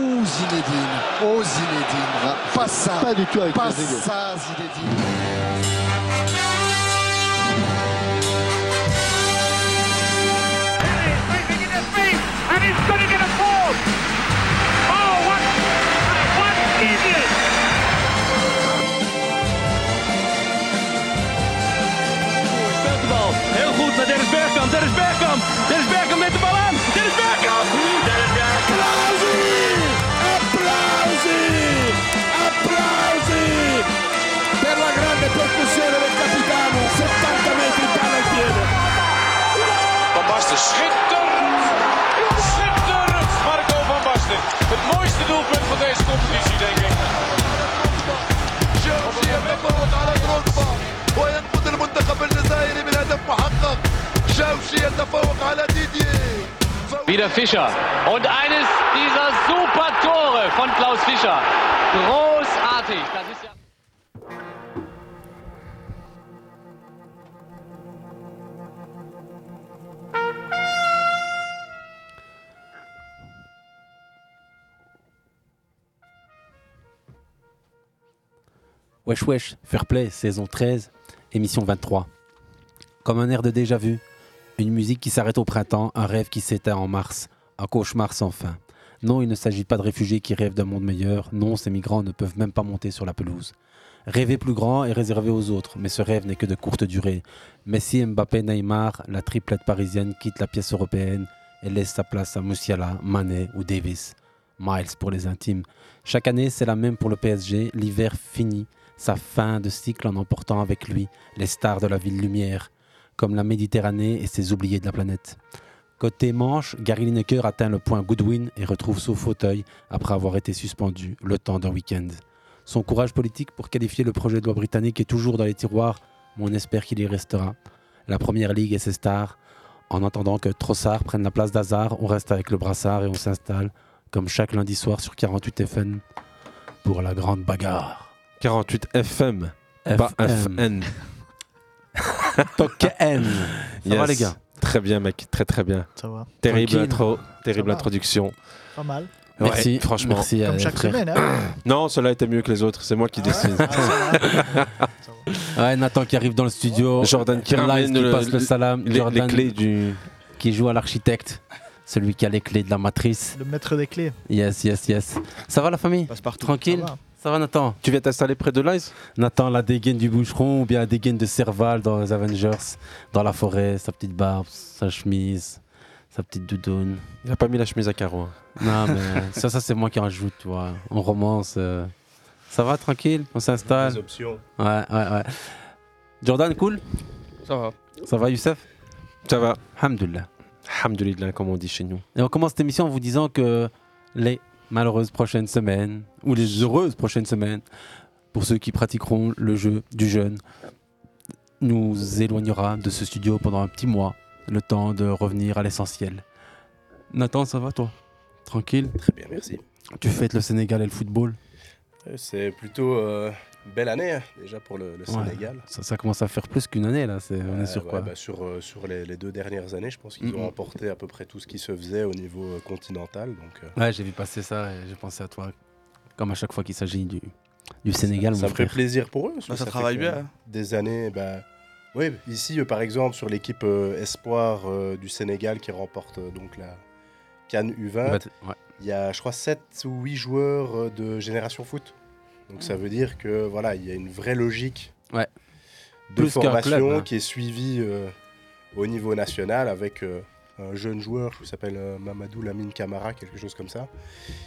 Zinedine. Oh Zinedine. Pas ça. Pas du tout avec Pas Trezeguet. ça, Zinedine. He's leaping in his feet, and he's going to get a fourth. Oh, what, what is it? Speelt de bal. Heel goed naar Dennis Bergkamp. Dennis Bergkamp. Dennis Bergkamp met de bal aan. Dennis Bergkamp. Dennis Bergkamp. Van Basten schitterend! Schitterend! Marco van Basten. Het mooiste doelpunt van deze competitie, denk ik. وينقذ المنتخب الجزائري من هدف محقق جوشي يتفوق على ديدييه Wieder Fischer. Und eines dieser super Tore von Klaus Fischer. Großartig. Das ist ja Wesh Wesh, Fair Play, saison 13, émission 23. Comme un air de déjà-vu, une musique qui s'arrête au printemps, un rêve qui s'éteint en mars, un cauchemar sans fin. Non, il ne s'agit pas de réfugiés qui rêvent d'un monde meilleur, non, ces migrants ne peuvent même pas monter sur la pelouse. Rêver plus grand est réservé aux autres, mais ce rêve n'est que de courte durée. Messi, Mbappé, Neymar, la triplette parisienne quitte la pièce européenne et laisse sa place à Musiala, Manet ou Davis. Miles pour les intimes. Chaque année, c'est la même pour le PSG, l'hiver finit sa fin de cycle en emportant avec lui les stars de la ville lumière, comme la Méditerranée et ses oubliés de la planète. Côté manche, Gary Lineker atteint le point Goodwin et retrouve son fauteuil après avoir été suspendu le temps d'un week-end. Son courage politique pour qualifier le projet de loi britannique est toujours dans les tiroirs, mais on espère qu'il y restera. La Première Ligue et ses stars. En attendant que Trossard prenne la place d'Hazard, on reste avec le brassard et on s'installe, comme chaque lundi soir sur 48 FM, pour la grande bagarre. 48 FM, pas FN. Toc N. Ça va Yes. les gars Très bien, mec. Très, très bien. Ça va. Terrible, Tranquille. intro, terrible va. introduction. Pas mal. Ouais, Merci. franchement. Merci à Comme chaque frère. semaine. Hein. Non, cela était mieux que les autres. C'est moi qui Ah ouais, décide. ah, ça va. Ça va. Ouais, Nathan qui arrive dans le studio. Jordan qui Lies ramène qui le- passe le le- salam. Les, les Jordan clés du. qui joue à l'architecte. Celui qui a les clés de la matrice. Le maître des clés. Yes, yes, yes. Ça va la famille Passe partout. Tranquille Ça va. Ça va Nathan Tu viens t'installer près de Lies Nathan la dégaine du boucheron ou bien la dégaine de Serval dans les Avengers, dans la forêt, sa petite barbe, sa chemise, sa petite doudoune. Il a pas mis la chemise à carreaux. hein. Non mais ça, ça c'est moi qui en rajoute, tu vois. On romance. euh. Ça va tranquille On s'installe Des options. Ouais, ouais, ouais. Jordan, cool Ça va. Ça va, Youssef Ça va. Alhamdulillah. Alhamdulillah, comme on dit chez nous. Et on commence cette émission en vous disant que les malheureuses prochaines semaines, ou les heureuses prochaines semaines, pour ceux qui pratiqueront le jeu du jeûne, nous éloignera de ce studio pendant un petit mois, le temps de revenir à l'essentiel. Nathan, ça va toi Tranquille Très bien, merci. Tu fêtes le Sénégal et le football Euh, C'est plutôt euh, une belle année hein, déjà pour le, le Ouais. Sénégal. ça, ça commence à faire plus qu'une année là, c'est- on Euh, est sur ouais, quoi bah, Sur, euh, sur les, les deux dernières années, je pense qu'ils Mhm. ont emporté à peu près tout ce qui se faisait au niveau euh, continental. Donc, euh, Ouais, j'ai vu passer ça et j'ai pensé à toi, comme à chaque fois qu'il s'agit du, du Sénégal, ça mon me fait frère. plaisir pour eux. parce que Bah, ça fait travaille quand bien, même hein. Des années. Bah, oui, ici, euh, par exemple, sur l'équipe euh, Espoir euh, du Sénégal qui remporte euh, donc la Cannes U20, Bah, t- ouais. il y a, je crois, 7 ou 8 joueurs euh, de Génération Foot. Donc Hmm. ça veut dire que voilà, il y a une vraie logique Ouais. de Plus qu'un formation club, hein. qui est suivie euh, au niveau national avec euh, un jeune joueur qui s'appelle euh, Mamadou Lamine Camara, quelque chose comme ça,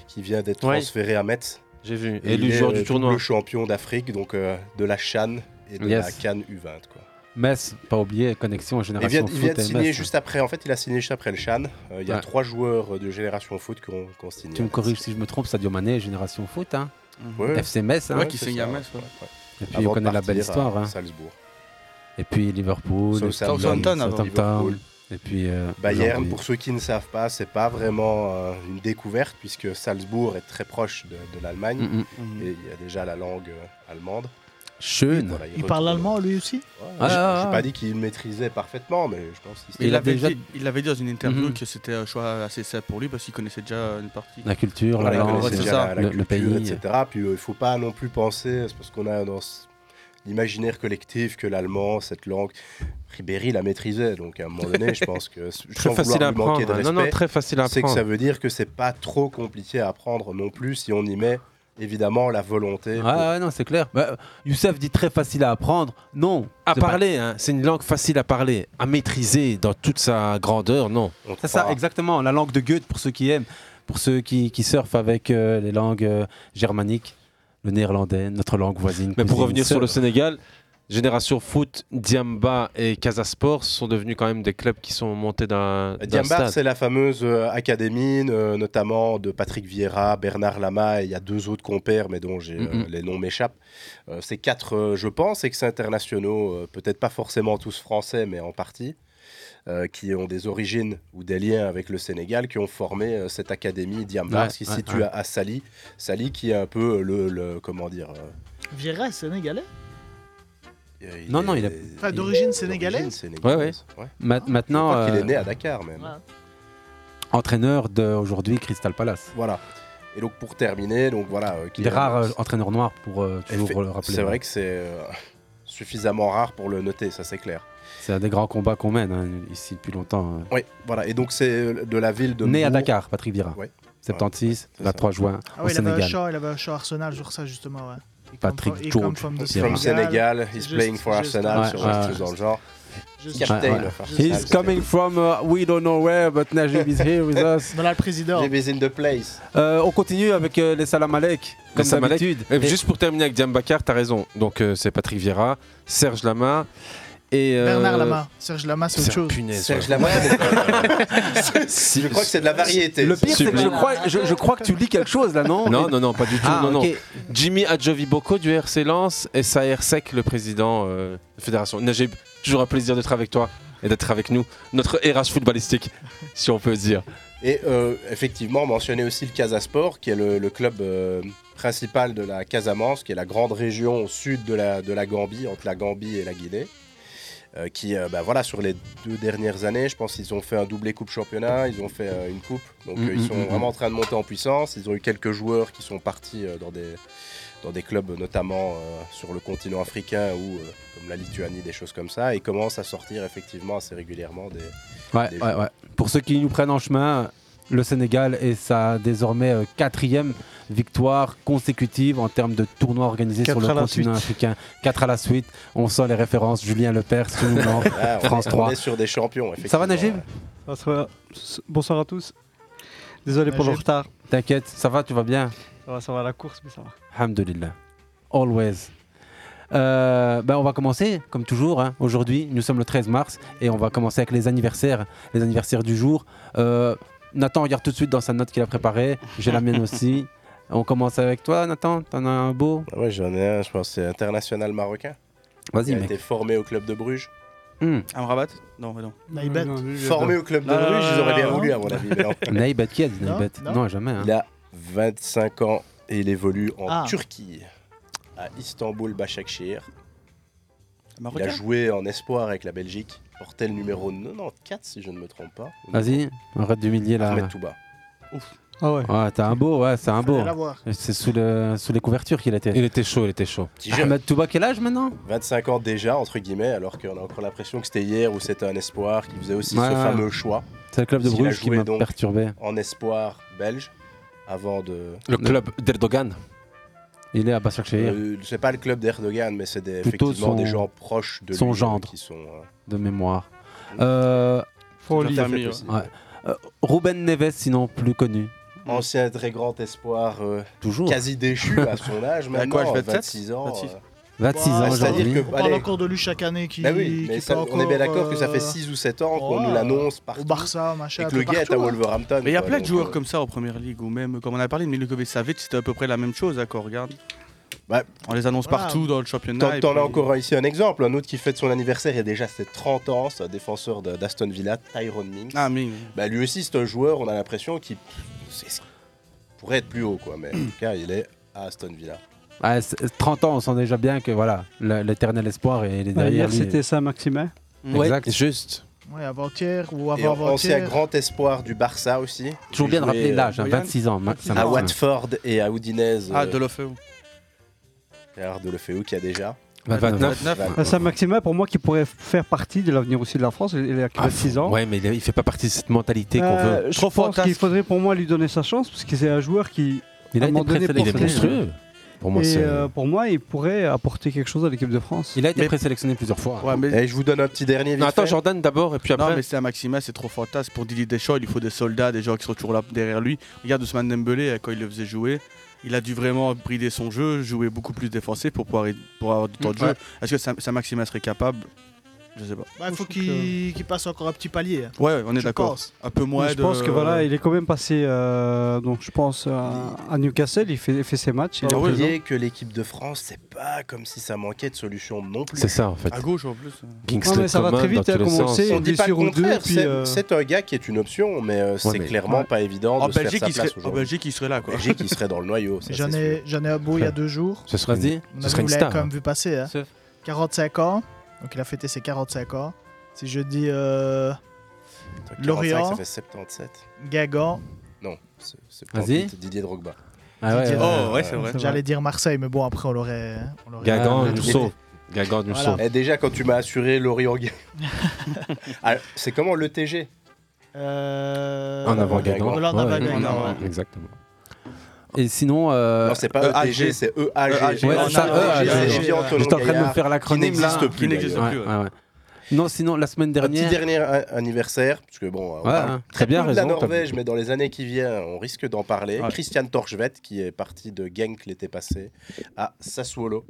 qui vient d'être Ouais. transféré à Metz. J'ai vu. Et Élu il est, joueur euh, du tournoi. double champion d'Afrique, donc euh, de la Chan et de Yes. la Cannes U20. Quoi. Metz, pas oublié, connexion à Il Génération vient, il Foot vient de et signer Metz. juste après. En fait, il a signé juste après le Chan. Euh, il y a Ouais. trois joueurs euh, de Génération Foot qui ont, qui ont signé. Tu me corriges si je me trompe, Sadio Mané, Génération Foot, hein. Ouais. FC Metz, hein. Ouais, qui c'est signe ça, à Metz, ouais. et puis Avant on de connaît la belle partir à histoire. hein. Salzbourg. Et puis Liverpool, et Southampton puis avant Southampton, Liverpool. et puis euh, Bayern, aujourd'hui. pour ceux qui ne savent pas, c'est pas vraiment euh, une découverte puisque Salzbourg est très proche de, de l'Allemagne Mm, mm. et il y a déjà la langue euh, allemande. Schön. Voilà, Il parle retrouve- allemand lui aussi Ouais, Ah, je- ah, je n'ai ah. pas dit qu'il maîtrisait parfaitement, mais je pense qu'il Il Il, a avait déjà- dit, il avait dit dans une interview Mhm. que c'était un choix assez simple pour lui parce qu'il connaissait déjà euh, une partie. La culture, Voilà, la il langue, connaissait c'est déjà ça, la, la le, le culture, pays. etc. Puis euh, il faut pas non plus penser, c'est parce qu'on a dans ce- l'imaginaire collectif que l'allemand, cette langue, Ribéry la maîtrisait. Donc à un moment donné, je pense que je Très facile à apprendre. de non, non, respect, très facile à c'est que apprendre. ça veut dire que c'est pas trop compliqué à apprendre non plus si on y met évidemment la volonté. Ouais, Ah, pour- Ah, ouais, non, c'est clair. Bah, Youssef dit très facile à apprendre. Non. À c'est pas- parler, hein, c'est une langue facile à parler, à maîtriser dans toute sa grandeur, non. on te C'est ça, croira. exactement. La langue de Goethe, pour ceux qui aiment, pour ceux qui, qui surfent avec euh, les langues euh, germaniques, le néerlandais, notre langue voisine. Mais pour cousine, revenir sur sœur. le Sénégal, Génération Foot, Diamba et Casa Sport sont devenus quand même des clubs qui sont montés d'un d'un Diambar, stade. Euh, c'est la fameuse euh, académie, euh, notamment de Patrick Vieira, Bernard Lama, et il y a deux autres compères, mais dont j'ai, euh, Mhm. les noms m'échappent. Euh, ces quatre, euh, je pense, ex-internationaux, euh, peut-être pas forcément tous français, mais en partie, euh, qui ont des origines ou des liens avec le Sénégal, qui ont formé euh, cette académie Diambar, Ouais, qui se ouais, situe ouais. à, à Sali. Sali, qui est un peu euh, le, le- comment dire. euh, Vieira est sénégalais euh, Non, non, il a- Enfin, d'origine sénégalaise sénégalaise, ouais. Ma- Je maintenant, crois qu'il euh, est né à Dakar, même. Ouais. entraîneur d'aujourd'hui Crystal Palace. Voilà. Et donc pour terminer, donc voilà. euh, qui Des est- rares euh, entraîneurs noirs pour euh, toujours Effe- le rappeler. C'est vrai que c'est euh, suffisamment rare pour le noter, ça c'est clair. C'est un des grands combats qu'on mène hein, ici depuis longtemps. Oui, voilà. Et donc c'est euh, de la ville de. né à Mbourg. Dakar, Patrick Vira. Ouais. 76, c'est 23 juin Ah au ouais, il avait un Sénégal. show, il avait un show Arsenal sur ça justement. Ouais. Il come Patrick from- il George come from the Vieira. From Sénégal, he's Juste- playing for juste- Arsenal, Ouais, sur ouais. un truc dans le genre. Juste- Captain Ouais, ouais. of Arsenal. He's coming from uh, we don't know where, but Najib is here with us. Dans la président. He is in the place. Euh, on continue avec euh, les Salamalek, comme Les Samalek. d'habitude. Et Et- Juste pour terminer avec Diambakar, t'as raison. Donc euh, c'est Patrick Vieira, Serge Lama et. euh, Bernard Lama. Serge Lama, c'est autre Serge- chose. punaise, Serge ouais. Lama. Si- Je crois que c'est de la variété. Le pire, c'est que je Sublime. crois, je, je crois que tu lis quelque chose là, non Non, non, non, pas du tout. Ah, non, non. ok. Jimmy Adjoviboko du RC Lens et Saher Sek, le président euh, de la fédération. Najib, toujours un plaisir d'être avec toi et d'être avec nous. Notre RH footballistique, si on peut dire. Et euh, effectivement, mentionner aussi le Casasport, qui est le, le club euh, principal de la Casamance, qui est la grande région au sud de la, de la Gambie, entre la Gambie et la Guinée. euh, qui, euh, bah, voilà, sur les deux dernières années, je pense qu'ils ont fait un doublé Coupe Championnat, ils ont fait euh, une Coupe. Donc Mm, euh, ils mm, sont mm, vraiment en train de monter en puissance. Ils ont eu quelques joueurs qui sont partis euh, dans, des, dans des clubs, notamment euh, sur le continent africain ou euh, comme la Lituanie, des choses comme ça. Et commencent à sortir effectivement assez régulièrement des, Ouais, Des ouais, gens. ouais. Pour ceux qui nous prennent en chemin, le Sénégal est sa désormais euh, quatrième victoire consécutive en termes de tournoi organisé Quatre sur le à la continent africain. 4 à la suite. On sent les références. Julien Lepers, tout le monde. Ah, on France est- on 3. est sur des champions, effectivement. Ça va, Najib Bonsoir à tous. Désolé pour le Najib. retard. T'inquiète, ça va, tu vas bien Ça va, ça va à la course, mais ça va. Alhamdulillah. Always. Euh, ben, on va commencer, comme toujours, hein. aujourd'hui, nous sommes le 13 mars, et on va commencer avec les anniversaires, les anniversaires du jour. Euh, Nathan regarde tout de suite dans sa note qu'il a préparée, j'ai la mienne aussi. On commence avec toi, Nathan, t'en as un beau Ah Ouais, j'en ai un, je pense que c'est international marocain. Vas-y, Il a mec. été formé au club de Bruges. Hmm. Amrabat Non, mais non. Naïbet. Formé au club de Non, non, Bruges, non, ils auraient non, bien Euh, non. voulu, à mon avis. mais non. Naïbet, qui a dit Non, Naïbet non. non. jamais. hein. Il a 25 ans et il évolue en Ah. Turquie, à Istanbul Başakşehir. Il a Marocain joué en espoir avec la Belgique, portait le numéro 94, si je ne me trompe pas. Vas-y, arrête d'humilier là. Ahmed Touba. Ah ouais. Ouais, t'as un beau, ouais, c'est un beau. l'avoir. C'est sous, le, sous les couvertures qu'il était. Il était chaud, il était chaud. Petit jeune. Ahmed Touba, quel âge maintenant 25 ans déjà, entre guillemets, alors qu'on a encore l'impression que c'était hier où c'était un espoir, qui faisait aussi Ouais, ce ouais. fameux choix C'est le club de Il a Bruges qui joué m'a donc. perturbé. en espoir belge, avant de Le club d'Erdogan. Il est à pas chercher Euh, c'est pas le club d'Erdogan, mais c'est des, Plutôt effectivement son- des gens proches de son lui, euh, gendre. qui sont. euh, de mémoire. Euh, tout à fait possible. Ouais. Euh, Ruben Neves, sinon plus connu. Ancien très grand espoir, euh, Toujours. quasi déchu à son âge, Il a quoi, maintenant, 27, 26 ans. 26. euh. 26 Bah, ans c'est-à-dire aujourd'hui. que- On parle Allez. encore de lui chaque année qui. Bah oui, mais qui ça- peut on est bien encore, d'accord que ça euh, fait 6 ou 7 ans qu'on ouais, nous l'annonce partout, Au Barça, machin. et que le peu gars est à partout, hein. Wolverhampton. Mais il y a quoi, plein de donc, joueurs euh, comme ça en première ligue, ou même, comme on a parlé de Milinkovic Savic, c'était à peu près la même chose, d'accord, regarde. Ouais. On les annonce Voilà. partout dans le championnat. Tant et que t'en puis- as encore ici un exemple, un autre qui fête son anniversaire et déjà ses 30 ans, c'est un défenseur de- d'Aston Villa, Tyrone Mings. Ah, mais. Bah, lui aussi, c'est un joueur, on a l'impression qu'il c'est- pourrait être plus haut, quoi. Mais en tout cas, il est à Aston Villa. Ah, c'est- 30 ans, on sent déjà bien que voilà, le- l'éternel espoir est il est derrière Hier, lui. c'était ça, Maximin. Ouais. Exact. Juste. Ouais, avant-hier ou Et on pensait à avant-avant-hier. grand espoir du Barça aussi. Toujours Il bien de jouait, rappeler euh, l'âge, hein, 26 ans, Max. À Watford et à Udinese. Ah, euh, Deulofeu. Pierre Deulofeu qui a déjà. 29. Bah, ça, Maximin, pour moi, qui pourrait faire partie de l'avenir aussi de la France, il il a que 26 ans. Ah, Ouais, mais il il fait pas partie de cette mentalité qu'on Euh, veut. Je pense qu'il faudrait pour moi lui donner sa chance, parce que c'est un joueur qui. Il à un a été moment donné, préféré, il est portait- monstrueux. Pour moi, Et, c'est- euh, pour moi, il pourrait apporter quelque chose à l'équipe de France. Il a été présélectionné plusieurs fois. Ouais, mais- Et je vous donne un petit dernier. vite fait. Jordan d'abord et puis Non, mais c'est un Maxima, c'est trop fantasme. Pour Didier Deschamps, il lui faut des soldats, des gens qui sont toujours là derrière lui. Regarde Ousmane Dembélé, euh, quand il le faisait jouer, il a dû vraiment brider son jeu, jouer beaucoup plus défensif pour pouvoir pour avoir du temps de Ouais. jeu. Est-ce que ça, ça Maxima serait capable Je sais pas. Bah, il faut qu'il qu'il passe encore un petit palier. hein. Ouais, ouais, on est Je d'accord. pense. Un peu moins je de- pense que voilà, il est quand même passé, euh, donc je pense à, à Newcastle, il fait, il fait ses matchs. Ah il est présent. Oubliez que l'équipe de France, c'est pas comme si ça manquait de solution non plus. C'est ça, en fait. À gauche en plus. Kingsley Non, mais ça va Coman, très vite, dans hein, tous les comme on le sens. sait, on une dit pas le blessure ou deux, contraire. puis, c'est- euh, C'est un gars qui est une option, mais euh, c'est mais- clairement Ouais. pas évident En de se faire Belgique, sa il place serait- en aujourd'hui. Belgique, il serait là. Quoi. Belgique, il serait dans le noyau. Bah, ça, J'en c'est ai, j'en ai un beau il y a deux jours. Ce serait Vas-y. On Ce avait- serait une vous l'avez star, quand même hein. vu passer. hein. 45 ans. Donc il a fêté ses 45 ans. Si je dis euh, sûr. 45, Lorient, ça fait 77. Guingamp, Non, c'est- c'est Vas-y. 48, Didier Drogba. Ah ouais, Didier ouais, Drogba. Oh, ouais, ouais, c'est vrai. J'allais dire Marseille, mais bon, après on l'aurait. on l'aurait- Guingamp, on l'aurait nous trouvé. sauve. Guingamp nous Voilà. sauve. Eh, déjà, quand tu m'as assuré Lorient. Ah, c'est comment l'ETG Euh, En avant Guingamp. Voilà, en Ouais, avant ouais, Guingamp, ouais, ouais. Exactement. Et sinon. euh, Non, c'est pas EAG. EAG, c'est E EAG. E Ouais, c'est ça, Non, EAG, EAG. c'est Olivier Antonin J'étais en train de me Gaillard, faire l'acronyme qui là. n'existe plus, d'ailleurs. Ouais, ouais, ouais. Non, sinon, la semaine Un petit dernière. dernier a- anniversaire, parce que bon, on Ouais, parle hein, très t'as bien peu de la raison, t'as- Norvège, mais dans les années qui viennent, on risque d'en parler. Christian Torchvet, qui est parti de Genk l'été passé à Sassuolo,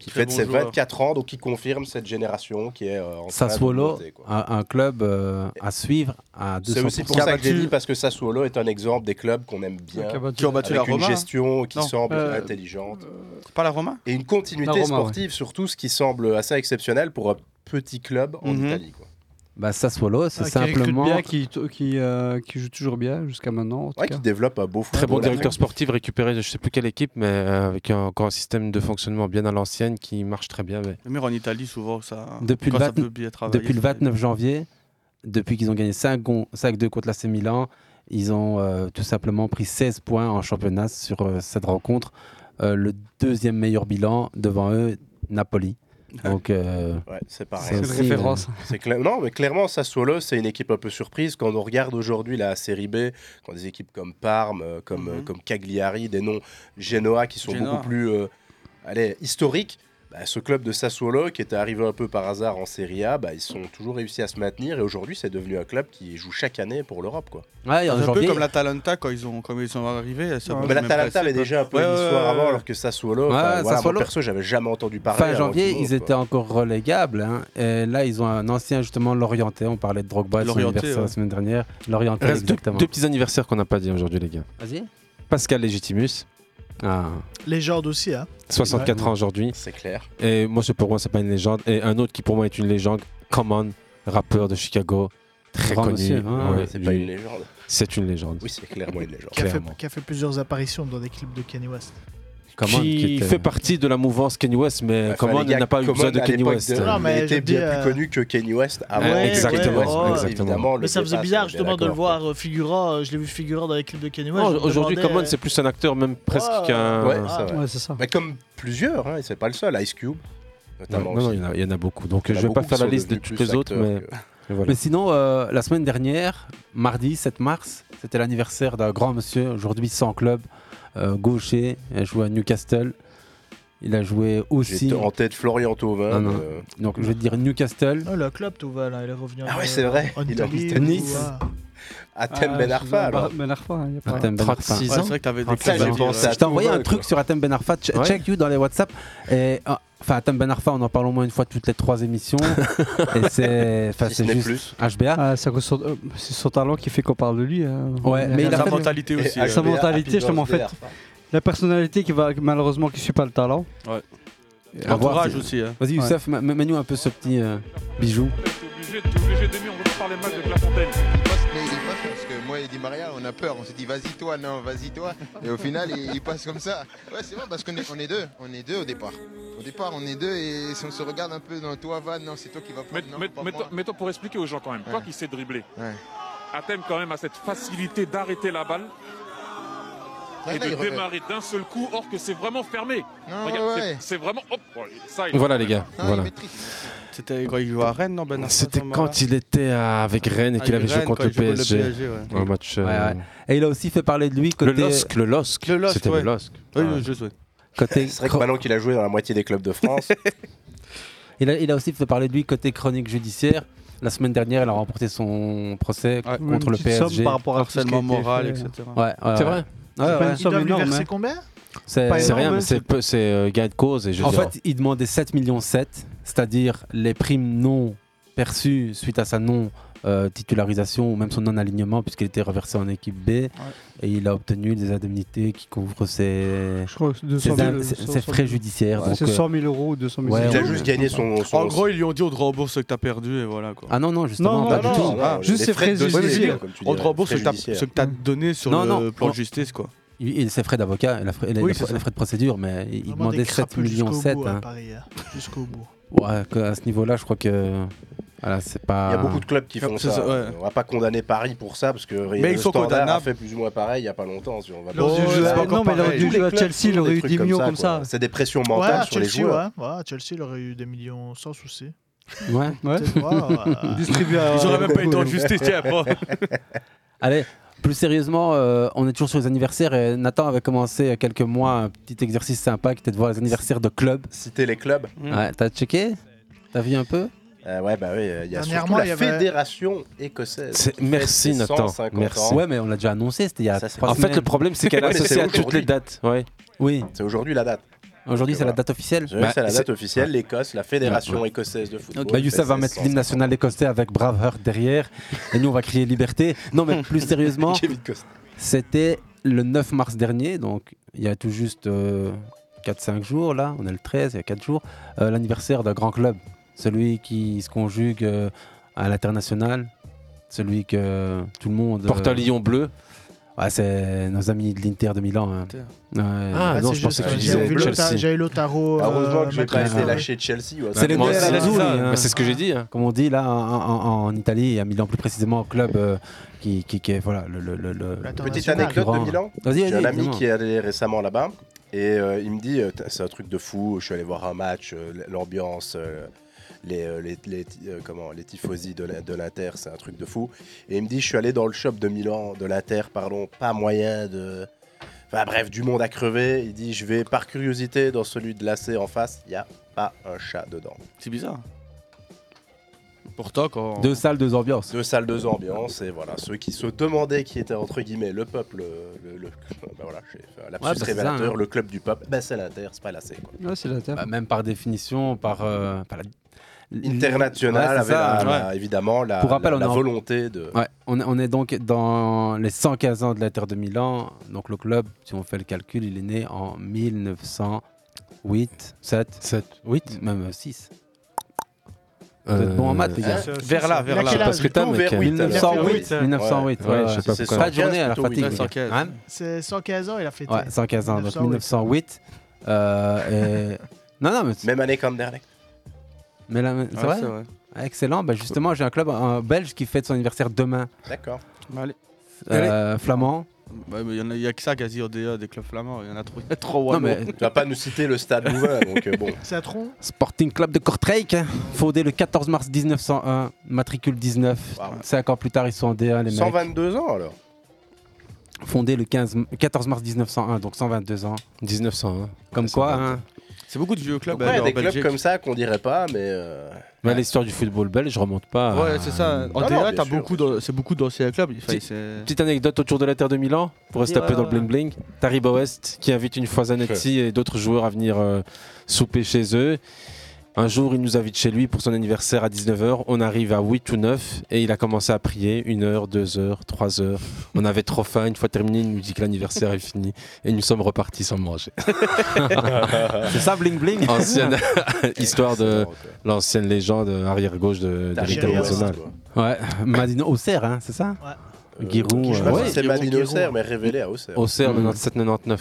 qui Très fête bon ses joueur. 24 ans, donc qui confirme cette génération qui est euh, en train de Sassuolo, monter, quoi. un, un club euh, à suivre à 200%. C'est aussi pour ça que j'ai dit, parce que Sassuolo est un exemple des clubs qu'on aime bien, Qui a battu- Qui ont battu avec la une Roma, hein. gestion qui Non, semble euh, intelligente. Pas la Roma Et une continuité La Roma, sportive, surtout ce qui semble assez exceptionnel pour un petit club en Mhm. Italie. quoi. Bah, Sassuolo, c'est Ah, qui recrute simplement. bien, qui, qui, euh, qui joue toujours bien jusqu'à maintenant. en tout Ouais, cas. qui développe un beau Très bon football directeur après. sportif récupéré de je sais plus quelle équipe, mais euh, avec un- encore un système de fonctionnement bien à l'ancienne qui marche très bien. mais- Le mur en Italie, souvent, ça. Depuis, quand le, ça 20 peut bien travailler, depuis le ça- 29 janvier, depuis qu'ils ont gagné 5-2 contre l'AC Milan, ils ont euh, tout simplement pris 16 points en championnat sur euh, cette rencontre. Euh, le deuxième meilleur bilan devant eux, Napoli. Donc, euh, Ouais, c'est pareil. aussi, euh, C'est clair- Non, mais clairement, Sassuolo, c'est une équipe un peu surprise. Quand on regarde aujourd'hui la série B, quand des équipes comme Parme, euh, comme, Mhm. euh, comme Cagliari, des noms Genoa qui sont Genoa. beaucoup plus euh, allez, historiques, bah, ce club de Sassuolo, qui était arrivé un peu par hasard en Serie A, bah, ils sont toujours réussi à se maintenir. Et aujourd'hui, c'est devenu un club qui joue chaque année pour l'Europe. quoi. Ouais, C'est un peu comme l'Atalanta quand ils ont quand ils sont arrivés. c'est un peu mais le la même Talata principe. avait déjà un peu Ouais, une ouais, histoire ouais, avant, ouais. alors que Sassuolo, Ouais, enfin, voilà, moi, Sassuolo. perso, j'avais jamais entendu parler. Fin avant janvier, qu'ils montent, ils étaient quoi. encore relégables. hein. Et là, ils ont un ancien, justement, l'Orienté. On parlait de Drogba, de son L'Orienté, anniversaire ouais. la semaine dernière. L'Orienté, Reste deux, exactement. deux petits anniversaires qu'on n'a pas dit aujourd'hui, les gars. Vas-y. Pascal Ah. Legitimus, à Légende aussi. Hein. 64 ans aujourd'hui. C'est clair. Et moi, c'est pour moi, c'est pas une légende. Et un autre qui pour moi est une légende, Common, rappeur de Chicago, très Grand connu. monsieur, hein. Ouais, C'est pas lui, une légende. C'est une légende. Oui, c'est clairement une légende. Qui a, fait, Clairement. qui a fait plusieurs apparitions dans des clips de Kanye West. Common, qui, qui était- fait partie de la mouvance Kanye West, mais Enfin, Common les gars, n'a pas eu Common, besoin de à Kanye l'époque West. Non, mais il était je bien dis, euh, plus connu que Kanye West avant. Ouais, que Euh, exactement, Kanye West, ouais. mais Oh, évidemment, le mais ça faisait dépasse, bizarre on est justement de d'accord. le voir euh, figurant. euh, Je l'ai vu figurant dans les clips de Kanye West. Non, je me Aujourd'hui, demandais, Common, euh, c'est plus un acteur même presque Ouais, qu'un. Ah, Ouais, c'est vrai. Ouais, c'est ça. Mais comme plusieurs, hein, et c'est pas le seul. Ice Cube, notamment. Non, non, aussi. il y en a- il y en a beaucoup. Donc, Il y en je a vais pas beaucoup faire qui la sont liste de devenus toutes les plus autres, mais. acteurs mais voilà. Mais sinon, euh, la semaine dernière, mardi 7 mars, c'était l'anniversaire d'un grand monsieur, aujourd'hui sans club, euh, gaucher. Il a joué à Newcastle. Il a joué aussi. J'étais en tête Florian Thauvin. Ah, Non, non. euh, Donc, je vais te dire Newcastle. Oh, le club, tout va là, il est revenu. Ah en- ouais, c'est vrai, en il a Italie, mis Nice. ou, euh, Atem Ah, Ben je- Arfa, alors. Ben Arfa, hein, y Ah, a pas- Atem Ben Arfa. 36 Ouais, c'est vrai que t'avais des Ça, j'ai clubs à pensé dire, à Je t'ai envoyé Thauvin, un truc quoi. sur Atem Ben Arfa. Ch- Ouais. Check you dans les WhatsApp. Et, ah, enfin, Atem Ben Arfa, on en parle au moins une fois toutes les trois émissions. et c'est enfin, Si ce c'est n'est juste plus. HBA. Ah, c'est à cause de son- euh, c'est son talent qui fait qu'on parle de lui. hein. Ouais, mais il a Sa fait- mentalité aussi. Et ouais. Sa HBA, mentalité, euh, Happy justement, en Birthday fait. Arfa. La personnalité qui va malheureusement qui suit pas le talent. À voir, L'entourage c'est- aussi. hein. Vas-y, Youssef, ma- ma- mets-nous un peu ce petit euh, bijou. Mais il est pas fait, parce que moi et Di Maria, on a peur. On s'est dit, vas-y toi, non, vas-y toi. Et au final, il, il passe comme ça. Ouais, c'est vrai, parce qu'on est, on est deux. On est deux au départ. Au départ, on est deux et si on se regarde un peu, non, toi, va, non, c'est toi qui vas prendre. non, pas moi. Mettons, mettons pour expliquer aux gens quand même, toi Ouais. qui sais dribbler, Ouais. Athènes quand même a cette facilité d'arrêter la balle Là, et là, de il revient. démarrer d'un seul coup, or que c'est vraiment fermé. Non, Regarde, ouais, c'est- ouais. c'est vraiment. hop, oh, ça, il- Voilà les gars, Ah, il voilà. C'était quand il jouait à Rennes, non Ben Arfa, C'était ce moment-là quand il était à- avec Rennes Ah, et qu'il avait Avec joué Rennes, contre quand le il jouait PSG. ouais. Un match. euh, Ouais, ouais. Et il a aussi fait parler de lui côté. Le LOSC, le LOSC. Le LOSC, C'était ouais. le LOSC. Oui, Ouais. Ah. oui, je sais. Côté- C'est vrai que Ballon qu'il a joué dans la moitié des clubs de France. Il a, il a aussi fait parler de lui côté chronique judiciaire. La semaine dernière, elle a remporté son procès Une contre le petite somme PSG. par rapport à tout ce qui a Harcèlement été moral, fait. euh. etc. Ouais, ouais, C'est ouais. vrai. Ouais, C'est pas ouais. une somme Ils doivent lui énorme, verser hein. combien C'est Pas c'est énorme, rien, mais hein, c'est peu- c'est euh, gain de cause. Et je En en fait, fait, il demandait 7 millions 7, c'est-à-dire les primes non perçues suite à sa non euh, titularisation ou même son non alignement puisqu'il était reversé en équipe B et il a obtenu des indemnités qui couvrent ses, crois que c'est 200 ses 000, in- ses- 100 ses 000. frais judiciaires. Ouais, donc, c'est euh, 100 000 euros ou 200 000 ouais, euros. ouais. En gros, ils lui ont dit on te rembourse ce que t'as perdu et voilà quoi. Ah non, non, justement, pas du tout. Ah, juste ses frais judiciaires, comme tu On te dirais, rembourse ce frais que t'as- judiciaires. ce que t'as donné sur Non, le non, plan non. de justice quoi. Il, il- ses frais d'avocat, la frais- les, Oui, les c'est frais- ça. les frais de procédure, mais il Vraiment demandait des 7 crapauds millions jusqu'au 7. bout, à hein. Paris, hein. Jusqu'au bout. Ouais, que- à ce niveau-là, je crois que voilà, c'est pas. Il y a beaucoup de clubs Ah, qui font C'est ça. ouais. On va pas condamner Paris pour ça parce que ils le sont Standard a condamnables. fait plus ou moins pareil il y a pas longtemps. si on va Ils auraient dû jouer- Tous les non, mais ils auraient dû clubs jouer à font Chelsea, ils des auraient eu trucs 10 millions ça, comme ça. quoi. C'est des pressions Ouais, mentales à sur les Chelsea, joueurs. ouais. Ouais, à Chelsea, il aurait eu des millions sans souci. Ouais, ouais. euh, Distribué à- Ils auraient même pas eu le temps de juster, tiens, bon. Allez, plus sérieusement, euh, on est toujours sur les anniversaires et Nathan avait commencé il y a quelques mois un petit exercice sympa qui était de voir les anniversaires de clubs. Citer les clubs. Ouais, t'as checké T'as vu un peu Euh, ouais, bah Mm. oui, euh, il y a surtout Dernièrement, la il y avait- fédération écossaise. C'est- qui fête ses 150 ans. Ouais, mais on l'a déjà annoncé, c'était il y a c'est trois En fait, semaines. le problème, c'est qu'elle a associé à toutes les dates. Ouais. Oui. C'est aujourd'hui la date. Aujourd'hui, Donc, c'est la voilà. date officielle C'est vrai que c'est la date officielle, l'Écosse, la Fédération écossaise de football. Bah, Youssef fait va ses mettre l'hymne national écossais avec Braveheart derrière et nous, on va crier liberté. Non, mais plus sérieusement, Kevin Costner. c'était le 9 mars dernier, donc il y a tout juste 4-5 jours, là, on est le 13, il y a 4 jours, euh, l'anniversaire d'un grand club, celui qui se conjugue euh, à l'international, celui que tout le monde... euh, Porte à Lyon bleu. Ouais, c'est nos amis de l'Inter de Milan. hein. Ouais. Ah, Ouais, non, c'est je pensais juste, que tu euh, disais j'avais vu le- Chelsea. J'ai eu l'Otaro. Ah, euh, Heureusement que j'ai pas été Ouais. lâché de Chelsea. ouais. C'est les Moi, deux hein. Bah, c'est- Lazuri, ça. hein. Mais c'est ce que j'ai dit, hein. Comme on dit là en, en- en Italie et à Milan plus précisément au club euh, qui, qui, qui est voilà le, le, le- le- Petite le anecdote de concurrent. Milan. Vas-y, J'ai vas-y, un ami dis-moi. qui est allé récemment là-bas et euh, il me dit euh, Tain, c'est un truc de fou. Je suis allé voir un match, euh, l'ambiance, euh, les, euh, les, les ti- euh, comment les tifosi de la- de l'Inter, c'est un truc de fou. Et il me dit je suis allé dans le shop de Milan, de l'Inter, pardon, pas moyen de. Enfin bref, du monde à crever. Il dit je vais par curiosité dans celui de l'AC en face, il n'y a pas un chat dedans. C'est bizarre. Pourtant quand. Deux salles, deux ambiances. Deux salles, deux ambiances, et voilà, ceux qui se demandaient qui était entre guillemets le peuple, euh, le, le- ben voilà, j'ai fait un lapsus Ouais, bah, c'est révélateur, ça, hein. le club du peuple, ben c'est l'Inter, c'est pas l'AC quoi. Bah, même par définition, par, euh, par la- International Ouais, c'est avait ça, la- la- ouais. évidemment la, Pour rappel, la- on la est en- volonté de. Ouais, on, est- on est donc dans les 115 ans de l'Inter de Milan. Donc le club, si on fait le calcul, il est né en 1908, 7, 7, 8, même 6. Vous êtes bon en maths, les gars. Euh, vers là, vers là. Parce que t'as Plutôt vers mec. 8, alors. 1908, Ouais. 1908, ouais, je sais si pas c'est pourquoi. 115, Pas de journée à la plutôt fatigue, 8. les gars. 115. Hein C'est 115 ans, il a fêté. Ouais, 115 ans, donc 1908. 1908. Euh, et- Non, non, mais. Même année comme dernier. Mais là, c'est Ouais, vrai, c'est vrai. Ah, Excellent. Bah, justement, j'ai un club un belge qui fête son anniversaire demain. D'accord. Euh, flamand. Ouais, mais il y en a- il y a que ça quasi au DA des clubs flamands. Il y en a trop. il y a trop Non, wallons. mais- Tu vas pas nous citer le stade Louvain, donc euh, bon. C'est à Tron Sporting Club de Kortrijk, hein, fondé le 14 mars 1901, matricule 19. Cinq ans plus tard, ils sont en D1, les 122 ans alors. mecs. Fondé le 15, 14 mars 1901, donc 122 ans. 1901. Comme quoi, hein. C'est beaucoup de vieux clubs. Ouais, des clubs comme ça qu'on dirait pas, mais. euh, Ah. Mais l'histoire du football belge remonte pas. à- Ouais, c'est ça. En Non, non, DA, bien t'as sûr. beaucoup de- c'est beaucoup d'anciens clubs. il fallait- Petit- c'est- Petite anecdote autour de la Terre de Milan, pour rester Ouais, un peu dans ouais, le bling bling. Tari Boest qui invite une fois Zanetti et d'autres joueurs à venir euh, souper chez eux. Un jour, il nous invite chez lui pour son anniversaire à 19h. On arrive à 8 ou 9 et il a commencé à prier 1 heure, 2 heures, 3 heures. On avait trop faim. Une fois terminé, il nous dit que l'anniversaire est fini et nous sommes repartis sans manger. C'est ça, bling bling Ancienne histoire de l'ancienne légende arrière-gauche de, de Tari l'International. Boest, Ouais, Madino Auxerre, hein, c'est ça Giroud, euh, ouais. c'est même au Serre, mais révélé à Auxerre. Auxerre, Mm. 97-99.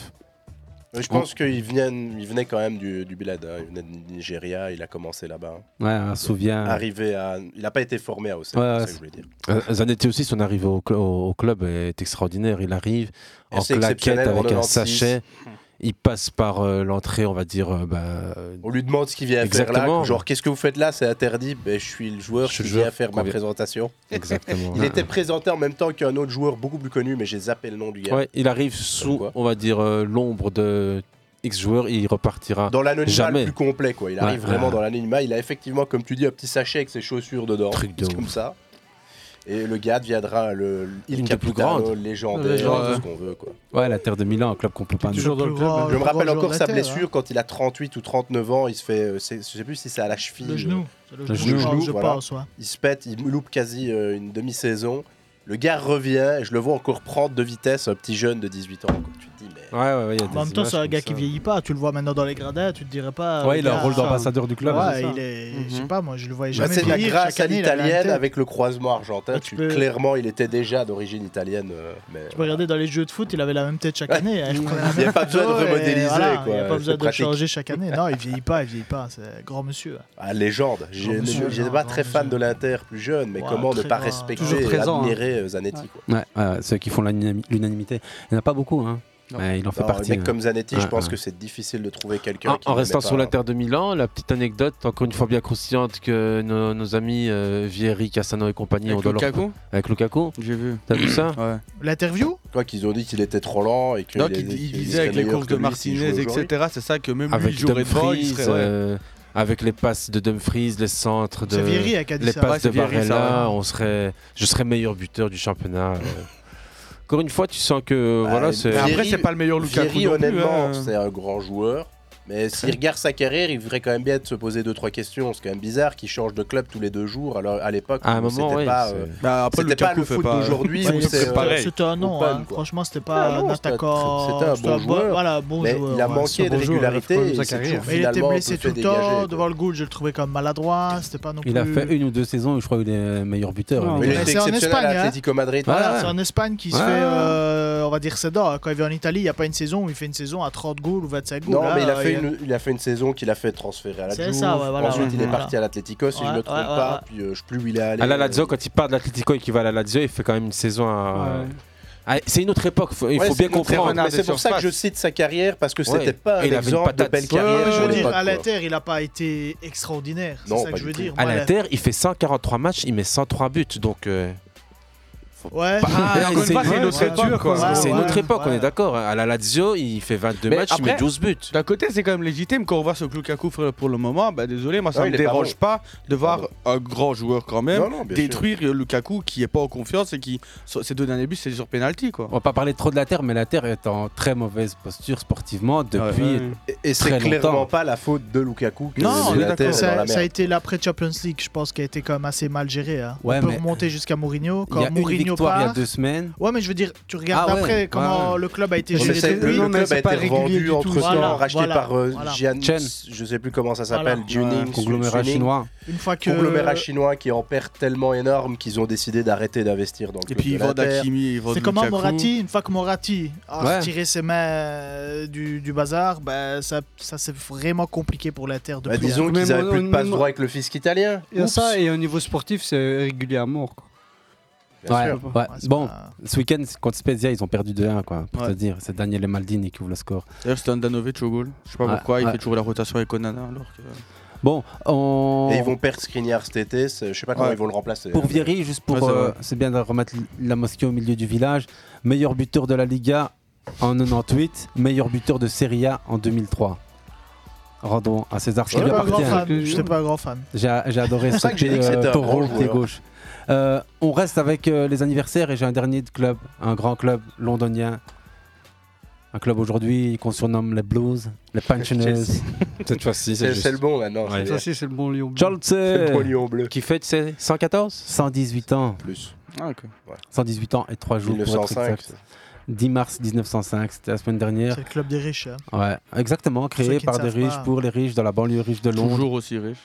Mais je pense qu'il venait, il venait quand même du, du Bilad. hein. Il venait du Nigeria, il a commencé là-bas. hein. Ouais, on se souvient. Arrivé à. Il n'a pas été formé à Auxerre, Ouais, c'est ça ouais, que je voulais dire. Euh, Zanetti aussi, son arrivée au, cl- au- au club est extraordinaire. Il arrive Et en c'est claquette exceptionnel, en avec un 96. sachet. Il passe par euh, l'entrée, on va dire. euh, bah, euh, On lui demande ce qu'il vient faire Exactement. là. Genre, qu'est-ce que vous faites là C'est interdit. Ben, je suis le joueur Je suis qui le vient joueur faire qu'on ma vient- présentation. Exactement. il était présenté en même temps qu'un autre joueur beaucoup plus connu, mais j'ai zappé le nom du gars. ouais, il arrive sous, on va dire, euh, l'ombre de X joueur. Il repartira. Dans l'anonymat Ah. jamais. le plus complet, quoi. Il arrive Ouais, vraiment ouais. dans l'anonymat. Il a effectivement, comme tu dis, un petit sachet avec ses chaussures dedans. Truc de juste comme ça. Et le gars deviendra le, il Une des plus Capitano, grandes. légendaire, Légende. tout ce qu'on veut, quoi. Ouais, la Terre de Milan, un club qu'on peut pas Je hein. Oh, me rappelle encore sa blessure hein. quand il a 38 ou 39 ans. Il se fait, euh, c'est- je sais plus si c'est à la cheville. euh, Le genou. C'est le Le genou, genou, je pense, je voilà. pense, ouais. Il se pète, il loupe quasi euh, une demi-saison. Le gars revient et je le vois encore prendre de vitesse un petit jeune de 18 ans. quoi. Tu te dis, mais. Ouais, ouais, ouais, il y a des En même temps, images c'est un comme gars ça. qui vieillit pas. Tu le vois maintenant dans les gradins, tu te dirais pas. Ouais, le il a un gars- euh, rôle d'ambassadeur du club, c'est Ouais, ça. il est. Je sais Mhm. pas, moi, je le voyais Bah, jamais. c'est de la vieillir. grâce à Chaque année, il a la même l'italienne tête. avec le croisement argentin. Tu- peux- Clairement, il était déjà d'origine italienne. euh, mais... Tu peux regarder dans les jeux de foot, il avait la même tête chaque année. hein, il prenait la Il y a même pas besoin de photo et remodéliser, voilà, quoi, Il n'y a pas c'est besoin de le pratique. changer chaque année. Non, il vieillit pas, il vieillit pas. C'est un grand monsieur. hein. Ah, légende. J'ai- Grand monsieur, J'étais grand- pas très fan de l'Inter plus jeune, mais Ouais, comment ne très pas grand. respecter Toujours et présent, hein. admirer euh, Zanetti quoi. Ouais, ouais, ceux qui font l'unami- l'unanimité. Il n'y en a pas beaucoup, hein. Mais il en fait Non, un partie. mec ouais. comme Zanetti, je Ouais, pense ouais. que c'est difficile de trouver quelqu'un. En, qui en n'aimait restant pas. sur l'Inter de Milan, la petite anecdote, encore une fois bien croustillante, que nos, nos amis euh, Vieri, Cassano et compagnie Avec on doit leur- Lukaku Avec Lukaku J'ai vu. T'as vu ça L'interview Quoi qu'ils ont dit qu'il était trop lent et que. Donc il, il disait avec les courses de Martinez, etc. C'est ça que même Avec lui, il jouerait devant, il Dumfries, serait- ouais. euh, avec les passes de Dumfries, les centres de. C'est Vieri, hein, qui a dit Les ça. Ouais, passes c'est de Vieri, ça, Barella, ouais. on serait, je serais meilleur buteur du championnat. euh. Encore une fois, tu sens que. Bah, voilà, c'est. Vieri, honnêtement, euh. c'est un grand joueur. Mais s'il regarde sa carrière, il devrait quand même bien de se poser deux trois questions. C'est quand même bizarre qu'il change de club tous les deux jours. Alors à l'époque, À un moment, c'était ouais, pas, c'est- euh, Bah, après, c'était pas Lukaku le fait foot pas- d'aujourd'hui. Ouais, où c'est euh, pareil. C'était un nom, Open, hein. quoi. franchement, c'était pas Ah un non, c'était un- attaquant. C'était un bon bon- joueur. Voilà, bon mais joueur. il a ouais. manqué de régularité. et il s'est toujours Mais il était finalement un blessé peu tout fait le temps. dégager. Devant le goal, je le trouvais comme maladroit. C'était pas non plus. Il a fait une ou deux saisons où je crois qu'il est meilleur buteur. Non, hein. mais il était C'est en exceptionnel à Espagne, hein. Atlético Madrid. Voilà, Ouais, ouais. c'est en Espagne qui se Ouais, fait, ouais. euh, on va dire, ses dents. Quand il vient en Italie, il n'y a pas une saison où il fait une saison à 30 goals ou 25 goals. Non, Là, mais il a, euh, fait une, il a fait une saison qu'il a fait transférer à la C'est Juve. ça, ouais, voilà, Ensuite, ouais, il est voilà. parti à l'Atlético, si je ne me Ouais, trompe ouais, pas. ouais. Puis euh, je sais plus où il est allé. À la Lazio, quand il part de l'Atlético et qu'il va à la Lazio, il fait quand même une saison à. Ouais. Ah, c'est une autre époque, faut- il Ouais, faut c'est bien une autre comprendre. époque, mais c'est pour ça que je cite sa carrière parce que Ouais. c'était pas un Et il avait une exemple de patate. belle Ouais, carrière. ouais, je sur veux dire, l'époque, à quoi. l'Inter, il n'a pas été extraordinaire. C'est Non, ça pas que je veux du tout. dire. À Moi, la- l'Inter, il fait 143 matchs, il met 103 buts, donc. euh, faut Ouais. pas- Ah, encore une c'est fois, c'est une autre époque, époque, quoi. C'est une Ouais, autre ouais, époque, on est d'accord. À la Lazio, il fait 22 matchs, il met 12 buts. D'un côté, c'est quand même légitime quand on voit ce que Lukaku fait pour le moment. Bah, désolé, moi ça Non, me il est pas dérange bon. pas, de voir un grand joueurs quand même Non, non, bien détruire Lukaku qui est pas en confiance et qui sur- ses deux derniers buts c'est sur penalty quoi. On va pas parler trop de la Terre, mais la Terre est en très mauvaise posture sportivement depuis Et c'est très clairement longtemps. pas la faute de Lukaku que Non, on est l'Inter d'accord. est dans la Ça, ça a merde. été l'après Champions League, je pense, qui a été quand même assez mal géré. hein. Ouais, On peut mais- remonter jusqu'à Mourinho. Il y Quand a une Mourinho victoire il y a part- deux semaines. Ouais, mais je veux dire, tu regardes Ah ouais, après ouais, comment ouais. le club a été Mais géré. c'est- depuis. le club a été revendu entre temps, Voilà, racheté voilà, par euh, voilà. Jian- Chen. je sais plus comment ça s'appelle, Voilà. Juning, Ouais, conglomérat Suning. chinois. Une fois que- Conglomérat chinois qui en perd tellement énorme qu'ils ont décidé d'arrêter d'investir dans le Et club puis de ils vendent l'Inter. Hakimi, ils vendent C'est comment Lukaku. Morati, une fois que Morati a Ouais. retiré ses mains euh, du, du bazar, ben, ça, ça c'est vraiment compliqué pour l'Inter Bah, depuis. disons Mais qu'ils avaient mon- plus de mon- passe droit mon- avec le fisc italien. Il y a Oups. ça, et au niveau sportif, c'est régulier à mort. quoi. Bien Ouais, sûr. ouais. Bon, ce week-end c'est contre Spezia, ils ont perdu 2-1 quoi. Pour Ouais. te dire, c'est Daniel Maldini qui ouvre le score. D'ailleurs, c'était Andanovic au goal. Je sais pas Ouais, pourquoi, il ouais. fait toujours la rotation avec Onana alors que. Bon, on... Et ils vont perdre Skriniar cet été, c'est- je sais pas Oh. comment Ouais. ils vont le remplacer. Pour Vieri, juste pour. Ouais, c'est euh, vrai. c'est bien de remettre la mosquée au milieu du village. Meilleur buteur de la Liga en 98, meilleur buteur de Serie A en 2003. Rendons à César ce Je qui lui n'étais pas un grand appartient. hein. fan. J'étais pas un grand fan. J'ai j'ai adoré C'est pour ça que j'ai dit sauter que c'était euh, un Toro, grand pied joueur. gauche. Euh, on reste avec euh, les anniversaires et j'ai un dernier de club, un grand club londonien. Un club aujourd'hui qu'on surnomme les Blues, les Pensioners. Chelsea. Cette fois-ci, C'est- c'est le bon, là, non, c'est bien. Ça, c'est le bon Lyon Charles C'est le bon Lyon bleu. Qui fête ses 114 118 ans. Plus. Ah, ok. 118 ans et 3 jours. pour être 1905, exact. 10 mars 1905, c'était la semaine dernière. C'est le club des riches. hein. Ouais, exactement, ceux qui créé ne par des savent riches pas. pour les riches dans la banlieue riche de Londres. Toujours aussi riche.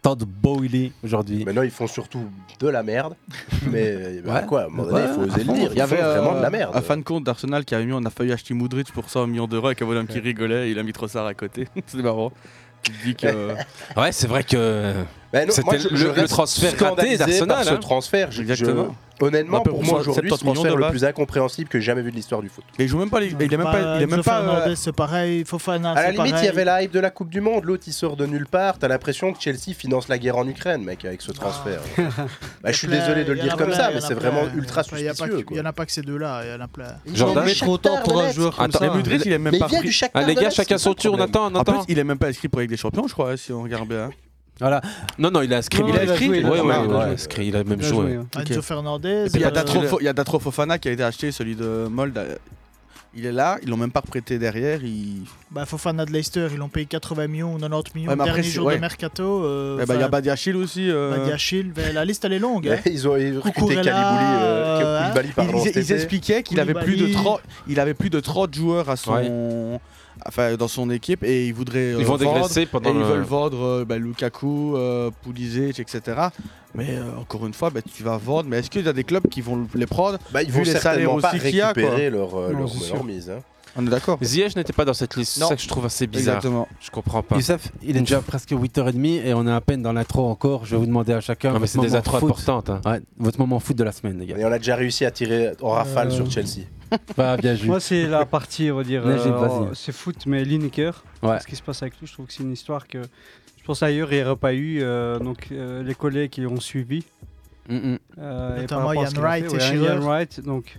Todd Bowley aujourd'hui. Maintenant, ils font surtout de la merde. Mais euh, bah, quoi, à un moment donné, il faut Ouais, oser à le fond. dire. Il y avait euh, euh, vraiment de la merde. Un fan de compte d'Arsenal qui avait mis on a failli acheter Moudric pour 100 millions d'euros avec un bonhomme qui rigolait, il a mis Trossard à côté. C'était marrant. Tu te dis que. Ouais, c'est vrai que. Ben non, C'était moi, je- le- je le reste transfert raté scandalisé d'Arsenal, par Ce hein. transfert, Je- je- Exactement. honnêtement, Un peu pour pour moi cent- aujourd'hui, c'est 70 le millions transfert de le balles. plus incompréhensible que j'ai jamais vu de l'histoire du foot. Et il joue même pas. Il est même pas. Il est même pas. euh, Fofana, Bah, Hernandez, c'est pareil. Fofana, euh, À la hein, c'est limite, il y pareil. avait la hype de la Coupe du Monde. L'autre, il sort de nulle part. T'as l'impression que Chelsea finance la guerre en Ukraine, mec, avec ce transfert. Bah, je suis plein, désolé de le y en dire a comme plein, ça, y en mais a c'est plein, vraiment y en a ultra plein. Y a pas que- suspicieux. Il n'y en a pas que ces deux-là, il y en a plein. Jordan- met trop de temps pour un joueur comme Attends, ça. mais Mudryk, il est même Mais il pas vient pris. du Shakhtar Ah, les gars, Donetsk, chacun son c'est ça le tour, on problème. attend, on En attend. plus, il est même pas inscrit pour avec des champions, je crois, hein, si on regarde bien. Voilà. Non, non, il a inscrit. Non, il a joué, il a Ouais, ouais, ouais, joué, il a ouais, joué. inscrit, il a même Il a joué. joué, ouais. Ok. Enzo Fernandez. Et puis, il y a euh, Datro Fo- il y a Datro Fofana qui a été acheté, celui de Mold. euh, Il est là, ils l'ont même pas prêté derrière. Il... Bah, Fofana de Leicester, ils l'ont payé 80 millions ou 90 millions Ouais, le mais après, dernier c'est- jour ouais. de mercato. euh, Eh ben, il y a enfin, Badiachil aussi. euh, Badiachil, ben, la liste elle est longue. hein. Ils ont ils ont recruté Cucurella, Kalibouli, euh, euh, Koulibaly, hein. pardon, ils, cet ils été. expliquaient qu'il avait plus de Koulibaly. 30 il avait plus de 30 joueurs à son enfin dans son équipe et ils voudraient euh, Ils vont vendre, dégraisser pendant et ils le- veulent vendre euh, bah, Lukaku, euh, Pulisic, etc. Mais euh, encore une fois, bah, tu vas vendre. Mais est-ce qu'il y a des clubs qui vont les prendre Bah, ils vont vu les salaires certainement pas aussi qu'il y a, quoi. récupérer leur, euh, Non, leur- c'est leur sûr. mise, hein. On est d'accord. Ziyech n'était pas dans cette liste, c'est Non. ça que je trouve assez bizarre. Exactement. Je comprends pas. Youssef, il est déjà presque 8h30 et on est à peine dans l'intro encore. Je vais vous demander à chacun. Ah, mais votre c'est des moment intros foot. importantes, hein. Ouais, votre moment foot de la semaine, les gars. Et on a déjà réussi à tirer en rafale sur Chelsea. Bah, bien joué. Euh, Moi, c'est la partie, on va dire. Najib, euh, vas-y. c'est foot, mais Lineker. Ouais. Ce qui se passe avec lui, je trouve que c'est une histoire que je pense ailleurs, il n'y aurait pas eu. euh, donc, euh, les collègues qui ont suivi. Mm, Euh, et par Notamment rapport à Ian ce qu'il a Wright fait, et ouais, Shearer. Ian Wright. Donc,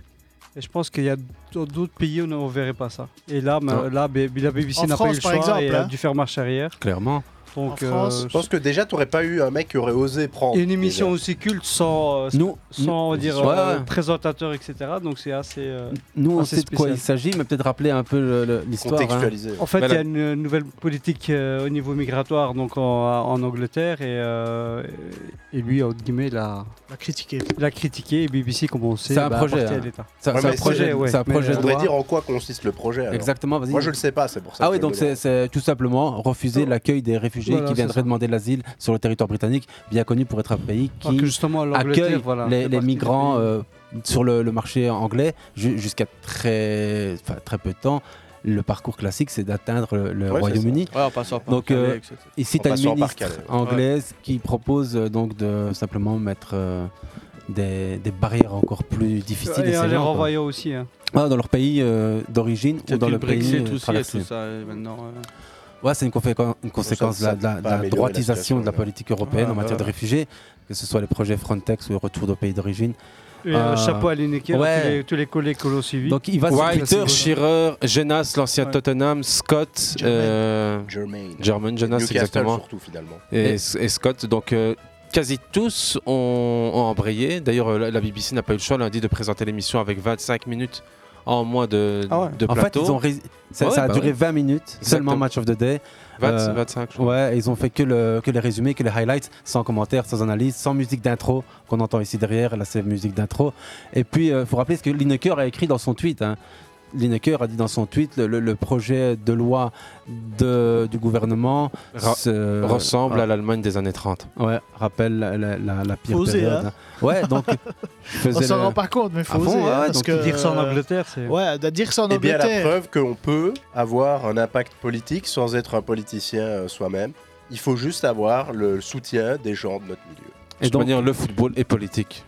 et je pense qu'il y a d- d'autres pays où on ne verrait pas ça. Et là, mais, Non. là B- la BBC En n'a pas eu France, par le choix et exemple, a hein. dû faire marche arrière. Clairement. Donc, euh, je pense que déjà, t'aurais pas eu un mec qui aurait osé prendre. et une émission déjà. aussi culte sans, euh, Nous- sans nous- dire Ouais, euh, ouais. présentateur, etc. Donc c'est assez. euh, Nous, on assez sait de quoi spécial. il s'agit, mais peut-être rappeler un peu le- le- l'histoire. hein. En fait, il y a une nouvelle politique euh, au niveau migratoire donc en, en Angleterre et, euh, et lui, entre guillemets, l'a l'a critiqué. L'a critiqué et BBC, comme on sait, C'est un bah, projet, appartient à hein. l'État. euh, C'est- Ouais, c'est un mais projet, ouais. C'est un mais euh, projet Je de voudrais loi. dire en quoi consiste le projet. alors. Exactement, vas-y. Moi, je le sais pas, c'est pour ça. Ah que oui, je donc le demande. c'est c'est tout simplement refuser l'accueil des réfugiés Voilà, qui c'est viendraient ça. demander l'asile sur le territoire britannique, bien connu pour être un pays qui Alors Ah, que justement, l'Angleterre, accueille voilà, les, fait les partie des migrants pays. euh, sur le, le marché anglais ju- jusqu'à très, enfin, très peu de temps. Le parcours classique, c'est d'atteindre le, le Ouais, Royaume-Uni. c'est ça. Ouais, en passant par donc, Calais, euh, etc. ici, En tu as passant une par ministre Calais. anglaise qui propose euh, donc de simplement mettre euh, des, des barrières encore plus difficiles. Et à en ces les gens, quoi. renvoyant aussi. hein. Ouais, dans leur pays euh, d'origine Peut-être ou dans que le pays Brexit euh, aussi et traversé. tout ça, euh, maintenant. euh. Ouais, c'est une, conséquence- une conséquence de la, ça de la- peut de pas la améliorer la droitisation de la situation, politique européenne Ouais, en matière ouais. de réfugiés, que ce soit les projets Frontex ou le retour au pays d'origine. Et, euh, Euh, chapeau à Lineker, tous, les, ouais. tous les collègues que l'on suivit. Donc, il va se- Whiter, euh, Shearer, Jonas, l'ancien Ouais. Tottenham, Scott, euh, Jermaine. Jermaine Jonas, Newcastle exactement. surtout, finalement. Et, Et- et Scott, donc euh, quasi tous ont, ont embrayé. D'ailleurs, euh, la, la BBC n'a pas eu le choix lundi de présenter l'émission avec 25 minutes en moins de, Ah ouais. de En fait, plateau. ils ont ré- ça, Ouais, ça a bah duré ouais. 20 minutes, seulement Exactement. Match of the Day. Euh, 20, 25, je Ouais, et ils ont fait que, le- que les résumés, que les highlights, sans commentaires, sans analyse, sans musique d'intro qu'on entend ici derrière. Là, c'est musique d'intro. Et puis, il faut rappeler ce que Lineker a écrit dans son tweet. hein. Lineker a dit dans son tweet le, le- le projet de loi de- du gouvernement Ra- se- ressemble Ah. à l'Allemagne des années 30. Ouais, rappelle la, la, la- la pire Osé, période. hein. hein. Ouais, donc. On s'en rend pas compte, mais Ah faut oser. hein, parce que, euh, Ouais, de dire ça en Eh bien, Angleterre. la preuve qu'on peut avoir un impact politique sans être un politicien euh, soi-même. Il faut juste avoir le soutien des gens de notre milieu. Et Et donc- de manière, le football est politique.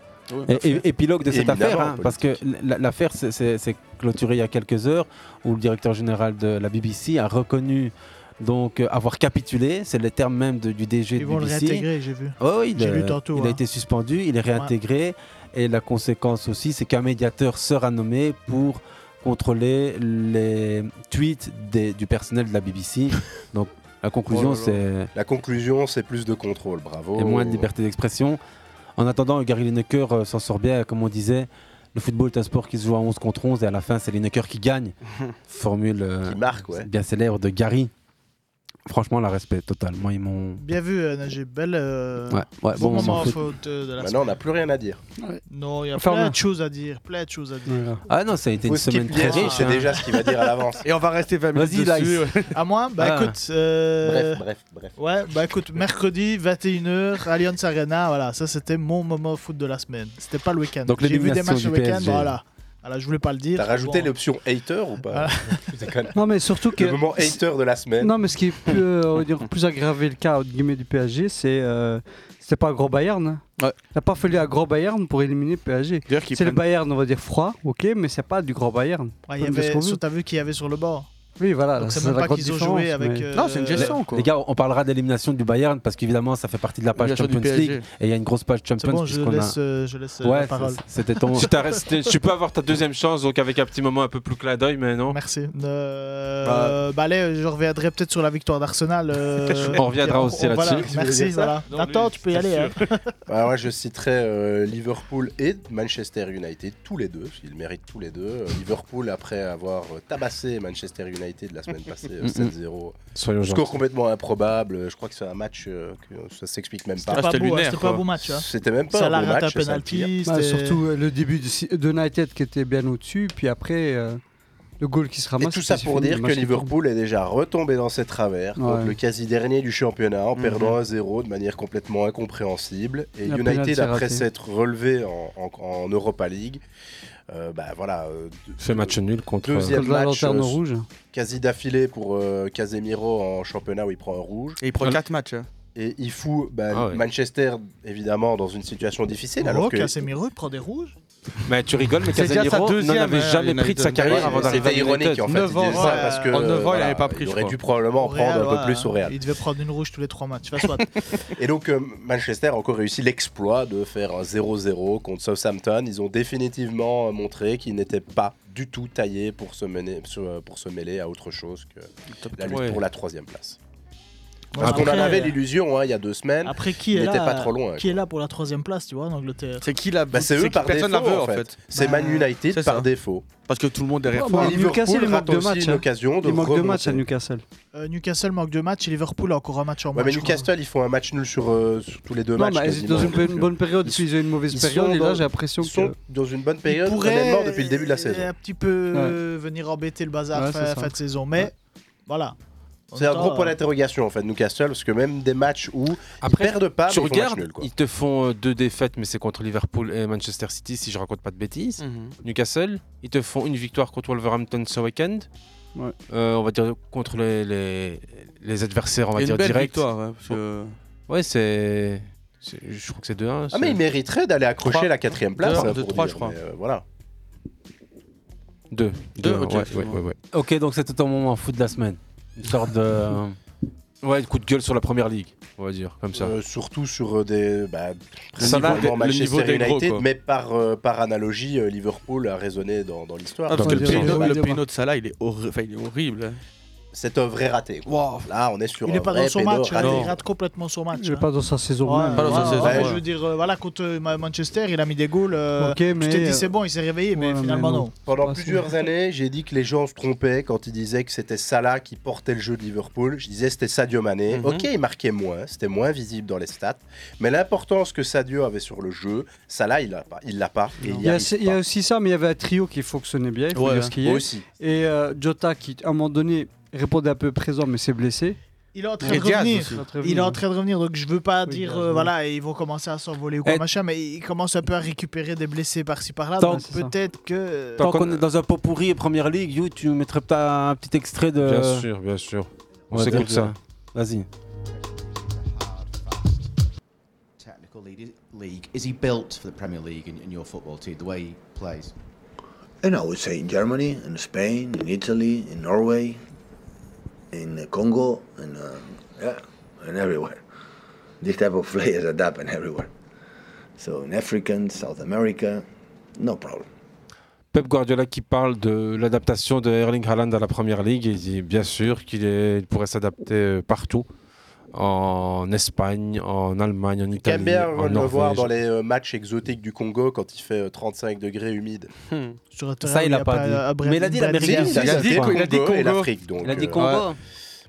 Et- et- épilogue de cette Éminemment affaire, hein, parce que l- l'affaire s'est- s'est s'est clôturée il y a quelques heures, où le directeur général de la BBC a reconnu donc euh, avoir capitulé, c'est le terme même de- du DG Ils de vont le BBC. réintégrer, j'ai vu. Ouais, ouais, il, J'ai a- lu tantôt, Oh il a hein. été suspendu, il est réintégré, et la conséquence aussi, c'est qu'un médiateur sera nommé pour contrôler les tweets des- du personnel de la BBC. donc la conclusion, Oh là là. c'est La conclusion, c'est plus de contrôle, bravo. et moins Oh. de liberté d'expression. En attendant, Gary Lineker euh, s'en sort bien, comme on disait. Le football est un sport qui se joue à 11 contre 11 et à la fin, c'est Lineker qui gagne. Formule euh, Qui marque, ouais. bien célèbre de Gary. franchement, la respect total. Moi, ils m'ont. Bien vu, euh, Najib. Belle. euh, Ouais, ouais, bon, bon, on s'en moment fout. faute euh, de la Maintenant, on n'a plus rien à dire. semaine. Non, il y a Enfin, plein non. de choses à dire. Plein de choses à dire. Ah non, ça a été Faut une skip semaine très Lies, riche. c'est déjà ce qu'il va dire à l'avance. Et on va rester 20 minutes Vas-y, dessus. Lies. ouais. À moi Bah Ah. écoute. euh, Bref, bref, bref. Ouais, bah écoute, mercredi 21h, Allianz Arena, voilà, ça c'était mon moment foot de la semaine. C'était pas le week-end. Donc, J'ai vu des l'élimination matchs le du week-end, PSG. voilà. Voilà, je voulais pas le dire. T'as rajouté Bon. l'option hater ou pas Je déconne. Non, mais surtout que. Le moment hater de la semaine. Non, mais ce qui est plus, euh, on va dire, plus aggravé le cas entre guillemets, du PSG, c'est. euh, C'était pas un gros Bayern. hein. Il n'a pas fallu un gros Bayern pour éliminer le PSG. C'est le Bayern, on va dire froid, ok, mais c'est pas du gros Bayern. Ouais, Comme il y de ce avait, qu'on veut. sur- t'as vu qu'il y avait sur le bord. Oui, voilà. Donc là, c'est c'est même la pas grosse qu'ils ont différence, joué avec. mais- euh, Les- Les gars, on parlera d'élimination du Bayern parce qu'évidemment, ça fait partie de la page Élimination du Champions PSG. League et il y a une grosse page Champions bon, je puisqu'on laisse, a- euh, je laisse, euh, la ouais, parole. c'est- C'était ton. Tu, t'arrêtes- tu peux avoir ta deuxième chance, donc avec un petit moment un peu plus clin d'œil, mais non. Merci. Euh, bah, allez, je reviendrai peut-être sur la victoire d'Arsenal. euh, On reviendra aussi voilà, là-dessus. Tu voulais Merci, dire ça voilà. Non, Nathan, lui, tu peux y c'est aller. hein. sûr. Bah ouais, je citerai euh, Liverpool et Manchester United, tous les deux. Ils méritent tous les deux. Euh, Liverpool, après avoir euh, tabassé Manchester United la semaine passée, euh, Mm, mm. 7-0. Soyons Score gentils. complètement improbable. Je crois que c'est un match euh, que ça s'explique même pas. C'était pas Ah, c'était beau, hein, lunaire, c'était pas un quoi. beau match, hein. C'était même pas Salah un beau rate match. un c'est ça le penalty, pire. Bah, c'était- surtout euh, le début du si- de United qui était bien au-dessus, puis après euh, le goal qui se Et ramasse. tout ça c'est pour fini, dire le que match est Liverpool est déjà retombé dans ses travers, Ouais. contre le quasi-dernier du championnat, en Mhm. perdant à 0 de manière complètement incompréhensible. Et La United, penalty après ratée. s'être relevé en, en- en Europa League, euh, bah voilà, euh, deux- Fait match nul contre. deuxième contre la match Lanterne euh, Rouge. quasi d'affilée pour euh, Casemiro en championnat où il prend un rouge. Et il prend 4 matchs. hein. Et il fout bah, Ah ouais. Manchester, évidemment, dans une situation difficile. alors Oh, que... Casemiro, il prend des rouges. Mais tu rigoles, mais C'est déjà sa Casemiro n'en deuxième, avait hein, jamais United. pris de sa carrière Ouais, avant d'arriver à C'était ironique United. en fait. il disait ça ouais, parce que, en neuf ans, il voilà, avait pas pris, Il je aurait crois. dû probablement en Au Real, prendre un peu ouais, plus au Real. Il devait prendre une rouge tous les trois matchs. Tu vois, soit. Et donc euh, Manchester a encore réussi l'exploit de faire un 0-0 contre Southampton. Ils ont définitivement euh, montré qu'ils n'étaient pas du tout taillés pour se, mener, sur- euh, pour se mêler à autre chose que la lutte ouais. pour la troisième place. Bon, Parce qu'on en après, avait euh, l'illusion hein, il y a deux semaines. Après, qui ils est là euh, n'étaient pas trop loin. Qui est là pour la troisième place, tu vois, en Angleterre Bah, C'est qui la Bah, c'est eux qui par personne défaut, la veut, en en fait. fait. C'est Man Bah, United C'est ça. par défaut. Parce que tout le monde derrière fort. toi. Et Newcastle, il manque rate deux aussi matchs. une hein. occasion de il manque deux remonter. matchs à Newcastle. Euh, Newcastle manque de matchs et Liverpool a encore un match en Ouais, moins. mais je crois. Newcastle, ils font un match nul sur, euh, sur tous les deux Non, matchs. mais ils étaient dans une, quasiment. bonne- bonne période, puis ils ont eu une mauvaise Ils période, sont et dans- là j'ai l'impression ils que. sont dans une bonne période, pourraient- honnêtement, depuis le début de la saison. Un petit peu euh, venir embêter le bazar Ouais, fin, c'est ça. fin de saison, mais voilà. En C'est un même gros temps, point hein. euh, d'interrogation en fait, Newcastle, parce que même des matchs où ils perdent pas, mais tu ils font match regardes, nul. Quoi. ils te font euh, deux défaites, mais c'est contre Liverpool et Manchester City, si je raconte pas de bêtises. Mhm. Newcastle, ils te font une victoire contre Wolverhampton ce week-end. Ouais. Euh, on va dire contre les, les, les adversaires, on va Et une dire belle direct. victoire, ouais, parce que- Ouais, c'est. c'est- Je crois que c'est 2-1. Ah mais ils mériteraient d'aller accrocher Trois. la quatrième place. Deux, hein, deux, pour trois, dire, je crois. mais, euh, voilà. 2. Deux, 2, ok, ouais, excuse-moi. ouais, ouais, ouais. Ok, donc c'était ton moment foot de la semaine. Une sorte de. Ouais, coup de gueule sur la première ligue, on va dire, comme ça. Euh, surtout sur euh, des bah, Ça va, principalement le niveau Manchester des gros, United, quoi. mais par, euh, par analogie, euh, Liverpool a résonné dans, dans l'histoire. Ah, parce que le Liverpool, péno- voilà. le péno de Salah, il est horri- enfin, il est horrible. C'est un vrai raté. quoi. Là, on est sur Il un n'est pas vrai dans son péno match, hein, raté. il rate complètement son match. Il est hein. pas dans sa saison. Ouais, même. ouais, ouais, Je veux dire, euh, voilà, contre euh, Ma- Manchester, il a mis des goals. euh, Ok, Tu mais, t'es dit, euh, c'est bon, il s'est réveillé, mais finalement, non. Pendant plusieurs années, j'ai dit que les gens se trompaient quand ils disaient que c'était Salah qui portait le jeu de Liverpool. Je disais c'était Sadio Mané. Mhm. Ok, il marquait moins, c'était moins visible dans les stats, mais l'importance que Sadio avait sur le jeu, Salah il l'a pas, il l'a pas. Et il Il y y, a, arrive il y a aussi ça, mais il y avait un trio qui fonctionnait bien. Il faut Ouais, dire ce qu'il y moi a. aussi. Et euh, Jota qui, à un moment donné, répondait un peu présent, mais s'est blessé. Il est en train Et de Diaz revenir. aussi. Il est en train de revenir, donc je veux pas dire, Diaz, euh, oui. voilà, ils vont commencer à s'envoler ou quoi, Et- machin, mais ils commencent un peu à récupérer des blessés par-ci par-là. Tant- Donc c'est ça. peut-être que. euh, Tant qu'on est dans un pot pourri et première ligue, You, tu mettrais peut-être un petit extrait de. Bien sûr, bien sûr. On va s'écoute dire ça. de- Vas-y. technical lead- league. Is he built for the Premier League and, and your football team, the way he plays? And I would say in Germany, in Spain, in Italy, in Norway, in uh, Congo, and um, yeah, and everywhere. This type of players adapt and everywhere. So in African, South America, no problem. Pep Guardiola qui parle de l'adaptation de Erling Haaland à la première ligue. Il dit bien sûr qu'il est- il pourrait s'adapter euh, partout. En Espagne, en Allemagne, en Italie. J'aime bien en le voir Norvège. dans les euh, matchs exotiques du Congo quand il fait euh, 35 degrés humide. Sur un Ça, terrain où il Hmm. a y a pas pas dit. euh, Abra- Mais il a dit Brazil, l'Amérique du Sud, il a il a dit dit Congo. Congo et l'Afrique, donc, Il a dit euh, Congo. ouais.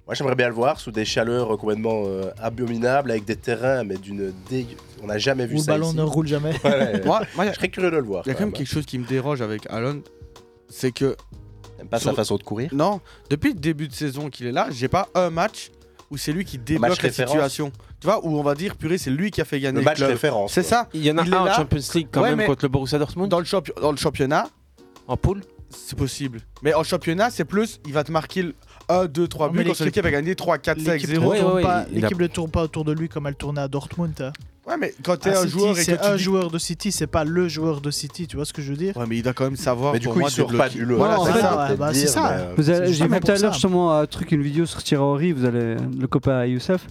Moi, j'aimerais bien le voir sous des chaleurs euh, complètement euh, abominables, avec des terrains, mais d'une dégue. On n'a jamais vu Où le ça. ballon ici. ne roule jamais. Voilà. Moi- moi, Ah, je serais curieux de le voir. Il y a quand quand même même. hein. quelque chose qui me dérange avec Allen, c'est que. T'aimes pas sa façon de courir Non, depuis le début de saison qu'il est là, j'ai pas un match où c'est lui qui débloque la référence. situation. Tu vois, où on va dire, purée, c'est lui qui a fait gagner Le match club. référence, C'est ouais. ça. Il y en a est un en là. Champions League quand même mais contre le Borussia Dortmund. Dans le, champi- dans le championnat. En poule C'est possible. Mais en championnat, c'est plus, il va te marquer le 1, 2, 3 Non, buts mais quand c'est l'équipe a gagné 3, 4, 5, L'équipe ne 0. tourne pas- l'équipe ne tourne pas autour de lui comme elle tournait à Dortmund. hein. Ouais, mais quand t'es À un City, joueur et que c'est tu un dis- joueur de City, c'est pas le joueur de City, tu vois ce que je veux dire Ouais, mais il doit quand même savoir. Mais du pour coup, moi, il sort débloquer. pas du lot. Voilà, Voilà, c'est ouais, ça. ouais, bah, c'est ça. euh, Vous avez- J'ai vu justement tout à pour l'heure ça. justement un truc, une vidéo sur Thierry Henry, vous allez le copain à Youssef.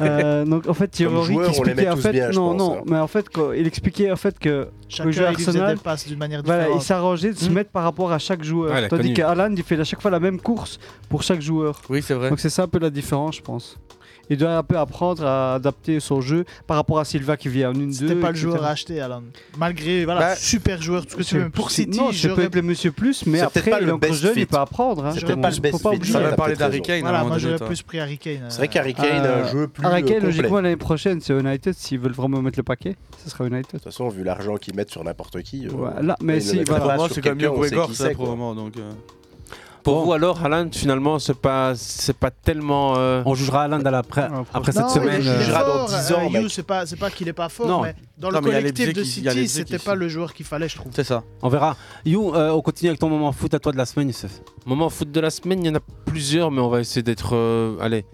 Euh, donc en fait Thierry Comme Henry qui joueur, on les met expliquait en tous fait bien, je non pense, non hein. mais en fait quand- il expliquait en fait que Chacun, le jeu il faisait Arsenal des passes d'une manière voilà, il différente. Hmm. s'arrangeait de se mettre par rapport à chaque joueur Ah, elle a tandis connu. qu'Alan il fait à chaque fois la même course pour chaque joueur. Oui c'est vrai. Donc c'est ça un peu la différence je pense. Il doit un peu apprendre à adapter son jeu par rapport à Silva qui vient en une deux. C'était pas le etc. joueur à acheter, Alan. Malgré, voilà, Bah, super joueur, tout ce que tu c'est- veux. Pour City, non, c'est j'aurais- peut-être le monsieur plus, mais C'est après peut-être pas il est le encore best jeune, fit. il peut apprendre. Hein. C'est peut-être pas le best Faut pas fit. oublier. Ça, il a peut-être raison. Voilà, moi j'aurais plus pris Harry Kane. C'est vrai qu'Harry Kane Euh, joue plus. Harry euh, Kane, complet. logiquement, l'année prochaine, c'est United. S'ils veulent vraiment mettre le paquet, ce sera United. hein. De toute façon, vu l'argent qu'ils mettent sur n'importe qui. euh, Voilà, mais ils le si, mettraient voilà. pas Moi, sur c'est quand même mieux quelqu'un, on que sait Weghorst, qui ça, c'est, quoi. probablement. Donc, euh, Pour vous alors, Haaland, finalement, c'est pas, c'est pas tellement. euh, On jugera Haaland à l'après, après Non, il est- il est fort, euh, Ayew, c'est pas, c'est pas qu'il est pas fort, Non. mais dans le Non, mais il y a les collectif de Bzeki, il y a les City, Bzeki c'était pas le joueur qu'il fallait, je trouve. C'est ça. On verra. You, euh, on continue avec ton moment foot à toi de la semaine, Youssef. Moment foot de la semaine, il y en a plusieurs, mais on va essayer d'être euh, allez,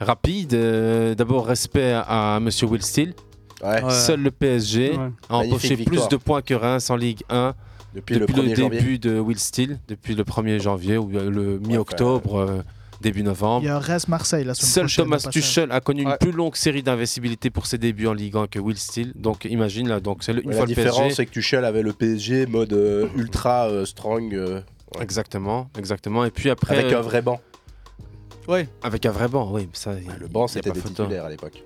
rapide. Euh, D'abord, respect à, à Monsieur Will Steele. Ouais. Seul le PSG Ouais. a empoché Magnifique plus victoire. de points que Reims en Ligue 1 Depuis depuis, le le, 1er début janvier. de Will Steele, depuis le 1er janvier ou euh, le mi-octobre, euh, début novembre. Il y a un Reims Marseille la semaine Seul prochaine. Thomas au passage. Tuchel a connu une plus longue série d'investibilité pour ses débuts en Ligue 1 que Will Steele. Donc imagine là, donc c'est le- une Ouais, fois la le différence, PSG. c'est que Tuchel avait le PSG mode euh, ultra euh, strong. euh, ouais. Exactement, exactement. Et puis après Avec euh, un vrai banc. Ah, Ouais. Avec un vrai banc, oui. Ça, Le banc, c'était des titulaires à l'époque.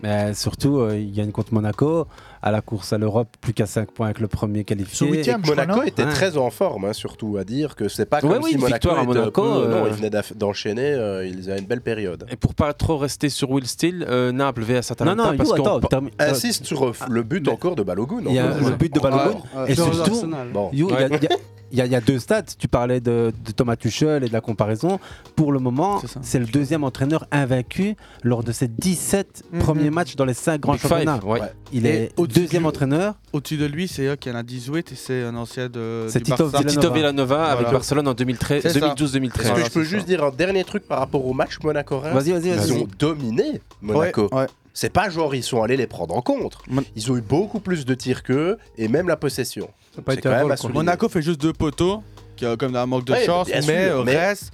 Mais surtout, euh, il gagne contre Monaco. À la course à l'Europe, plus qu'à 5 points avec le premier Et qualifié. que Monaco était Ouais. très en forme, hein, surtout à dire que c'est pas Ouais, comme oui, si une Monaco victoire à était un Monaco, peu- euh, Non, ils venaient d'aff- d'enchaîner, euh, ils avaient une belle période. Et pour pas trop rester sur Will Steele, euh, Naples vs Atalanta. Non, non, parce Hugo, qu'on attends, pa- termine- Insiste sur euh, le but encore de Balogun. Ah, Il y a encore, le ouais. but de Balogun. Ouais, ouais. et surtout, Bon. You, il y a- il y a- il y, a- il y a deux stats. Tu parlais de, de Thomas Tuchel et de la comparaison. Pour le moment, c'est le deuxième entraîneur invaincu lors de ses 17 premiers matchs dans les 5 grands Big five, championnats. ouais. Il Et est deuxième entraîneur. Au-dessus de lui, c'est Hock, il y en a 18 et c'est un ancien de. C'est du Tito Barça. Villanova. Tito Villanova avec Voilà. Barcelone en 2013, C'est ça. 2012-2013. Est-ce que je peux juste dire un dernier truc par rapport au match Monaco-Reims Vas-y, vas-y, vas-y. Ils ont dominé Monaco. Ouais, ouais. C'est pas genre ils sont allés les prendre en compte. Ils ont eu beaucoup plus de tirs qu'eux et même la possession. C'est quand même à souligner. Monaco fait juste deux poteaux, qui a comme un manque de Ouais, chance, bien mais sûr, euh, reste.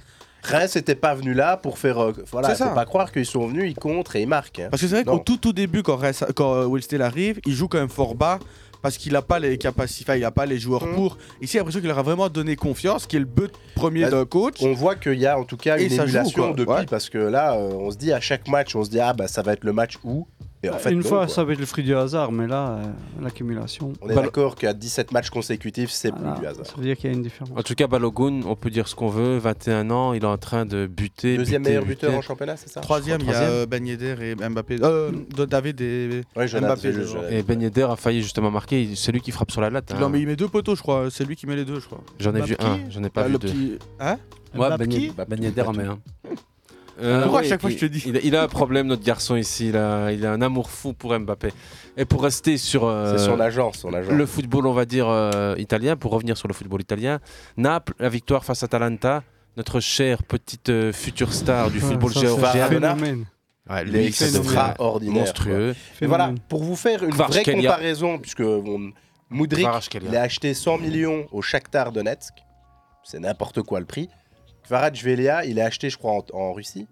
Reims n'était pas venu là pour faire. euh, voilà, C'est faut ça. pas croire qu'ils sont venus, ils contrent et ils marquent. hein. Parce que c'est vrai qu'au Non. tout tout début, quand, Reims- quand euh, Will Steele arrive, il joue quand même fort bas parce qu'il n'a pas les capacités, enfin, il n'a pas les joueurs pour. Ici, j'ai l'impression qu'il leur a vraiment donné confiance, qui est le but premier Bah, d'un coach. On voit qu'il y a en tout cas Et une ça joue, émulation quoi. depuis Ouais. parce que là, euh, on se dit à chaque match, on se dit ah bah ça va être le match où. Et en fait, Ah, Une non, fois, quoi. ça va être le fruit du hasard, mais là, euh, l'accumulation. on est Bal- d'accord qu'à 17 matchs consécutifs, c'est plus du hasard. Ça veut dire qu'il y a une différence. En tout cas, Balogun, on peut dire ce qu'on veut, 21 ans, il est en train de buter. Deuxième buter, meilleur buteur buter. en championnat, c'est ça Troisième, il y a Troisième. euh, Ben Yedder et Mbappé. Euh, de- David et Ouais, Jonathan, Mbappé. je- je- genre. Et Ben Yedder a failli justement marquer, il- c'est lui qui frappe sur la latte. hein. Non, mais il met deux poteaux, je crois. C'est lui qui met les deux, je crois. J'en ai vu Mbappé un, j'en ai pas Ah, vu le deux. petit- Hein Ouais, Mbappé Ben Yed- bah, Ben Yedder en met hein. un. Euh, Pourquoi oui, à chaque fois il- je te dis il, a- il a un problème, notre garçon ici. Il a, il a un amour fou pour Mbappé. Et pour rester sur. euh, C'est son agent, son agent. Le football, on va dire, euh, italien, pour revenir sur le football italien. Naples, la victoire face à Atalanta. Notre chère petite euh, future star du Ouais, football ça, c'est géorgien. un phénomène. Ouais, Il lui, est c'est extraordinaire, Monstrueux. Mais voilà, pour vous faire une vraie Kvaratskhelia. comparaison, puisque on- Moudric, Kvaratskhelia. il a acheté 100 millions au Shakhtar Donetsk, c'est n'importe quoi le prix. Kvaratskhelia, il a acheté, je crois, en, en Russie.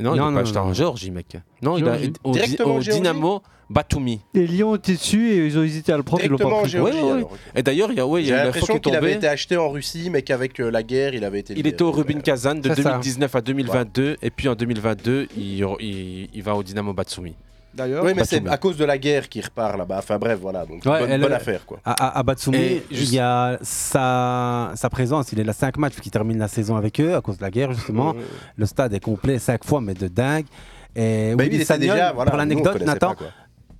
Non, il Non, n'a non, pas acheté non. en Géorgie, mec. Non, il a Géorgie. au, Directement en au Géorgie Dynamo Batumi. Et Lyon était dessus et ils ont hésité à le prendre, ils l'ont pas pris. Ouais, ouais, ouais. Et d'ailleurs, il y a, ouais, Ah il y J'ai a eu la fois qui l'impression est qu'il avait tombée. été acheté en Russie, mais qu'avec euh, la guerre, il avait été. euh, Il était au Rubin Kazan de C'est ça. 2019 à 2022 et puis en 2022 il, il- il va au Dynamo Batsumi. D'ailleurs, Oui, mais c'est Batshuayi. à cause de la guerre qui repart là-bas. Enfin bref, voilà. Donc Ouais, bonne, elle- euh, bonne affaire quoi. À, à- à Batshuayi, Et il y a sa, sa présence. Il est là 5 matchs qui termine la saison avec eux à cause de la guerre, justement. Ouais. Le stade est complet 5 fois, mais de dingue. Et Bah, Willy il était Sagnol, déjà, voilà, pour nous, on l'anecdote, connaissait Nathan, pas, quoi.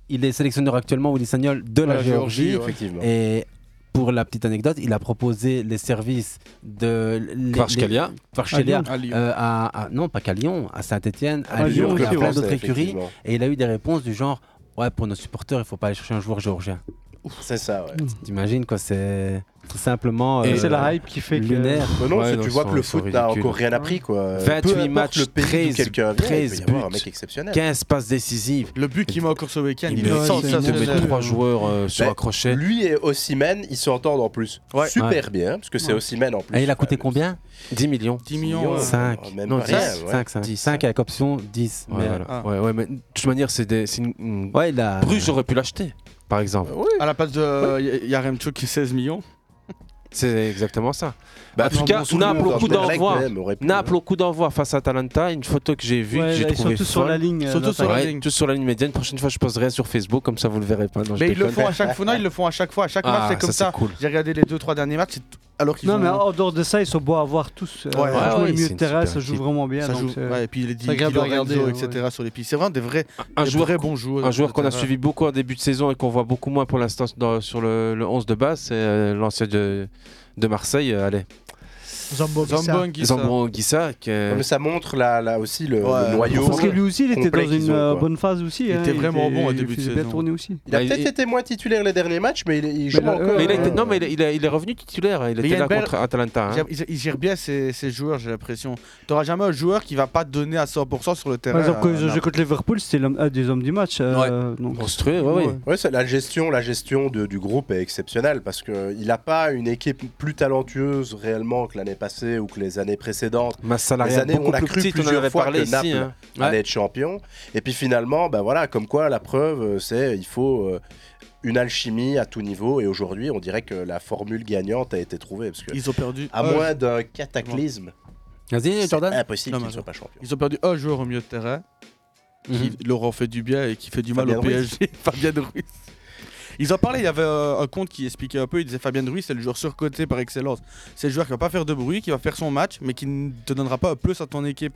il est sélectionneur actuellement, Willy Sagnol, de la, La Géorgie, Géorgie. ouais. Effectivement. Et pour la petite anecdote, il a proposé les services de les- Kvaratskhelia. les- Kvaratskhelia, À Lyon. euh, à- à- non, pas qu'à Lyon, à Saint-Etienne, à, À Lyon, Lyon, et à aussi, plein ouais, d'autres c'est écuries. effectivement. Et il a eu des réponses du genre Ouais, pour nos supporters, il faut pas aller chercher un joueur géorgien. C'est ça, ouais. T'imagines quoi, c'est tout simplement. Et euh, c'est la hype qui fait que- lunaire. Mais non, c'est- tu vois que le foot n'a encore rien appris, quoi. Peu 28 importe matchs, le pays d'où 13, quelqu'un vient, il peut y 13 buts, avoir un mec exceptionnel. 15 passes décisives. Le but qui m'a encore ce week-end, Il il est est sensationnel. joueurs sur un crochet. Bah, Lui et Ossimène, ils s'entendent en plus super Ouais. bien, parce que c'est Ouais. Ossimène en plus. Et il a coûté combien Oh, 10 millions. 10 millions, ouais. 5. Même non, pas 10. rien, ouais. 5, 5, 5 avec option 10. Ouais, mais- voilà. ouais, ouais, mais de toute manière, c'est des. c'est Une, une- Ouais, il a- Bruges aurait pu l'acheter, par exemple. À la place de euh, Y- Yaremchuk qui est 16 millions. C'est exactement ça. Bah, en tout non, cas, bon, sous le Naples au nom coup d'Anderlecht d'envoi. même aurait pu, Naples au coup d'envoi face à Atalanta, une photo que j'ai vue, Ouais, que j'ai là, ils sont trouvée tous sur folle. la ligne, euh, Surtout sur la d'attaque. ligne. Tous sur la ligne médiane. Prochaine fois, je poserai sur Facebook, comme ça vous le verrez pas. Non, je Mais ils le déconne. font à chaque fois. Non, ils le font à chaque fois. À chaque Ah, match, c'est comme ça, c'est ça. cool. J'ai regardé les 2-3 derniers matchs. c'est tout- Alors qu'ils Non, ont- mais en dehors de ça, ils sont beaux à voir tous. Euh, oh, Ouais, franchement, ouais, les ouais, milieux c'est de une terrain, super ça joue équipe. vraiment bien. Ça donc joue, c'est- ouais, et puis les c'est Di agréable à Lorenzo, regarder, ouais. etc. sur les pieds. C'est vraiment des vrais, un des joueur, vrais bons joueurs. un joueur etc. qu'on a suivi beaucoup en début de saison et qu'on voit beaucoup moins pour l'instant dans- sur le, le 11 de base, c'est euh, l'ancien de, de Marseille, euh, allez. Zambo Zambon Guissa. Ah, Ouais, mais ça montre là, là aussi le, le noyau. Parce que lui aussi, il était complet dans qu'ils une ont, euh, quoi. bonne phase aussi. hein, Il faisait bien tourner aussi. euh, Il a peut-être été moins titulaire les derniers matchs, mais il, il joue Mais là, encore. mais il a été- non, mais il, il a- il est revenu titulaire. hein. Il euh, Mais il y était a là une belle- contre Atalanta. hein. Ils gèrent- Ils, ils gèrent bien ces, ces joueurs, j'ai l'impression. T'auras jamais un joueur qui va pas donner à 100% sur le terrain. euh, Par exemple, quand à- ils ont à- joué contre Liverpool, c'était l'homme- un des hommes du match. euh, donc- Ouais, c'est la gestion, la gestion de- du groupe est exceptionnelle parce que euh, il n'a pas une équipe plus talentueuse réellement que l'année passée ou que les années précédentes. Masse salariale les années où beaucoup on a plus cru petite, on en plusieurs avait fois parlé que ici, Naples hein. allait être champion. Et puis finalement, ben voilà, comme quoi la preuve, euh, c'est il faut euh, une alchimie à tout niveau. Et aujourd'hui, on dirait que la formule gagnante a été trouvée parce que Ils ont perdu. à un- moins d'un cataclysme. Vas-y, Jordan. Impossible Non, qu'ils ne mais- soient pas champions. Ils ont perdu un joueur au milieu de terrain qui leur en fait du bien et qui fait du mal Fabien au Ruiz. PSG. Fabien de Ruiz. Ils en parlaient, il y avait euh, un compte qui expliquait un peu, il disait Fabien de Ruiz c'est le joueur surcoté par excellence. C'est le joueur qui va pas faire de bruit, qui va faire son match, mais qui ne te donnera pas un plus à ton équipe.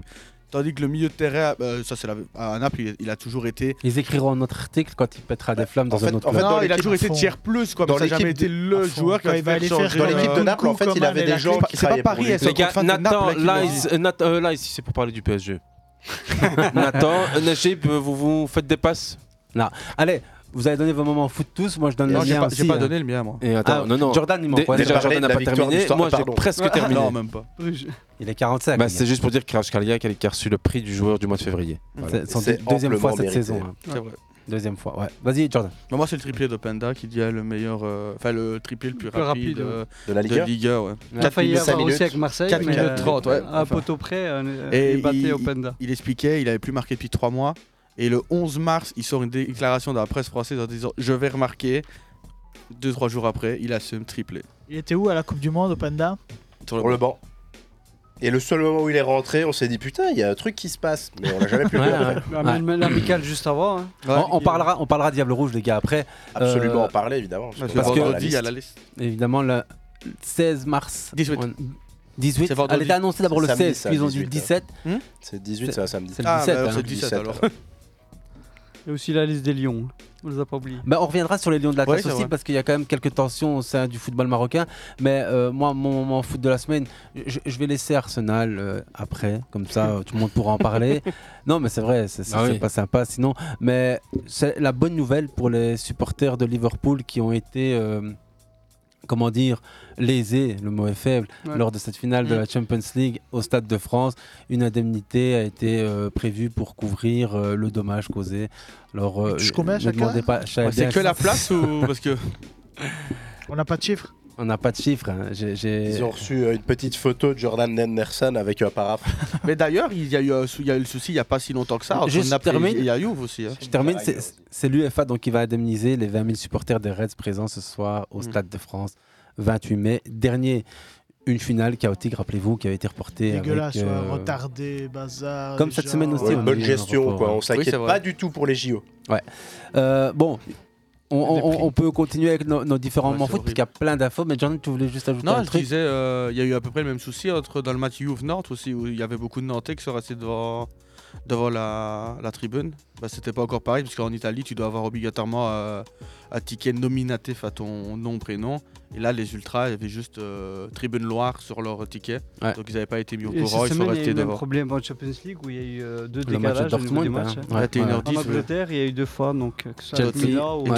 Tandis que le milieu de terrain, euh, ça c'est la, à Naples, il, il a toujours été... Ils écriront notre article quand il pètera des flammes dans un autre en fait, club. non, il a toujours été tiers plus, quoi, mais ça n'a jamais été le joueur qui Quand va il va aller faire changer. faire Dans l'équipe de Naples, en fait, il avait des gens qui C'est pas travaillaient pour Paris, lui. elle, c'est Les un gars, contre fan de Nathan, Naples, là, qui Lies, l'ont euh, Nat- euh, Lies, c'est pour parler du PSG. Nathan, euh, Najib, euh, vous vous faites des passes Non. Allez, vous avez donné vos moments foot tous. Moi, je donne Non, le j'ai mien pas- aussi. j'ai pas hein. donné le mien, moi. Et attends, Ah, non, non. Jordan, il m'en Dé- croit. déjà, Jordan n'a pas terminé. Moi, j'ai presque terminé. Ah, Non, même pas. Il est 45. Bah, c'est juste pour dire que Krajkalia qui a reçu le prix du joueur du mois de février. C'est son deux- deuxième fois cette saison. hein. C'est vrai. Deuxième fois, ouais. Vas-y, Jordan. Bah, moi, c'est le triplé de Panda qui dit ah, le meilleur. euh, Enfin, le triplé le plus, plus rapide, rapide, euh, ouais. De la Ligue 1? Ligue 1, ouais. Il a Quatre failli minutes, avoir cinq aussi minutes. avec Marseille. 4 mais, minutes euh, 30, ouais. À un poteau près, euh, il battait Openda. Il expliquait, il avait plus marqué depuis 3 mois. Et le 11 mars, il sort une déclaration de la presse française en disant Je vais remarquer. 2-3 jours après, il assume triplé. Il était où à la Coupe du Monde, Openda Sur le banc. Et le seul moment où il est rentré, on s'est dit putain, il y a un truc qui se passe, mais on l'a jamais hein. pu Ouais, voir. ouais. Ouais. L'amical juste avant. hein. On- on, parlera, on parlera Diable Rouge, les gars, après. euh, Absolument, en parler, évidemment, parce Parce que que vendredi, il y a la liste. Évidemment, le 16 mars. 18. 18. C'est vendredi. Elle était annoncée d'abord le C'est samedi, Hmm? 16, ça, puis ils ont dit 18, 17. hein. C'est 18, c'est un samedi. C'est Ah, le 17. bah, c'est hein. 17, alors. Et aussi la liste des Lions. hein. On les a pas oubliés. Bah, on reviendra sur les Lions de la Ouais, Corse c'est aussi vrai. parce qu'il y a quand même quelques tensions au sein du football marocain. Mais euh, moi, mon moment foot de la semaine, je, je vais laisser Arsenal euh, après, comme ça euh, tout le monde pourra en parler. Non, mais c'est vrai, c'est c'est- Ah c'est oui. pas sympa sinon. Mais c'est la bonne nouvelle pour les supporters de Liverpool qui ont été. euh, Comment dire, lésés, le mot est faible, Ouais. lors de cette finale de Mm. la Champions League au Stade de France. Une indemnité a été euh, prévue pour couvrir euh, le dommage causé. Alors, euh, Jusqu'au match, ne chacun demandez pas, je savais Ouais, Ah, c'est bien que la ça- place ou parce que On n'a pas de chiffres. On n'a pas de chiffres. hein. J'ai- j'ai- Ils ont reçu euh, une petite photo de Jordan Henderson avec un paraphe. Mais d'ailleurs, il y a eu un sou- il y a eu le souci il y a pas si longtemps que ça. entre Juste, je Naples et- termine. et Youf aussi. hein. Je termine, c'est- c'est l'UFA donc qui va indemniser les 20 000 supporters des Reds présents ce soir au Mhm. Stade de France, 28 mai dernier. une finale chaotique, rappelez-vous, qui avait été reportée. avec, Dégueulasse, ouais, euh, retardé, bazar. comme des cette gens. semaine aussi. Ouais, on bonne dit, euh, gestion, rapport, quoi. ouais. On s'inquiète pas du tout pour les JO. Ouais. Euh, bon, on, on- on peut continuer avec nos, nos différents Ouais, moments c'est foot, parce qu'il y a plein d'infos, mais John, tu voulais juste ajouter Non, un je truc disais, euh, il y a eu à peu près le même souci entre dans le match Youth Nantes aussi, où il y avait beaucoup de Nantais qui sont restés devant, devant la, la tribune. Bah, c'était pas encore pareil, parce qu'en Italie, tu dois avoir obligatoirement euh, un ticket nominatif à ton nom, prénom. Et là, les Ultras, il y avait juste euh, Tribune Loire sur leur ticket. Ouais. Donc ils n'avaient pas été mis au Et courant, cette ils sont semaine, il y a eu restés le même devant. problème en Champions League où il y a eu euh, deux Le match de décalages au niveau Dortmund, des hein. matchs. Ouais, 21h10, En ouais. Angleterre, il y a eu deux fois, donc euh, que ce soit avec Chelsea Milan ou, ouais. euh,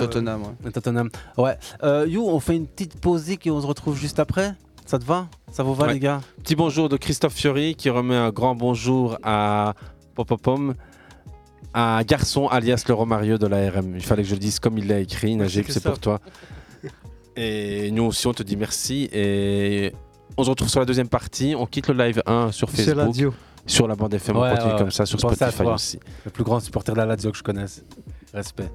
Et Tottenham. Ouais. Euh, you, on fait une petite pause et on se retrouve juste après. Ça te va Ça vous va, Ouais. les gars Petit bonjour de Christophe Fiori qui remet un grand bonjour à Popopom, à Garçon alias le Romario de la RM. Il fallait que je le dise comme il l'a écrit, Najib, c'est pour Christophe. toi. Et nous aussi, on te dit merci. Et on se retrouve sur la deuxième partie. On quitte le live 1 sur Sur Facebook. Lazio. Sur la bande FM, on Ouais, continue ouais, comme ouais. ça, sur Pensez à Spotify toi. aussi. Le plus grand supporter de la Lazio que je connaisse. Respect.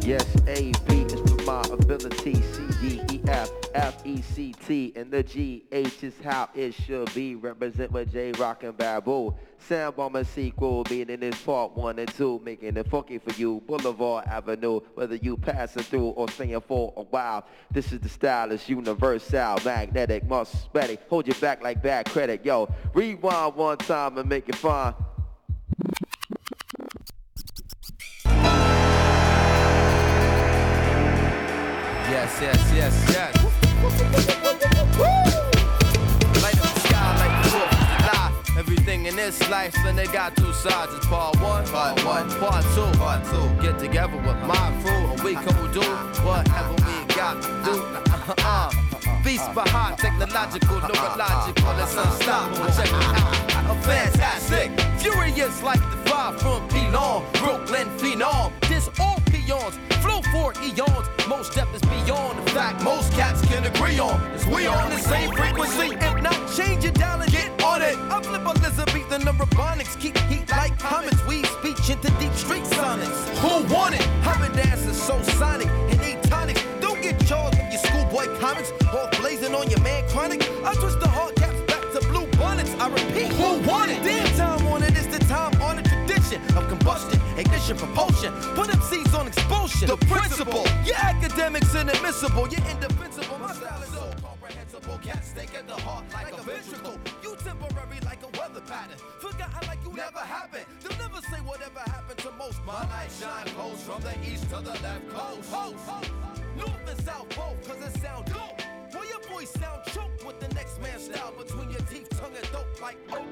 Yes, A, B is for my ability. C, D, E, F, F, E, C, T, and the G, H is how it should be. Represent with J, Rock, and Babu. Sound bomber sequel, meaning it's part one and two, making it funky for you. Boulevard Avenue, whether you passing through or staying for a while. This is the stylish, universal, magnetic, muspetic. Hold your back like bad credit, yo. Rewind one time and make it fine. Yes, yes, yes, yes. Light up the sky like the Fourth of July. Everything in this life, son, they got two sides. It's part one, part one, part two, part two. Get together with my crew, and we gon' do whatever we got to do. Uh-uh. Beast behind technological, neurological, it's unstoppable. Check it out. I'm fantastic, furious like the vibe from Pilon, Brooklyn Phenom. This all peons, flow for eons. Most depth is beyond the fact most cats can agree on. Is we on the same frequency? If not, change it down and get on it. I flip Elizabethan and Robonics, keep heat like comets. We speech into deep street sonnets. Who want it? Hoppin' dance is so sonic and atonic. Don't get charged with your schoolboy comments or blazing on your man chronic. I twist the hard caps back to blue bonnets. I repeat, who want it? Damn time on it is the time on the tradition of combustion, ignition, propulsion. Put up seeds on expulsion. The principle. Your academics inadmissible. You're indefensible. My style is so comprehensible. Cats take at the heart like a ventricle. You temporary like a weather pattern. Forgotten like you never happened. They'll never say whatever happened to most. My light shine goes from the east to the left coast. Coast, coast. North and south both, cause it sound dope. Well, your voice sound choked with the next man's style between your teeth, tongue and dope like oak.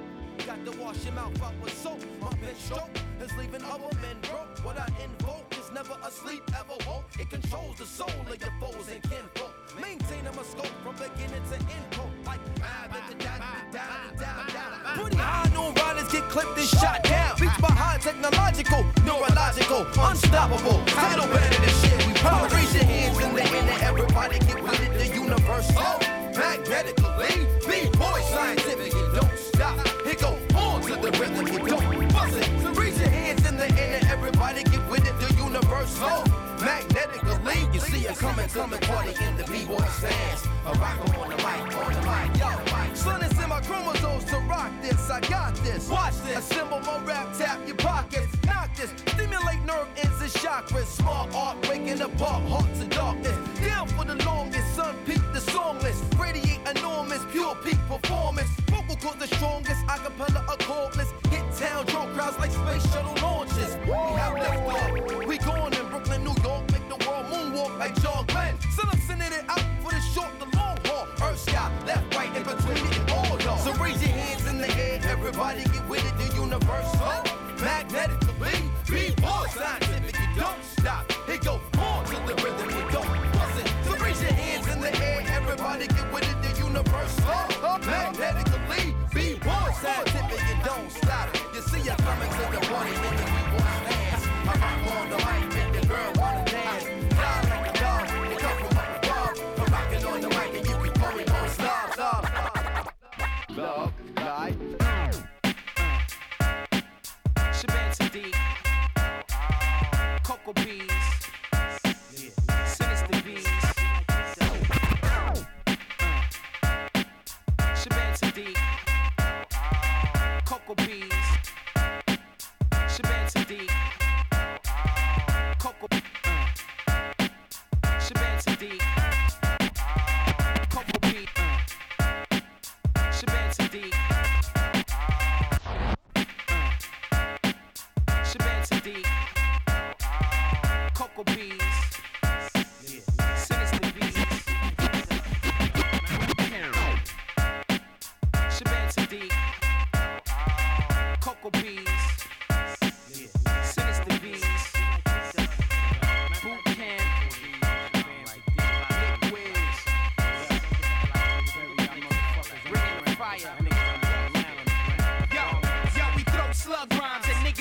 Got to wash your mouth out with soap. My pen stroke is leaving other men broke. What I invoke is never asleep, ever woke. It controls the soul of your foes and kinfolk. Maintaining my scope from beginning to end quote. Like, ah, da, da, da, da, da, da, da. Pretty high noon riders get clipped and shot down. Reach behind technological, neurological, unstoppable. Title better than shit. We power. Raise your hands in the air, now everybody get with it. The universe, oh, magnetically. B-boy scientific, it don't stop. It go on to the rhythm, it don't bust it. So raise your hands in the air, now everybody get with it. The universe, oh, magnetically. You see it coming, coming, party in the B-boy stands. A rocker on the mic, on the mic, yo. Son, it's in my chromosomes to rock this. I got this. Watch this. Assemble my rap, tap your pockets. Knock this. Stimulate nerve ends and chakras. Smart art, waking up all hearts of darkness. Down for the longest. Sun peak the song list. Radiate enormous. Pure peak performance. Vocal cords the strongest. Acapella a cordless. Hit town, drone crowds like space shuttle launches. We have left off. We gone in Brooklyn, New York. Make the world moonwalk like John Glenn. Still I'm sending it out for the short, the long haul. Oh,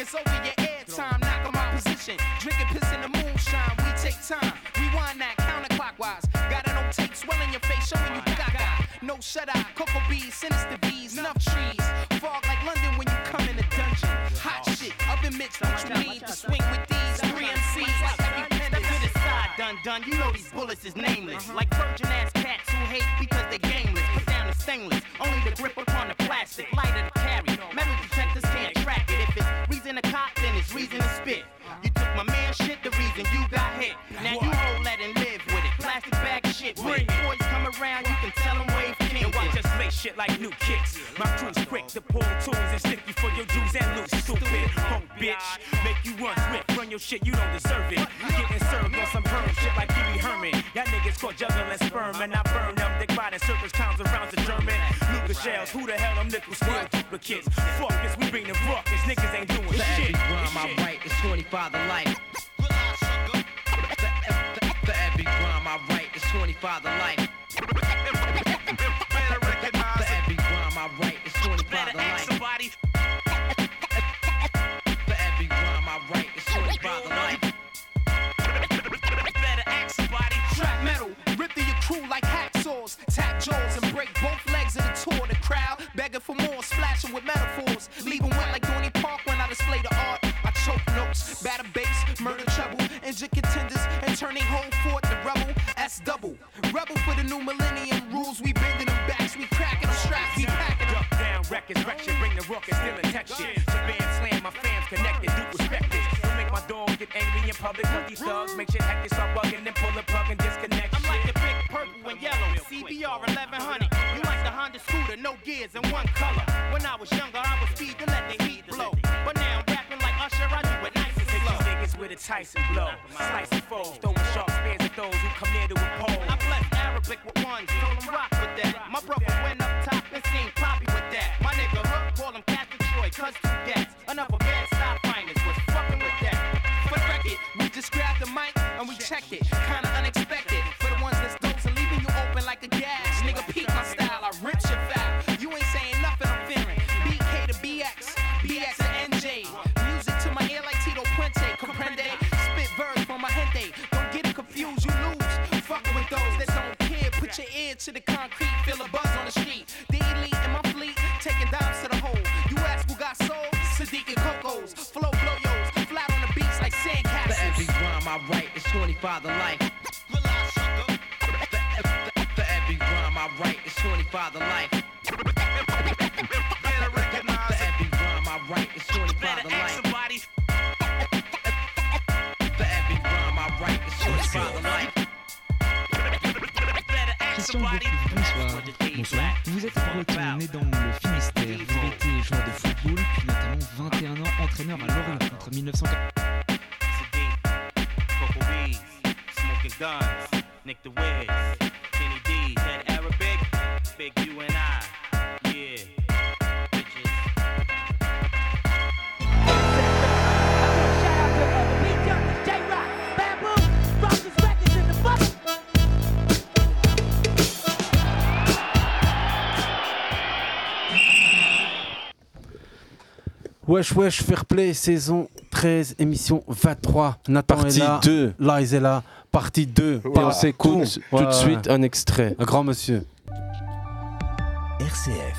It's over your airtime, knock on my position. Drinking piss in the moonshine, we take time. Rewind that counterclockwise. Got it on tape, swelling your face, showing you gaga. No shut eye, cocoa bees, sinister bees, enough trees. Fog like London when you come in a dungeon. Hot shit, oven mitts, what you need to swing with these three MCs like every Step to the side, done done. You know these bullets is nameless. Uh-huh. Like virgin ass cats who hate because they gameless. Put down the stainless, only the grip upon the plastic. Lighter to carry, metal detectors can't track it. If it's reason to cop, then it's reason to spit. You took my man shit, the reason you got hit. Now you hold that and live with it. Plastic bag of shit. When boys come around, you can tell them wave king. And watch us lay shit like new kicks. My crew's quick to pull tools and stick you for your dues and loot, stupid punk bitch. Make you run swift, run your shit, you don't deserve it. Getting served on some perm shit like Pee Wee Herman. Y'all niggas caught juggling sperm and I burn them. They buy in circles, pounds and rounds of German. Lucas shells, who the hell them nickels steal duplicates? Fuck this, we bring the ruckus, niggas ain't doing For every shit. rhyme I write, it's 25 to life. For every rhyme I write, it's 25 to life. For every rhyme I write, it's 25 to life. Somebody For every rhyme I write, it's 25 to life. better act somebody. Trap metal, rip through your crew like hacksaws. Tap jaws and break both legs of the tour. The crowd begging for more, splashing with metaphors. Leaving wet like Dorney Park when I display the art. I choke notes, batter bass, murder treble, injure contenders, and turning whole fort to rebel. S double, rebel for the new millennium rules. We bending them backs, we cracking them straps, we packing them. Duck down records, wreck shit, bring the ruckus, still intact shit. Shabam slam, my fams connected, Duke respected. Don't make my dog get angry in public, cause these thugs make shit hectic, start bugging, then pull the plug and disconnect I'm like the big purple and yellow, CBR 1100. You like the Honda scooter, no gears and one color. When I was younger, I would speed to let the heat blow. But now I'm rapping like Usher, I do it nice and Hit slow. you niggas with a Tyson blow, slice and fold, throwing sharp spears at those who come near to oppose. I blessed Arabic with ones, told him rock with that. My brother went up top and seen Poppy with that. My nigga Hook, call him Captain Troy, cuz two gats. Another bad stop finest was fucking with that. For the record, we just grab the mic and we check it. Kinda unexpected. For the ones that's dozing, leaving you open like a gas. Nigga, peek my style, I rip your foul. You ain't saying nothing, I'm fearing. BK to BX, BX to NJ. Music to my ear like Tito Puente, comprende? Spit verbs for my gente. Don't get it confused, you lose. Fuckin' with those that don't care. Put your ear to the concrete, feel a buzz on the street. The elite in my fleet, taking dimes to the hole. You ask who got soul? Sadiq and Coco's. Flow blow yos, flat on the beats like For every sandcastles. rhyme I write, it's 25 to life. For- For every rhyme I write, it's 25 to life. For every rhyme I write, it's 25 to life. Somebody For every rhyme I write, it's 25 to life. Bonsoir. Bonsoir. Vous êtes breton, né dans le Finistère. Vous étiez joueur de football, puis notamment 21 ans entraîneur à Lorient entre 1940. Purple bees, smoking guns, Nick the Wiz, Kenny D, that Arabic, big U and I, yeah, bitches. Wesh Wesh Fair Play, saison 13, émission 23. Nathan Partie est là, 2. Là, est là, partie 2. Et on s'écoute tout de suite un extrait. Un grand monsieur. RCF.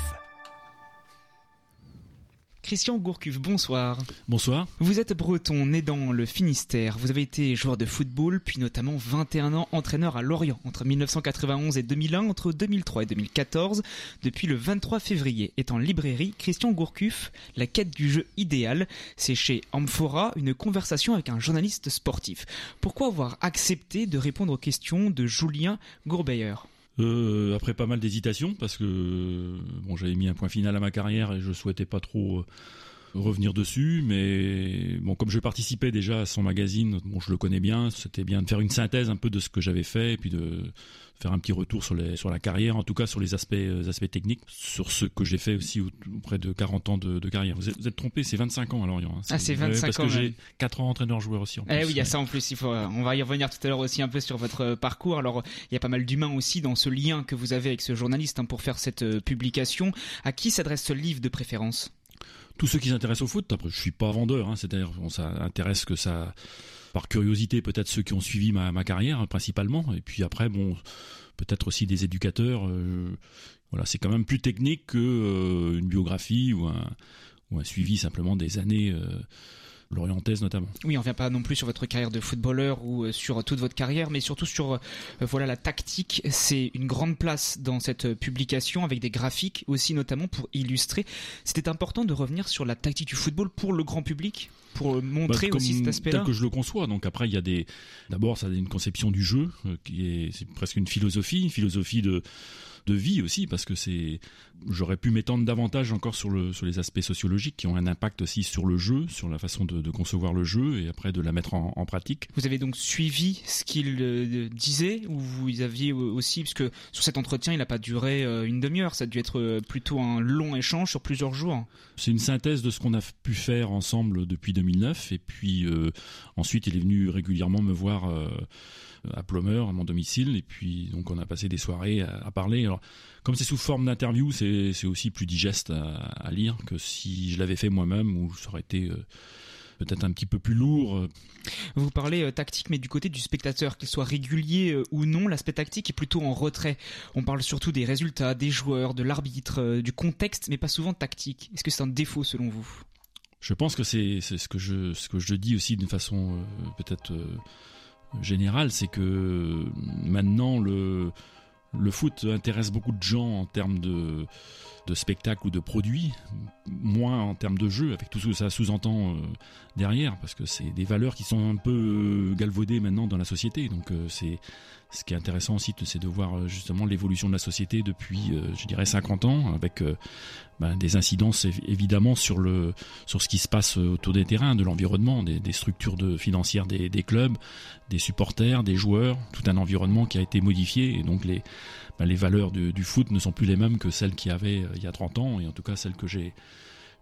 Christian Gourcuff, bonsoir. Bonsoir. Vous êtes breton, né dans le Finistère. Vous avez été joueur de football, puis notamment 21 ans entraîneur à Lorient entre 1991 et 2001, entre 2003 et 2014. Depuis le 23 février est en librairie Christian Gourcuff, La quête du jeu idéal. C'est chez Amphora, une conversation avec un journaliste sportif. Pourquoi avoir accepté de répondre aux questions de Julien Gourbeyer Euh, après pas mal d'hésitations, parce que euh, bon, j'avais mis un point final à ma carrière et je souhaitais pas trop euh, revenir dessus, mais bon, comme je participais déjà à son magazine, bon, je le connais bien, c'était bien de faire une synthèse un peu de ce que j'avais fait et puis de faire un petit retour sur, les, sur la carrière, en tout cas sur les aspects, euh, aspects techniques, sur ce que j'ai fait aussi au- auprès de 40 ans de, de carrière. Vous êtes, vous êtes trompé, c'est 25 ans à Lorient. hein. Ah, c'est Ouais, 25 parce ans, que même. j'ai 4 ans entraîneur-joueur aussi. En Eh plus, oui, il y a ouais. ça en plus. Il faut, euh, on va y revenir tout à l'heure aussi un peu sur votre euh, parcours. Alors, euh, il y a pas mal d'humains aussi dans ce lien que vous avez avec ce journaliste hein, pour faire cette euh, publication. À qui s'adresse ce livre de préférence tous ceux qui s'intéressent au foot, après je suis pas vendeur, hein, c'est-à-dire on ça intéresse que ça par curiosité peut-être ceux qui ont suivi ma, ma carrière hein, principalement, et puis après bon peut-être aussi des éducateurs. euh, voilà, c'est quand même plus technique que euh, une biographie ou un ou un suivi simplement des années euh, lorientaises notamment. Oui, on ne revient pas non plus sur votre carrière de footballeur ou euh, sur toute votre carrière, mais surtout sur euh, voilà la tactique. C'est une grande place dans cette euh, publication avec des graphiques aussi notamment pour illustrer. C'était important de revenir sur la tactique du football pour le grand public, pour euh, montrer Bah, aussi comme- cet aspect-là. Tel que je le conçois. Donc après, il y a des. D'abord, ça a une conception du jeu euh, qui est, c'est presque une philosophie, une philosophie de de vie aussi parce que c'est j'aurais pu m'étendre davantage encore sur le sur les aspects sociologiques qui ont un impact aussi sur le jeu sur la façon de, de concevoir le jeu et après de la mettre en, en pratique Vous avez donc suivi ce qu'il euh, disait ou vous aviez euh, aussi, puisque sur cet entretien il n'a pas duré euh, une demi-heure, ça a dû être euh, plutôt un long échange sur plusieurs jours. C'est une synthèse de ce qu'on a pu faire ensemble depuis 2009. Et puis euh, ensuite, il est venu régulièrement me voir euh, à Plumeur, à mon domicile. Et puis donc, on a passé des soirées à, à parler. Alors, comme c'est sous forme d'interview, c'est c'est aussi plus digeste à, à lire que si je l'avais fait moi-même ou ça aurait été euh, peut-être un petit peu plus lourd. Vous parlez euh, tactique, mais du côté du spectateur, qu'il soit régulier euh, ou non, l'aspect tactique est plutôt en retrait. On parle surtout des résultats, des joueurs, de l'arbitre, euh, du contexte, mais pas souvent tactique. Est-ce que c'est un défaut selon vous Je pense que c'est c'est ce que je ce que je dis aussi d'une façon euh, peut-être euh, générale, c'est que euh, maintenant le le foot intéresse beaucoup de gens en termes de de spectacle ou de produits, moins en termes de jeu, avec tout ce que ça sous-entend euh, derrière, parce que c'est des valeurs qui sont un peu euh, galvaudées maintenant dans la société. Donc euh, c'est ce qui est intéressant aussi, c'est de voir euh, justement l'évolution de la société depuis, euh, je dirais, 50 ans, avec euh, ben, des incidences évi- évidemment sur le sur ce qui se passe euh, autour des terrains, de l'environnement, des, des structures de, financières des, des clubs, des supporters, des joueurs, tout un environnement qui a été modifié et donc les ben, les valeurs du, du foot ne sont plus les mêmes que celles qu'il y avait euh, il y a 30 ans et en tout cas celles que j'ai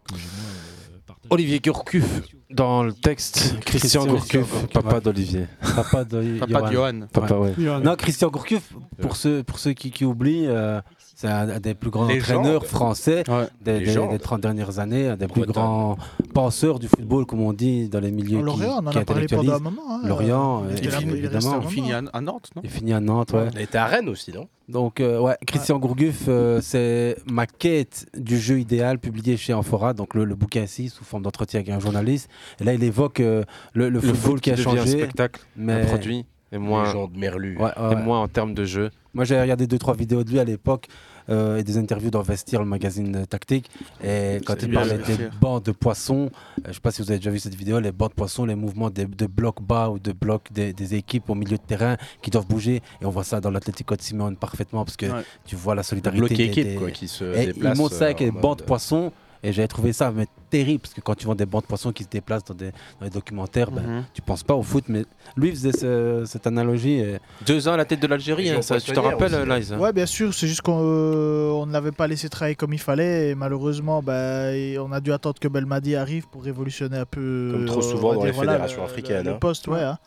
que j'ai, moi, euh, partagées. Olivier Gourcuff, dans le texte, Christian, Christian Gourcuff, Gourcuff. papa d'Olivier. Papa de Papa de Johan. Papa, ouais. Johan. Non, Christian Gourcuff, pour ceux, pour ceux qui, qui oublient, euh, c'est un des plus grands Légende. entraîneurs français des, des, Légende. des 30 dernières années, un des plus grands penseurs du football, comme on dit, dans les milieux Lorient, qui, on en qui a parlé pendant intellectualisent. un moment, hein. Lorient, Il était euh, là, il est resté un évidemment. moment. hein. Il finit à- à Nantes, non Il finit à Nantes, ouais. Il était à Rennes aussi, non Donc, euh, ouais, Christian Gourguff, euh, c'est ma quête du jeu idéal publié chez Amphora, donc le, le bouquin ici, sous forme d'entretien avec un journaliste. Et là, il évoque euh, le, le Le football foot qui a devient un changé. spectacle, un produit, et moins- Les gens de Merlu. et moins en termes de jeu. Moi, j'ai regardé deux, trois vidéos de lui à l'époque euh, et des interviews dans Vestir, le magazine euh, tactique. Et quand C'est il bien, parlait le des Vestiaire. bancs de poissons, euh, je ne sais pas si vous avez déjà vu cette vidéo, les bancs de poissons, les mouvements des- de blocs bas ou de blocs des, des équipes au milieu de terrain qui doivent bouger. Et on voit ça dans l'Atlético de Simeone parfaitement parce que Ouais. tu vois la solidarité. Bloc des- équipe, des- quoi, qui se Et déplace, Il montre ça euh, avec les en mode- bancs de poissons. Et j'avais trouvé ça mais terrible parce que quand tu vois des bancs de poissons qui se déplacent dans, des, dans les documentaires, ben, Mhm. tu penses pas au foot. Mais lui faisait ce- cette analogie. et- Deux ans à la tête de l'Algérie, Ils hein, ont ça, tu te poissonnière rappelles, aussi. Lies hein Ouais, bien sûr, c'est juste qu'on euh, on ne l'avait pas laissé travailler comme il fallait et malheureusement, bah, et on a dû attendre que Belmadi arrive pour révolutionner un peu. Comme trop euh, on souvent va dans dire, les voilà, fédérations le- africaines. le hein. poste, ouais. hein.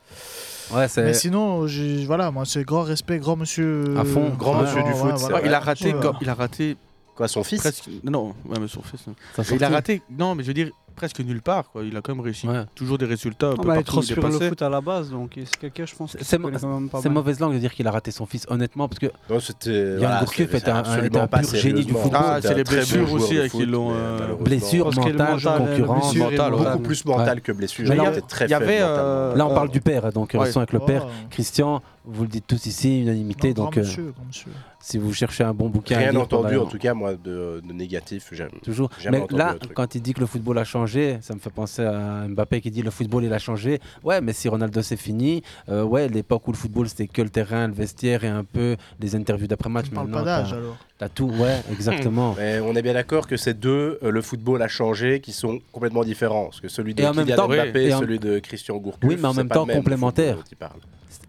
Ouais, c'est- Mais sinon, j'ai- voilà, moi, c'est grand respect, grand monsieur. euh, À fond, grand Ouais, monsieur ouais, du foot, ouais, c'est voilà. vrai. Il a raté Ouais. comme- il a raté quoi son fils presque- non ouais, mais son fils non. il Sa a sortie. raté non mais je veux dire presque nulle part quoi il a quand même réussi toujours des résultats un Ah peu bah, il partout où il est transfère le passé. foot à la base, donc c'est quelqu'un, je pense. qui C'est s'y connaît quand même pas c'est mal. mauvaise langue de dire qu'il a raté son fils, honnêtement, parce que Non, c'était- Yann voilà, Gourcuff c'est- était un, un- était c'est absolument un pas pur génie du sérieusement. football. Ah, c'est les C'était un très blessures bon joueur aussi, de hein, qui foot, l'ont, mais euh, malheureusement- Blessure, blessure, Parce que le mental, mental, euh, concurrence. blessure et Mental, mental. beaucoup plus mental que blessure. Mais Il là, était très il y faible avait, mentalement. euh, Là, on euh, parle du père, donc ouais. relation avec le Oh. père. Christian, vous le dites tous ici, unanimité. Non, grand donc, euh, monsieur, grand monsieur. si vous cherchez un bon bouquin, à Rien lire entendu, pendant- en tout cas, moi, de, de négatif. J'aime Toujours. jamais Mais entendu là, le truc. quand il dit que le football a changé, ça me fait penser à Mbappé qui dit le football il a changé. Ouais, mais si Ronaldo c'est fini, euh, ouais, l'époque où le football c'était que le terrain, le vestiaire et un peu les interviews d'après-match. parle Maintenant, pas d'âge, t'as- alors. T'as tout, ouais, exactement. Mais on est bien d'accord que ces deux, euh, le football a changé, qui sont complètement différents. Parce que celui de Et en Kylian même temps- Mbappé, et en- celui de Christian Gourcuff. Oui, mais en c'est même pas le temps complémentaires. football dont il parle.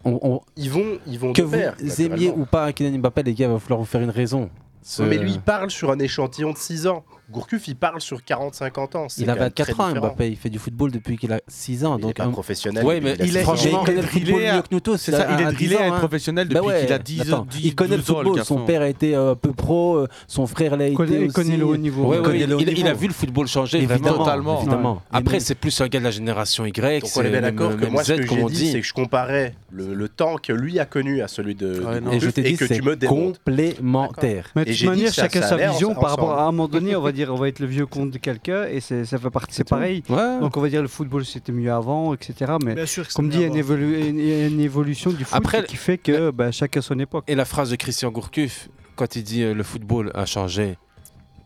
On- on- Ils vont, ils vont que de pair, vous aimiez naturellement. ou pas Kylian Mbappé, les gars, il va falloir vous faire une raison. ce- Mais lui, il parle sur un échantillon de 6 ans. Gourcuff, il parle sur 40-50 ans. Il a 24 ans, Mbappé. Il fait du football depuis qu'il a 6 ans. donc pas un- professionnel Ouais, depuis mais qu'il a il six est ans. franchement, il connaît le Il est football à- mieux que nous tous. c'est il a ça, il est un drillé à 10 ans, être hein. professionnel Bah depuis ouais, qu'il a 10 attends, 10, Il connaît le 12 ans, le football. Son garçon. père a été euh, un peu pro. euh, Son frère l'a été. connaît- il aussi. connaît le haut niveau. Ouais, Ouais, ouais, ouais, le haut il, il a niveau. vu le football changer Évidemment, vraiment. totalement. Évidemment. Ouais. Après, c'est plus un gars de la génération Y. Donc on est bien d'accord que moi, ce que comme j'ai on dit, dit. c'est que je comparais le, le temps que lui a connu à celui de, de Et Gourcuff je t'ai dit, que c'est tu me démontes. complémentaire. D'accord. Mais Et de toute j'ai dit manière, que ça- chacun ça sa allait en- vision par ensemble. rapport à un moment donné, on va dire, on va être le vieux compte de quelqu'un et c'est- ça fait partie, c'est pareil. Ouais. Donc on va dire le football c'était mieux avant, etc. Mais Bien sûr que comme c'était dit, il y a mieux une, évolu- une- une évolution du foot Après, qui fait que bah, chacun son époque. Et la phrase de Christian Gourcuff, quand il dit euh, le football a changé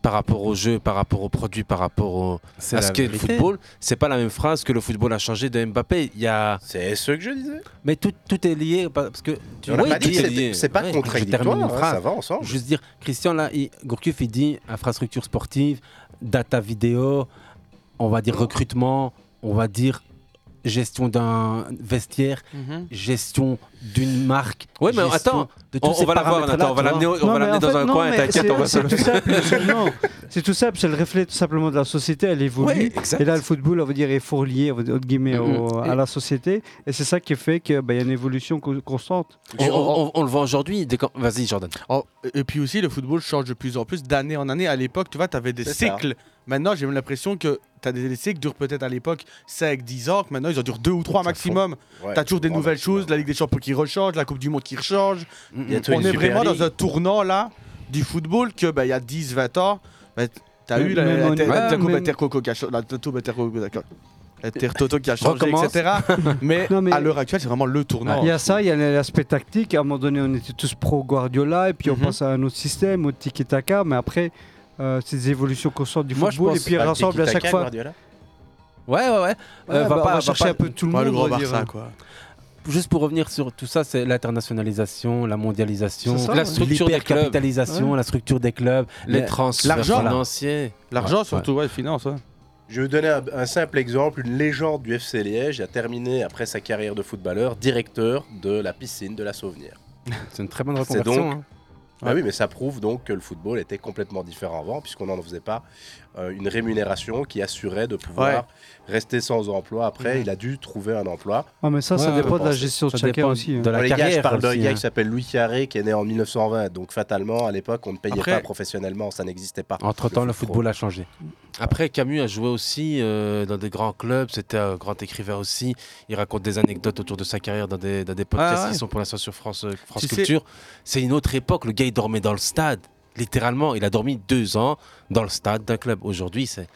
par rapport au jeu, par rapport aux produits, par rapport au, C'est à la ce qu'est le vérité. football, c'est pas la même phrase que le football a changé de Mbappé. Il y a... C'est ce que je disais. Mais tout, tout est lié pa- parce que tu On l'a pas dit, tout est c'est- lié. c'est pas Ouais, contradictoire, je termine hein, une phrase. ça va ensemble. Juste dire, Christian là, il, Gourcuff il dit infrastructure sportive, data vidéo, on va dire recrutement, on va dire gestion d'un vestiaire, Mhm. gestion d'une marque. Ouais, mais gestion attends, de tous on- on ces va l'avoir, paramètres-là, Nathan, on va tu vois. l'amener au- on Non, va mais l'amener en dans fait, un non, coin, mais t'inquiète, C'est on va se c'est le- tout simple, c'est- non, c'est tout simple, c'est le reflet tout simplement de la société, elle évolue. Ouais, exact. et là, le football, on va dire, est fourlié, on va dire, entre guillemets, au- Mhm. à la société. Et c'est ça qui fait qu'il y a une évolution co- constante. On, on- on- on le voit aujourd'hui. dès qu'on- Vas-y, Jordan. Oh, et puis aussi, le football change de plus en plus d'année en année. À l'époque, tu vois, tu avais des C'est ça. cycles. Maintenant, j'ai même l'impression que tu as des, des cycles qui durent peut-être à l'époque 5, 10 ans, que maintenant ils en durent 2 ou 3 maximum. Ouais, tu as toujours des trois nouvelles choses, la Ligue des Champions qui rechange, la Coupe du Monde qui rechange. Il y a On toujours est une Super vraiment League. dans un tournant là du football que bah, il y a 10, 20 ans, tu as Même- eu la, la, même la, on- la- la- la- ouais, Coupe même- Intercoco qui a cha- la- la Coupe Intercoco- la Terre Toto qui a changé, Recommence. etc. Mais, Non, mais- à l'heure actuelle, c'est vraiment le tournant. Il y a ça, il y a l'aspect tactique. À un moment donné, on était tous pro Guardiola, et puis on passe à un autre système, au tiki-taka. Mais après, euh, c'est des évolutions constantes du Moi, je football, et pense- puis Bah, le rassemble à tiki-taka, chaque fois. Guardiola. Ouais, ouais, ouais. Euh, Ouais, va bah, pas, on va va chercher pas- un peu tout le Ouais, le monde, gros on va dire. euh, Barça, quoi. Juste pour revenir sur tout ça, c'est l'internationalisation, la mondialisation, C'est hein. ça, La ouais. structure des clubs. capitalisation, Ouais. la structure des clubs, Les la- transferts l'argent. financiers. L'argent Ouais, surtout, ouais, finance. ouais. Je vais vous donner un, un simple exemple. Une légende du FC Liège a terminé, après sa carrière de footballeur, directeur de la piscine de la Sauvenière. C'est une très bonne C'est reconversion. donc. hein. Bah oui, mais ça prouve donc que le football était complètement différent avant, puisqu'on n'en faisait pas euh, une rémunération qui assurait de pouvoir Ouais. rester sans emploi. Après, Mhm. il a dû trouver un emploi. Ah, mais ça, ça Ouais, dépend je de la pense. gestion de Ça chacun dépend aussi, hein. Dans la Les gars, carrière je parle d'un aussi, gars hein. qui s'appelle Louis Carré, qui est né en 1920. Donc, fatalement, à l'époque, on ne payait Après- pas professionnellement, ça n'existait pas. Entre-temps, le foot pro. football a changé. Après, Camus a joué aussi euh, dans des grands clubs, c'était un grand écrivain aussi. Il raconte des anecdotes autour de sa carrière dans des, dans des podcasts Ah ouais. qui sont pour l'instant sur France, euh, France Tu sais- Culture. C'est une autre époque, le gars il dormait dans le stade, littéralement. Il a dormi deux ans dans le stade d'un club. Aujourd'hui, c'est...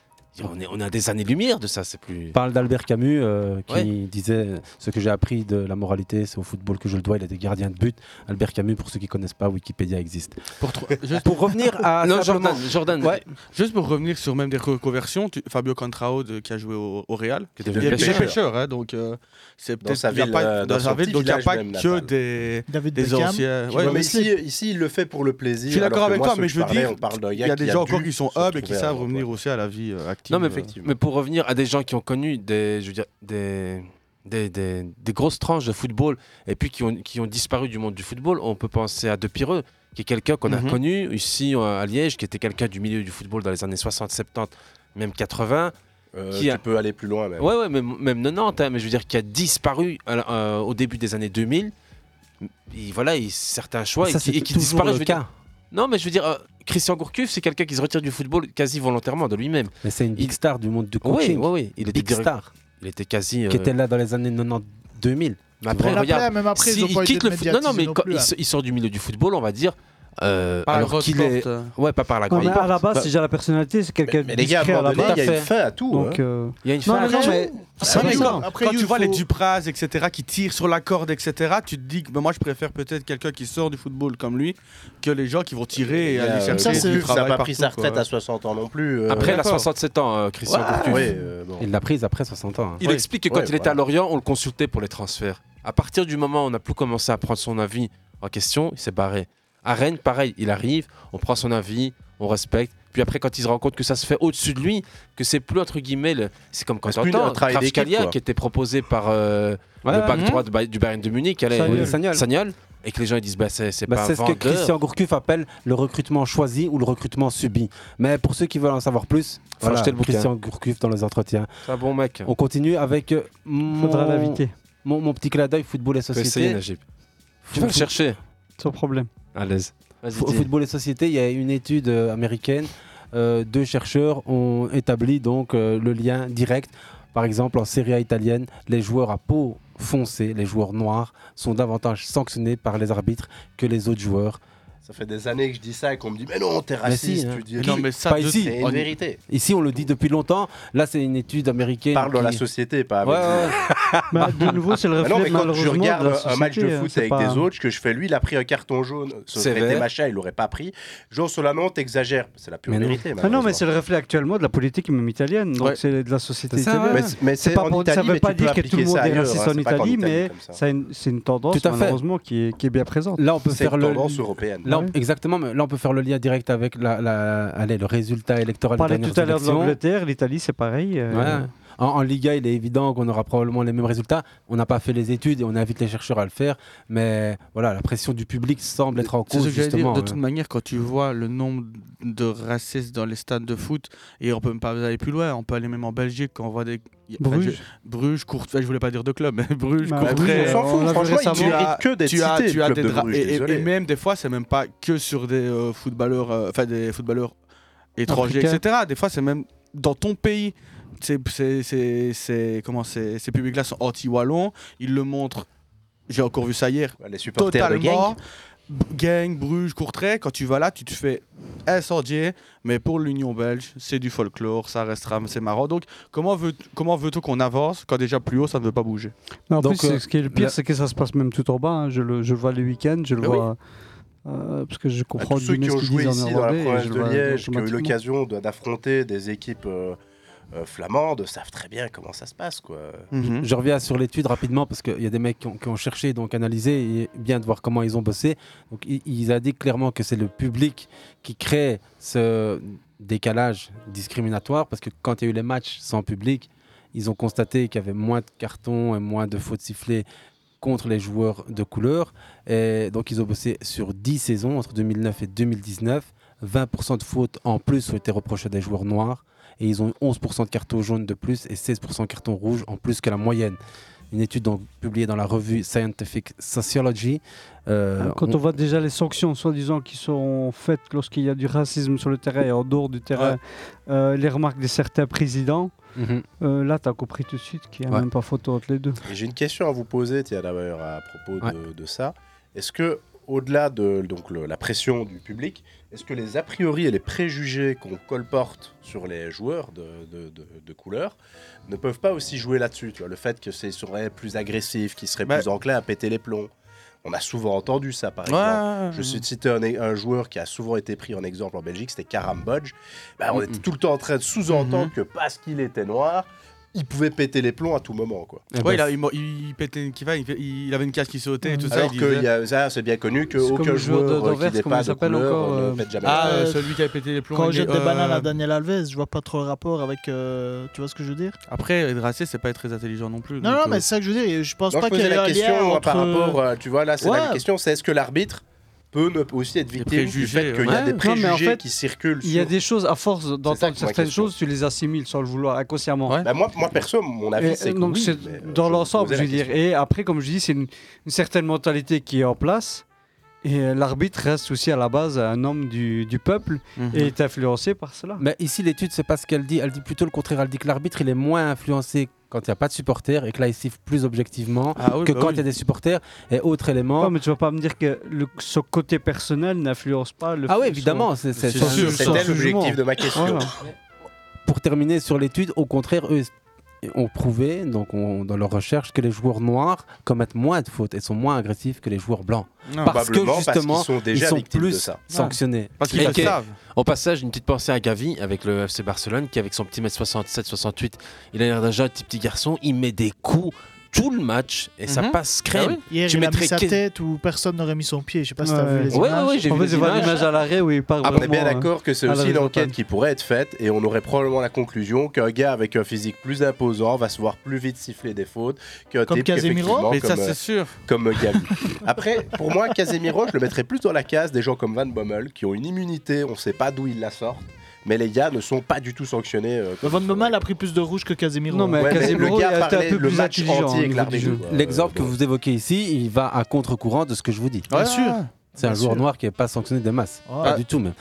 On, est, on a des années-lumière de ça, c'est plus... parle d'Albert Camus euh, qui Ouais. disait ce que j'ai appris de la moralité, c'est au football que je le dois. Il est des gardiens de but. Albert Camus, pour ceux qui connaissent pas, Wikipédia existe. Pour, revenir à Non, simplement- Jordan, Jordan. Ouais. Juste pour revenir sur même des reconversions, tu- Fabio Contrao de- qui a joué au, au Real, qui Qui est était devenu pêcheur, pêcheur. hein, donc euh, c'est Dans peut-être sa il y a ville, pas, euh, dans sa son ville, petit donc il n'y a village pas même, que Natal. des, David des Beckham. anciens. Ouais, mais ici, ici, il le fait pour le plaisir. je suis d'accord alors que avec moi, toi, ceux mais que je veux parlais, dire, on parle d'un il y gars a qui des a gens dû encore qui sont se hub et qui retrouver savent avant. revenir aussi à la vie euh, active. Non, mais, euh. effectivement. mais pour revenir à des gens qui ont connu des, je veux dire, des, des, des- des grosses tranches de football et puis qui ont, qui ont disparu du monde du football, on peut penser à De Pireux, qui est quelqu'un qu'on Mhm. a connu ici euh, à Liège, qui était quelqu'un du milieu du football dans les années 60, 70, même 80. Euh, tu peux aller plus loin, même. Ouais, ouais, même, même 90, hein, mais je veux dire, qui a disparu à la- euh, au début des années 2000. Il- voilà, il, certains choix Ça, et qui, c'est et qui toujours disparaissent. le je veux dire. cas. Non, mais je veux dire, euh, Christian Gourcuff, c'est quelqu'un qui se retire du football quasi volontairement de lui-même. Mais c'est une big star du monde du Oui, coaching. oui, oui. Il était big direct- star Il était quasi. qui euh, était là dans les années 90 2000. Mais après, Voilà. regarde, même après, ils si ont il pas été quitte le foot- Non, non, médiatisés mais non quand plus, il, hein. se- il sort du milieu du football, on va dire. euh, Par la alors grosse qu'il est. porte, euh. Ouais, pas par la Non, grande mais à la porte. base, Bah, déjà, la personnalité, c'est quelqu'un mais de les gars, à un discret à moment la donné, base. il y a une fin à tout, Donc, hein. euh, Il y a une non, fin à mais non, tout. mais- Ouais, mais quand, après, quand il tu vois faut- les Ah Dupraz, etc., qui tirent sur la corde, etc., tu te dis que bah, moi je préfère peut-être quelqu'un qui sort du football comme lui que les gens qui vont tirer et, euh, aller chercher ça, c'est- du ça a travail pas partout, pris sa retraite quoi. à 60 ans non plus. euh, Après, il a d'accord. 67 ans, euh, Christian Ouais, Gourcuff. ouais, euh, bon. Il l'a prise après 60 ans. hein. Il Ouais. explique que quand Ouais, il était à Lorient, on le consultait pour les transferts. À partir du moment où on n'a plus commencé à prendre son avis en question, il s'est barré. À Rennes, pareil, il arrive, on prend son avis, on respecte. Puis après, quand il se rend compte que ça se fait au-dessus de lui, que c'est plus entre guillemets, le- c'est comme quand C'est plus t'entends un travail d'équipe, Kvaratskhelia quoi. qui était proposé par euh, Ouais, le ouais. bac Mhm. droit de Ba- du Bayern de Munich, elle est- Sagnol. Oui. Sagnol. Sagnol. Et que les gens ils disent bah c'est c'est Bah, pas c'est ce que vendeur. Christian Gourcuff appelle le recrutement choisi ou le recrutement subi. Mais pour ceux qui veulent en savoir plus, Faut voilà, acheter le bouquin. Christian Gourcuff dans les entretiens. C'est un bon mec. On continue avec euh, mon, Faudra l'inviter. Mon, mon petit clin d'œil football et Faut essayer, société. Najib. Tu vas le Foot- chercher. Sans problème. À l'aise. Fo- Football et société, il y a une étude euh, américaine. euh, deux chercheurs ont établi donc euh, le lien direct. Par exemple, en Serie A italienne, les joueurs à peau foncée, les joueurs noirs, sont davantage sanctionnés par les arbitres que les autres joueurs. Ça fait des années que je dis ça et qu'on me dit mais non t'es Mais si, raciste. hein. tu dis Qui- Non, mais ça, pas de- ici. c'est une On- vérité. Ici, on le dit depuis longtemps. Là, c'est une étude américaine. Parle dans qui- la société, pas avec Ouais, ouais, ouais. nous. Mais non, mais quand tu regardes de la un match de société, hein, foot c'est avec pas- des autres, que je fais lui, il a pris un carton jaune. Ce C'est serait vrai. des machins, il l'aurait pas pris. Joe Solano, t'exagères. C'est la pure Mais non. vérité. Ah non, mais c'est le reflet actuellement de la politique même italienne, donc Ouais. c'est de la société C'est ça, italienne. ouais. Mais- mais c'est en pour- ça Italie, veut mais pas tu peux dire que tout le appliquer monde ça est ailleurs, raciste hein, en c'est pas qu'en Italie, Italie mais comme ça. ça a une- c'est une tendance Tout à fait. malheureusement qui est, qui est bien présente. Là, on peut C'est faire une le tendance européenne. Là, on- Ouais. Exactement, mais là, on peut faire le lien direct avec la, la- allez, le résultat électoral. On parlait des tout à l'heure de dernières élections. l'Angleterre, l'Italie c'est pareil. euh, Ouais. En, en Liga, il est évident qu'on aura probablement les mêmes résultats. On n'a pas fait les études et on invite les chercheurs à le faire. Mais voilà, la pression du public semble être en C'est cause. ce que j'allais dire. justement, De hein. toute manière, quand tu vois le nombre de racistes dans les stades de foot, et on peut même pas aller plus loin, on peut aller même en Belgique quand on voit des. y- enfin, Bruges. je- Bruges, Courtrai, je voulais pas dire de club, mais Bruges, Bah, Courtrai. Bruges, on s'en fout, euh, franchement, tu ils as- méritent que d'être tu as- cités, tu le as club des de dra- Bruges, et- et- désolé. Et même des fois, c'est même pas que sur des euh, footballeurs, euh, enfin des footballeurs étrangers, Africains. etc. Des fois, c'est même dans ton pays. C'est, c'est, c'est, c'est- comment c'est, ces publics-là sont anti-wallons. Ils le montrent. J'ai encore vu ça hier. Bah, Les supporters de totalement. gang. B- Gang, Bruges, Courtrai, quand tu vas là, tu te fais incendier. Mais pour l'Union belge, c'est du folklore, ça restera, c'est marrant. Donc, comment, veux, comment veux-tu qu'on avance quand déjà plus haut, ça ne veut pas bouger Mais en Donc, plus, euh, c'est- ce qui est le pire, la- c'est que ça se passe même tout en bas. hein. Je, le, je le vois les week-ends, je le Mais vois. euh, parce que je comprends Ah Tous ceux guillemets qui ont ce qu'ils joué disent en ici dans néerlandais la et province je de le vois Liège, qui ont eu automatiquement. l'occasion de- d'affronter des équipes euh, euh, flamandes, savent très bien comment ça se passe. quoi. Mhm. Je- Je reviens sur l'étude rapidement parce qu'il y a des mecs qui ont, qui ont cherché, donc analysé, et bien de voir comment ils ont bossé. Donc, i- ils, indiquent clairement que c'est le public qui crée ce décalage discriminatoire parce que quand il y a eu les matchs sans public, ils ont constaté qu'il y avait moins de cartons et moins de fautes sifflées contre les joueurs de couleur. Et donc, ils ont bossé sur 10 saisons entre 2009 et 2019. 20% de fautes en plus ont été reprochées des joueurs noirs. Et ils ont eu 11% de cartons jaunes de plus et 16% de cartons rouges en plus que la moyenne. Une étude donc publiée dans la revue Scientific Sociology. Euh, Ah, Quand on voit déjà les sanctions, soi-disant, qui sont faites lorsqu'il y a du racisme sur le terrain et en dehors du terrain, Ouais. euh, les remarques de certains présidents, Mhm. euh, là, tu as compris tout de suite qu'il n'y a Ouais. même pas photo entre les deux. Et J'ai une question à vous poser, Thierry, d'ailleurs, à propos de, de ça. Est-ce que, au-delà de donc, le- la pression du public, est-ce que les a priori et les préjugés qu'on colporte sur les joueurs de, de- de- de couleur ne peuvent pas aussi jouer là-dessus tu vois, Le fait que qu'ils seraient plus agressifs, qu'ils seraient plus enclins à péter les plombs. On a souvent entendu ça, par exemple. Je suis cité un, é- un joueur qui a souvent été pris en exemple en Belgique, c'était Karambodge. Bah, on était tout le temps en train de sous-entendre que parce qu'il était noir, il pouvait péter les plombs à tout moment. Quoi. Ouais, il, a- il m'a- il pétait une kiva, il fait- il avait une cage qui sautait et tout ça. Alors il que disait- y a- ça, c'est bien connu C'est comme qu'aucun le joueur joueur, de- euh, d'Anvers, qui n'est comment pas il de s'appelle couleur encore, ne euh, pète jamais. Ah, la euh, gueule. celui qui a pété les plombs. Quand on il jette est- des bananes euh, à Daniel Alves, je vois pas trop le rapport avec. euh, tu vois ce que je veux dire Après, être raciste, c'est pas être très intelligent non plus. Non, donc, non, euh, mais c'est ça que je veux dire. Je pense Non, pas je qu'il y posais ait la un question lien euh, entre. par rapport, euh, tu vois, là, c'est la Ouais. même question, c'est est-ce que l'arbitre peut ne- aussi être victime du fait qu'il y a des préjugés qui circulent Il y a sur- des choses, à force ça que d'entendre ma certaines question. choses, tu les assimiles sans le vouloir, inconsciemment. Bah, moi, moi, perso, mon avis, Et, c'est que donc oui, c'est mais, euh, dans je l'ensemble, posais je la veux dire. Et après, comme je dis, c'est une, une certaine mentalité qui est en place. Et euh, l'arbitre reste aussi à la base un homme du, du peuple et est influencé par cela. Mhm. Mais ici, l'étude, c'est pas ce qu'elle dit. Elle dit plutôt le contraire. Elle dit que l'arbitre, il est moins influencé quand il n'y a pas de supporters et que là, il siffle plus objectivement Ah oui, que bah quand il oui. y a des supporters. Et autre élément. Non, mais tu vas pas me dire que le, ce côté personnel n'influence pas le Ah oui, oui, évidemment, c'est- c'est- c'est sûr, c'était l'objectif de ma question. Pour terminer sur l'étude, au contraire, eux ont prouvé, donc on- dans leur recherche, que les joueurs noirs commettent moins de fautes et sont moins agressifs que les joueurs blancs. Non. parce que Probablement parce justement, qu'ils sont déjà victimes de plus ça. sanctionnés. Et que- Au passage, une petite pensée à Gavi avec le FC Barcelone qui, avec son petit mètre 67-68, il a l'air d'un gentil petit garçon, il met des coups. tout le match et ça Mhm. passe crème. Hier, il tu a mis mettrais sa que- tête où personne n'aurait mis son pied. Je sais pas si t'as Ouais. vu les Ouais, images. ouais, j'ai En vu fait, les j'ai vu images. l'image à l'arrêt où Ah il parle Après, Ah, on est bien vraiment, hein. d'accord que c'est euh, à la aussi une horizontale. enquête qui pourrait être faite et on aurait probablement la conclusion qu'un gars avec un physique plus imposant va se voir plus vite siffler des fautes qu'un Comme type Casemiro qu'effectivement, Mais comme, ça, c'est euh, sûr. Comme euh, Gavi. Après, pour moi, Casemiro, je le mettrais plus dans la case des gens comme Van Bommel qui ont une immunité, on ne sait pas d'où ils la sortent, mais les gars ne sont pas du tout sanctionnés. euh, Mais Van Bommel a pris plus de rouge que Casemiro. Non, mais Ouais, mais Casemiro, le gars il a été un parlait peu le plus hein, match intelligent entier. avec l'arbitre, quoi. L'exemple que vous évoquez ici, il va à contre-courant de ce que je vous dis. Ah, Bien sûr. C'est un Bien joueur sûr. noir qui n'est pas sanctionné de masse. Ouais. Pas du tout, même.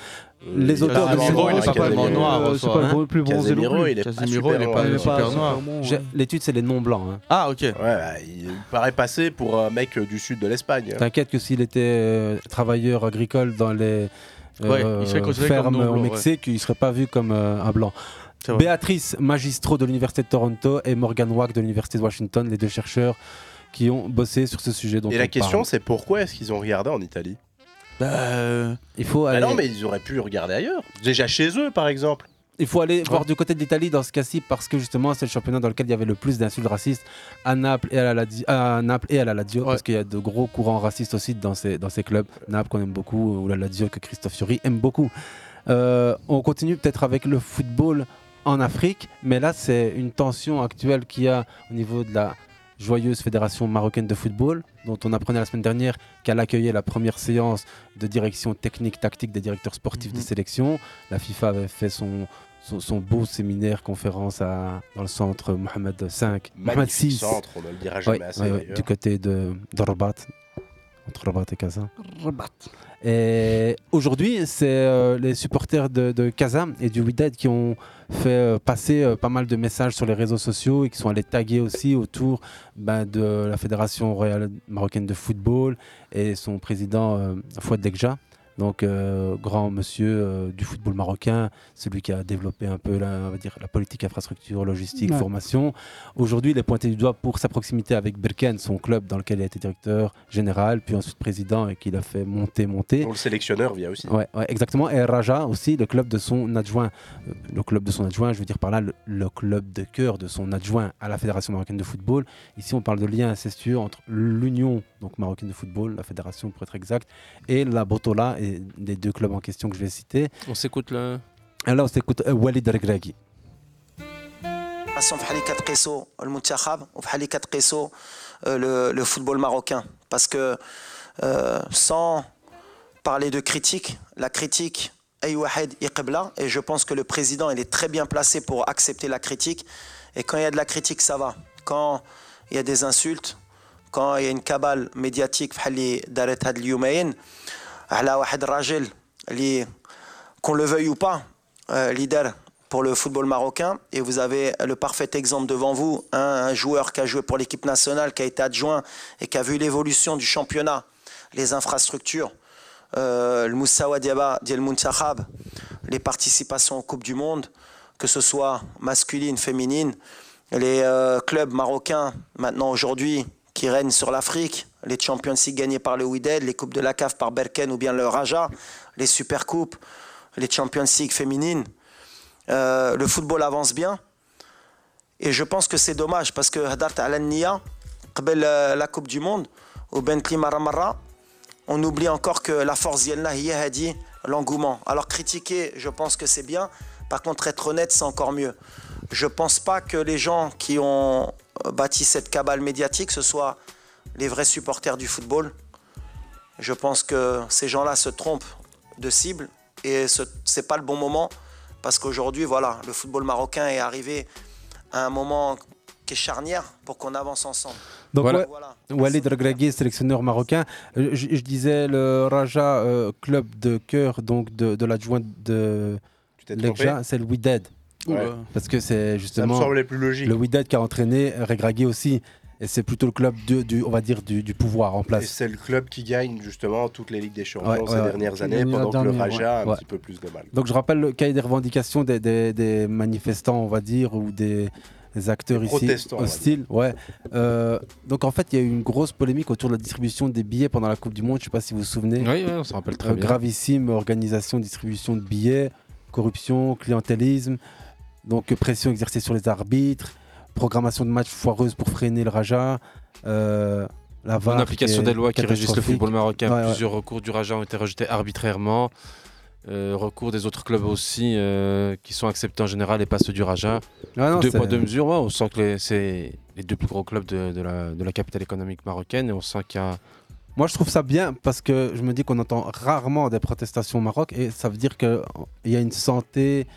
Les il est auteurs pas de vraiment ces- noir, il est pas Euh, Casemiro, vraiment noir, euh, en c'est soi, pas le hein. plus bronzé non Casemiro, plus. il est pas Casemiro, super il est pas euh, noir. super noir. J'ai- L'étude, c'est les non blancs. hein. Ah, ok. Ouais, bah, il paraît passer pour un mec euh, du sud de l'Espagne. hein. T'inquiète que s'il était euh, travailleur agricole dans les euh, Ouais, il serait considéré comme fermes non au blanc, ouais. Mexique, il serait pas vu comme euh, un blanc. vrai. Béatrice Magistro de l'Université de Toronto et Morgan Wack de l'Université de Washington, les deux chercheurs qui ont bossé sur ce sujet. dont Et on la question, parle. c'est pourquoi est-ce qu'ils ont regardé en Italie Euh, Il faut Ah aller... non, mais ils auraient pu regarder ailleurs. Déjà chez eux, par exemple. Il faut aller voir du côté de l'Italie dans ce cas-ci parce que justement c'est le championnat dans lequel il y avait le plus d'insultes racistes à Naples et à la Lazio, à Naples et à la Lazio parce qu'il y a de gros courants racistes aussi dans ces, dans ces clubs. Naples qu'on aime beaucoup ou la Lazio que Christophe Fiori aime beaucoup. Euh, on continue peut-être avec le football en Afrique, mais là c'est une tension actuelle qu'il y a au niveau de la joyeuse fédération marocaine de football, dont on apprenait la semaine dernière qu'elle accueillait la première séance de direction technique tactique des directeurs sportifs Mhm. des sélections. La FIFA avait fait son, son, son beau séminaire conférence à, dans le centre Mohamed V, Mohamed Magnifique VI, centre, on ne le dira jamais Ouais, assez, ouais, ouais, d'ailleurs. du côté de, de Rabat, entre Rabat et Kazan. Rabat. Et aujourd'hui, c'est euh, les supporters de, de Kazan et du Wydad qui ont fait euh, passer euh, pas mal de messages sur les réseaux sociaux et qui sont allés taguer aussi autour ben, de la Fédération royale marocaine de football et son président euh, Fouad Dekja. Donc, euh, grand monsieur euh, du football marocain, celui qui a développé un peu la, on va dire, la politique, infrastructure, logistique, Ouais. formation. Aujourd'hui, il est pointé du doigt pour sa proximité avec Birken, son club dans lequel il a été directeur général, puis ensuite président et qu'il a fait monter, monter. Dont le sélectionneur via aussi. Ouais, ouais, exactement. Et Raja aussi, le club de son adjoint. Euh, Le club de son adjoint, je veux dire par là, le, le club de cœur de son adjoint à la Fédération marocaine de football. Ici, on parle de lien incestueux entre l'Union donc marocaine de football, la fédération pour être exact, et la Botola, et des deux clubs en question que je vais citer. On s'écoute là. Alors, on s'écoute euh, Walid Regragui. الرسم بحال اللي كتقيسوا المنتخب وبحال اللي كتقيسوا آه، لو لو فوتبول ماروكان باسكو سون euh, parler de critique, la critique, أي واحد يقبلها. et je pense que le président il est très bien placé pour accepter la critique et quand il y a de la critique ça va quand il y a des insultes quand il y a une cabale médiatique بحال اللي دارت هاد اليومين على واحد الراجل اللي qu'on le veuille ou pas euh, leader pour le football marocain et vous avez le parfait exemple devant vous hein, un joueur qui a joué pour l'équipe nationale qui a été adjoint et qui a vu l'évolution du championnat les infrastructures euh, le Moussawa Diaba d'El Muntakhab, les participations en Coupe du Monde, que ce soit masculine, féminine, les euh, clubs marocains maintenant aujourd'hui qui règnent sur l'Afrique, les Champions League gagnés par le Wydad, les Coupes de la CAF par Berken ou bien le Raja, les Supercoupes, les Champions League féminines. Euh, le football avance bien. Et je pense que c'est dommage parce que Hadart Al-Nia, euh, la Coupe du Monde, au Bentley Maramarra, on oublie encore que la force d'Yelna hier a dit l'engouement. Alors critiquer, je pense que c'est bien. Par contre, être honnête, c'est encore mieux. Je pense pas que les gens qui ont euh, bâti cette cabale médiatique, ce soit les vrais supporters du football. Je pense que ces gens-là se trompent de cible et ce n'est pas le bon moment parce qu'aujourd'hui, voilà, le football marocain est arrivé à un moment qui est charnière pour qu'on avance ensemble. Donc ouais, Walid Regragui, sélectionneur marocain. Euh, Je, je disais le Raja euh, club de cœur donc de, de l'adjoint de t'es Legja, trompé c'est le Wydad. Ouais. Ouais. Parce que c'est justement semblait plus logique. le Wydad qui a entraîné Regragui aussi. Et c'est plutôt le club du, du- on va dire du, du pouvoir en Et place. c'est le club qui gagne justement toutes les Ligues des Champions Ouais, ouais, ces ouais. dernières Qui années, gagne la pendant que le dernière, Raja a un ouais. petit peu plus de mal. Donc je rappelle le cas des revendications des, des- des manifestants, on va dire, ou des, des acteurs Des ici protestants, on va hostiles. Ouais. Euh, donc en fait, il y a eu une grosse polémique autour de la distribution des billets pendant la Coupe du Monde. Je sais pas si vous vous souvenez. Euh, Oui, oui, on se rappelle très bien. Gravissime organisation, distribution de billets, corruption, clientélisme, donc euh, pression exercée sur les arbitres. programmation de matchs foireuse pour freiner le Raja. euh, la En VAR application est des lois qui régissent le catastrophique. football marocain, Ouais, ouais. plusieurs recours du Raja ont été rejetés arbitrairement. Euh, recours des autres clubs aussi euh, qui sont acceptés en général et pas ceux du Raja. Ouais, Ah non, deux c'est- poids, deux mesures, ouais, on sent que les- c'est les deux plus gros clubs de, de la, de la capitale économique marocaine et on sent qu'il y a. Moi, je trouve ça bien parce que je me dis qu'on entend rarement des protestations au Maroc et ça veut dire qu'il y a une santé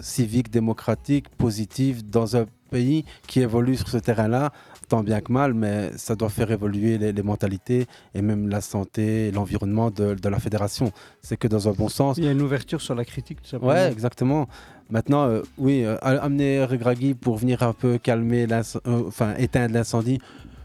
civique, démocratique, positive dans un pays qui évolue sur ce terrain-là, tant bien que mal, mais ça doit faire évoluer les, les mentalités et même la santé et l'environnement de, de la fédération. C'est que dans un bon sens. Il y a une ouverture sur la critique, tout simplement. Ouais, exactement. Maintenant, euh, oui, euh, a- amener Regragui pour venir un peu calmer, l'inc- euh, enfin éteindre l'incendie,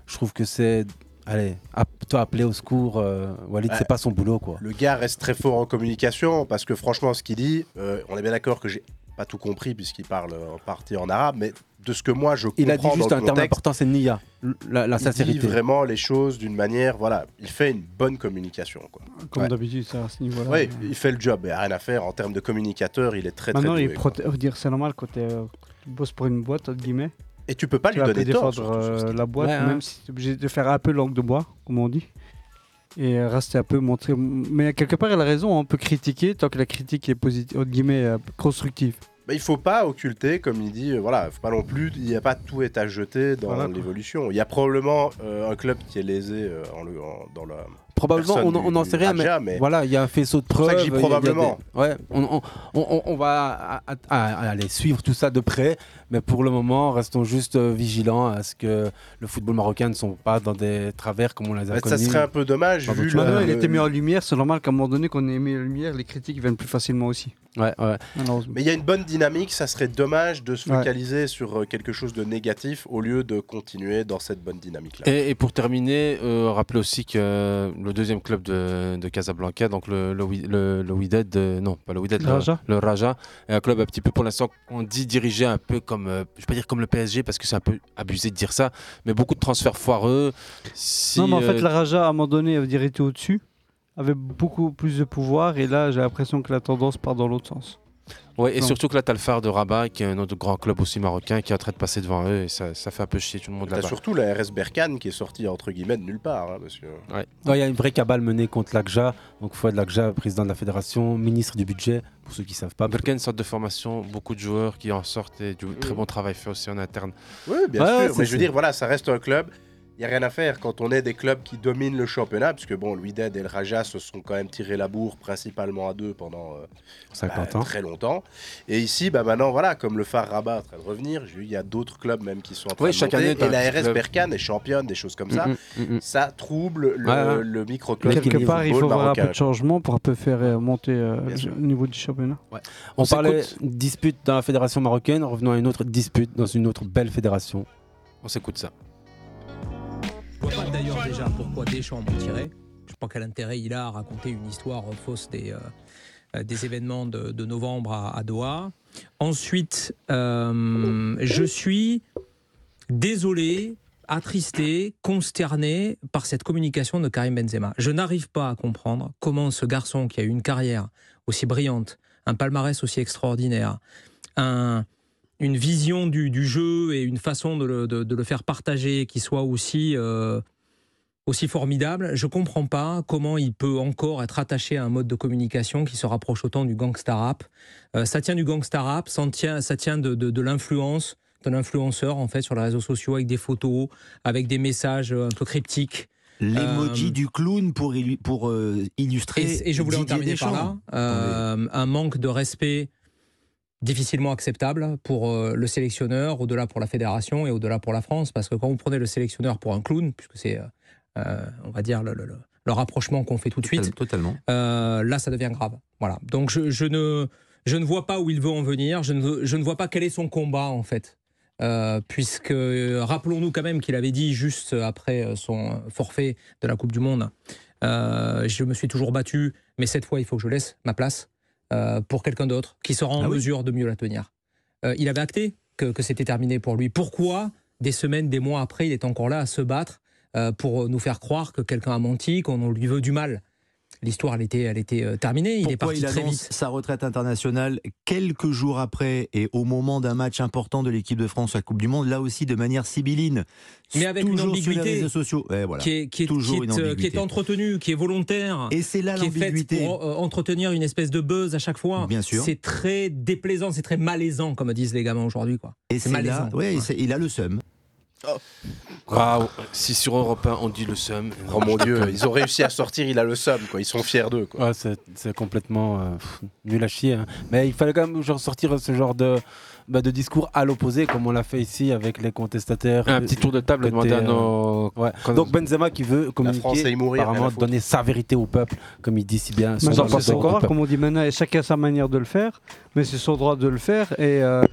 je trouve que c'est. Allez, app- toi appeler au secours, euh, Walid, Ouais. c'est pas son boulot quoi. Bah, Le gars reste très fort en communication parce que franchement, ce qu'il dit, euh, on est bien d'accord que j'ai pas tout compris puisqu'il parle euh, en partie en arabe, mais de ce que moi je comprends Il a dit juste dans un le terme contexte, important, c'est Nia, l- la, la il dit sincérité. vraiment les choses d'une manière, voilà, il fait une bonne communication. Quoi. Comme Ouais. d'habitude, ça, à ce niveau-là. euh. Oui, il fait le job, il n'y a rien à faire. En termes de communicateur, il est très très Maintenant, doué. il proté- dire c'est normal quand t'es, euh, quand tu bosses pour une boîte, entre guillemets. Et tu peux pas lui vas donner tort, défendre surtout, sur ce euh, type. la boîte, Ouais, hein. même si t'es obligé de faire un peu langue de bois, comme on dit. Et euh, rester un peu montrer. Mais quelque part, elle a raison, hein. on peut critiquer tant que la critique est positive, entre guillemets, euh, constructive. Mais il faut pas occulter, comme il dit, euh, voilà, faut pas non plus, il n'y a pas tout est à jeter dans Voilà, quoi. l'évolution. Il y a probablement euh, un club qui est lésé euh, en le- en- dans la. Probablement, personne on en- du- on n'en du sait rien, mais, Raja, voilà, il y a un faisceau de C'est pour ça preuves. que je dis il y a- il y a probablement. des- ouais, on, on- on- on va à- à- à- aller suivre tout ça de près, mais pour le moment, restons juste euh, vigilants à ce que le football marocain ne soit pas dans des travers comme on les a Mais ça connus. serait un peu dommage, Dans vu d'autres le- clubs. Maintenant, il était mis en lumière, c'est normal qu'à un moment donné, qu'on ait mis en lumière, les critiques viennent plus facilement aussi. Ouais, ouais. Malheureusement. Mais il y a une bonne dynamique, ça serait dommage de se Ouais. focaliser sur euh, quelque chose de négatif au lieu de continuer dans cette bonne dynamique-là. Et, et pour terminer, euh, rappelez aussi que euh, le deuxième club de, de Casablanca, donc le, le, Wi- le, le Wydad, euh, non pas le Wydad, Le Raja. le Raja, est un club un petit peu pour l'instant on dit dirigé un peu comme, euh, je vais pas dire comme le PSG parce que c'est un peu abusé de dire ça, mais beaucoup de transferts foireux. Si, non, mais en euh, fait, la Raja, à un moment donné, elle dirait était au-dessus, avait beaucoup plus de pouvoir, et là, j'ai l'impression que la tendance part dans l'autre sens. Ouais, et Non. surtout que là, t'as le Phare de Rabat, qui est un autre grand club aussi marocain, qui est en train de passer devant eux, et ça, ça fait un peu chier tout le monde T'as là-bas. surtout la RS Berkane qui est sortie entre guillemets de nulle part, hein, parce que- Ouais. Non, Il y a une vraie cabale menée contre l'ACJA. Donc Fouad l'ACJA, président de la fédération, ministre du budget, pour ceux qui ne savent pas. Berkane, une sorte de formation, beaucoup de joueurs qui en sortent, et du très bon travail fait aussi en interne. Mm. Oui, bien sûr. Mais je veux dire, voilà, ça reste un club. Il n'y a rien à faire quand on est des clubs qui dominent le championnat, puisque bon, Wydad et le Raja se sont quand même tirés la bourre principalement à deux pendant euh, 50 bah, ans. très longtemps. Et ici, bah, maintenant, voilà, comme le Phare Rabat est en train de revenir, j'ai vu, il y a d'autres clubs même qui sont en train Oui, de chaque monter, année, t'as et la un petit RS club. Berkane est championne, des choses comme Mhm, ça. Ça trouble le, Ouais, ouais. le microclub. Quelque du part, il faut football avoir un peu marocain. de changement pour un peu faire euh, monter euh, le niveau du championnat. On, parlait s'écoute. dispute dans la fédération marocaine, revenons à une autre dispute dans une autre belle fédération. On s'écoute ça. Je vois pas d'ailleurs déjà pourquoi Deschamps mentirait. Je pense qu'à l'intérêt il a à raconter une histoire euh, fausse des, euh, euh, des événements de, de novembre à, à Doha. Ensuite, euh, je suis désolé, attristé, consterné par cette communication de Karim Benzema. Je n'arrive pas à comprendre comment ce garçon qui a eu une carrière aussi brillante, un palmarès aussi extraordinaire, un- une vision du, du jeu et une façon de le, de- de le faire partager qui soit aussi, euh, aussi formidable, je ne comprends pas comment il peut encore être attaché à un mode de communication qui se rapproche autant du gangsta rap. Euh, ça tient du gangsta rap, ça tient, ça tient de, de- de l'influence d'un influenceur en fait sur les réseaux sociaux avec des photos, avec des messages euh, un peu cryptiques. L'emoji Euh, du clown pour, illu- pour euh, illustrer. et, et je voulais en Didier terminer par là. Deschamps. Euh, un manque de respect difficilement acceptable pour euh, le sélectionneur, au-delà pour la fédération et au-delà pour la France, parce que quand vous prenez le sélectionneur pour un clown, puisque c'est, euh, euh, on va dire, le, le- le- le rapprochement qu'on fait tout de suite, Totalement. euh, là, ça devient grave. Voilà. Donc, je, je ne, je ne vois pas où il veut en venir. Je ne, je ne vois pas quel est son combat, en fait. Euh, puisque, euh, rappelons-nous quand même qu'il avait dit juste après euh, son forfait de la Coupe du Monde euh, Je me suis toujours battu, mais cette fois, il faut que je laisse ma place euh, pour quelqu'un d'autre qui sera en Ah oui. mesure de mieux la tenir. Euh, il avait acté que, que c'était terminé pour lui. Pourquoi, des semaines, des mois après, il est encore là à se battre euh, pour nous faire croire que quelqu'un a menti, qu'on lui veut du mal l'histoire, elle était, elle était euh, terminée. Bah, il est Pourquoi parti il très annonce vite. sa retraite internationale quelques jours après et au moment d'un match important de l'équipe de France à la Coupe du Monde, là aussi de manière sibylline. Mais avec une toujours sur les ambiguïté réseaux sociaux. Eh, voilà. qui est, qui est- toujours qui est, une euh, qui est ambiguïté. entretenue, qui est volontaire, Et c'est là qui est faite l'ambiguïté. pour euh, entretenir une espèce de buzz à chaque fois. Bien sûr. C'est très déplaisant, c'est très malaisant, comme disent les gamins aujourd'hui. quoi. Et c'est là, ouais, et c'est- il a le seum. Oh. Waouh, si sur Europe 1 on dit le seum. Oh mon dieu, ils ont réussi à sortir, il a le somme, quoi. Ils sont fiers d'eux, quoi. Ouais, c'est c'est complètement euh, pff, nul à chier. hein. Mais il fallait quand même genre, sortir ce genre de, bah, de discours à l'opposé, comme on l'a fait ici avec les contestataires. Un petit tour de table, Côté, demander à euh, nos- ouais. quand- Donc Benzema qui veut France communiquer, aille mourir, apparemment rien à foutre. donner sa vérité au peuple, comme il dit si bien. son Maintenant, rapport c'est au encore rare, peuple. comme on dit maintenant, et chacun sa manière de le faire, mais c'est son droit de le faire. Et euh,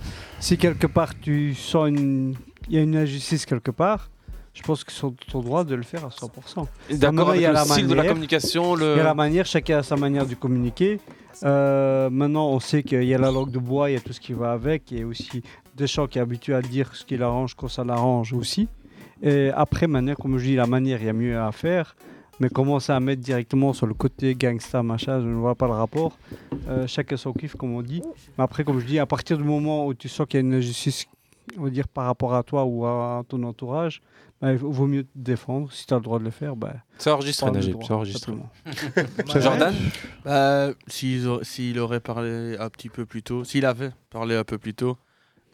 si quelque part tu sens une, il y a une injustice quelque part, je pense que c'est son- ton droit de le faire à 100%. D'accord Maintenant, avec il y a le style de la communication, le- Il y a la manière, chacun a sa manière de communiquer. Euh, maintenant, on sait qu'il y a la langue de bois, il y a tout ce qui va avec, et aussi Deschamps qui est habitué à dire ce qui l'arrange quand ça l'arrange aussi. Et après, maintenant, comme je dis, la manière, il y a mieux à faire. Mais commencer à mettre directement sur le côté gangsta, machin, je ne vois pas le rapport. Euh, chacun son kiff, comme on dit. Mais après, comme je dis, à partir du moment où tu sens qu'il y a une injustice, on va dire, par rapport à toi ou à ton entourage, bah, il vaut- vaut mieux te défendre. Si tu as le droit de le faire, bah, C'est enregistré, parle de Najib, droit, c'est enregistré. simplement. Jordan Bah, s'ils auraient- S'il aurait parlé un petit peu plus tôt, s'il avait parlé un peu plus tôt,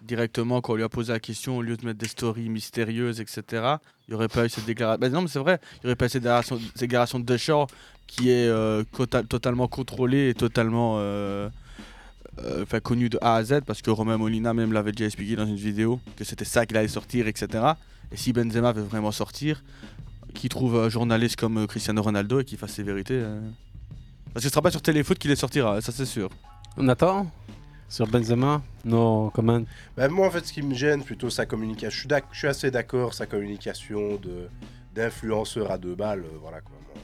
directement quand on lui a posé la question, au lieu de mettre des stories mystérieuses, etc., il n'y aurait pas eu cette déclaration. Bah non, mais c'est vrai, il n'y aurait pas eu cette déclaration, cette déclaration de Deschamps qui est euh, cota- totalement contrôlée et totalement euh, euh, enfin, connue de A à Z, parce que Romain Molina même l'avait déjà expliqué dans une vidéo, que c'était ça qu'il allait sortir, etc. Et si Benzema veut vraiment sortir, qu'il trouve un journaliste comme euh, Cristiano Ronaldo et qu'il fasse ses vérités. euh. Parce que ce sera pas sur Téléfoot qu'il les sortira, hein, ça c'est sûr. On attend sur Benzema Non, quand même. Bah, moi, en fait, ce qui me gêne, plutôt sa communication. Je suis d'ac- Je suis assez d'accord, sa communication de d'influenceur à deux balles, euh, voilà quoi. Moi,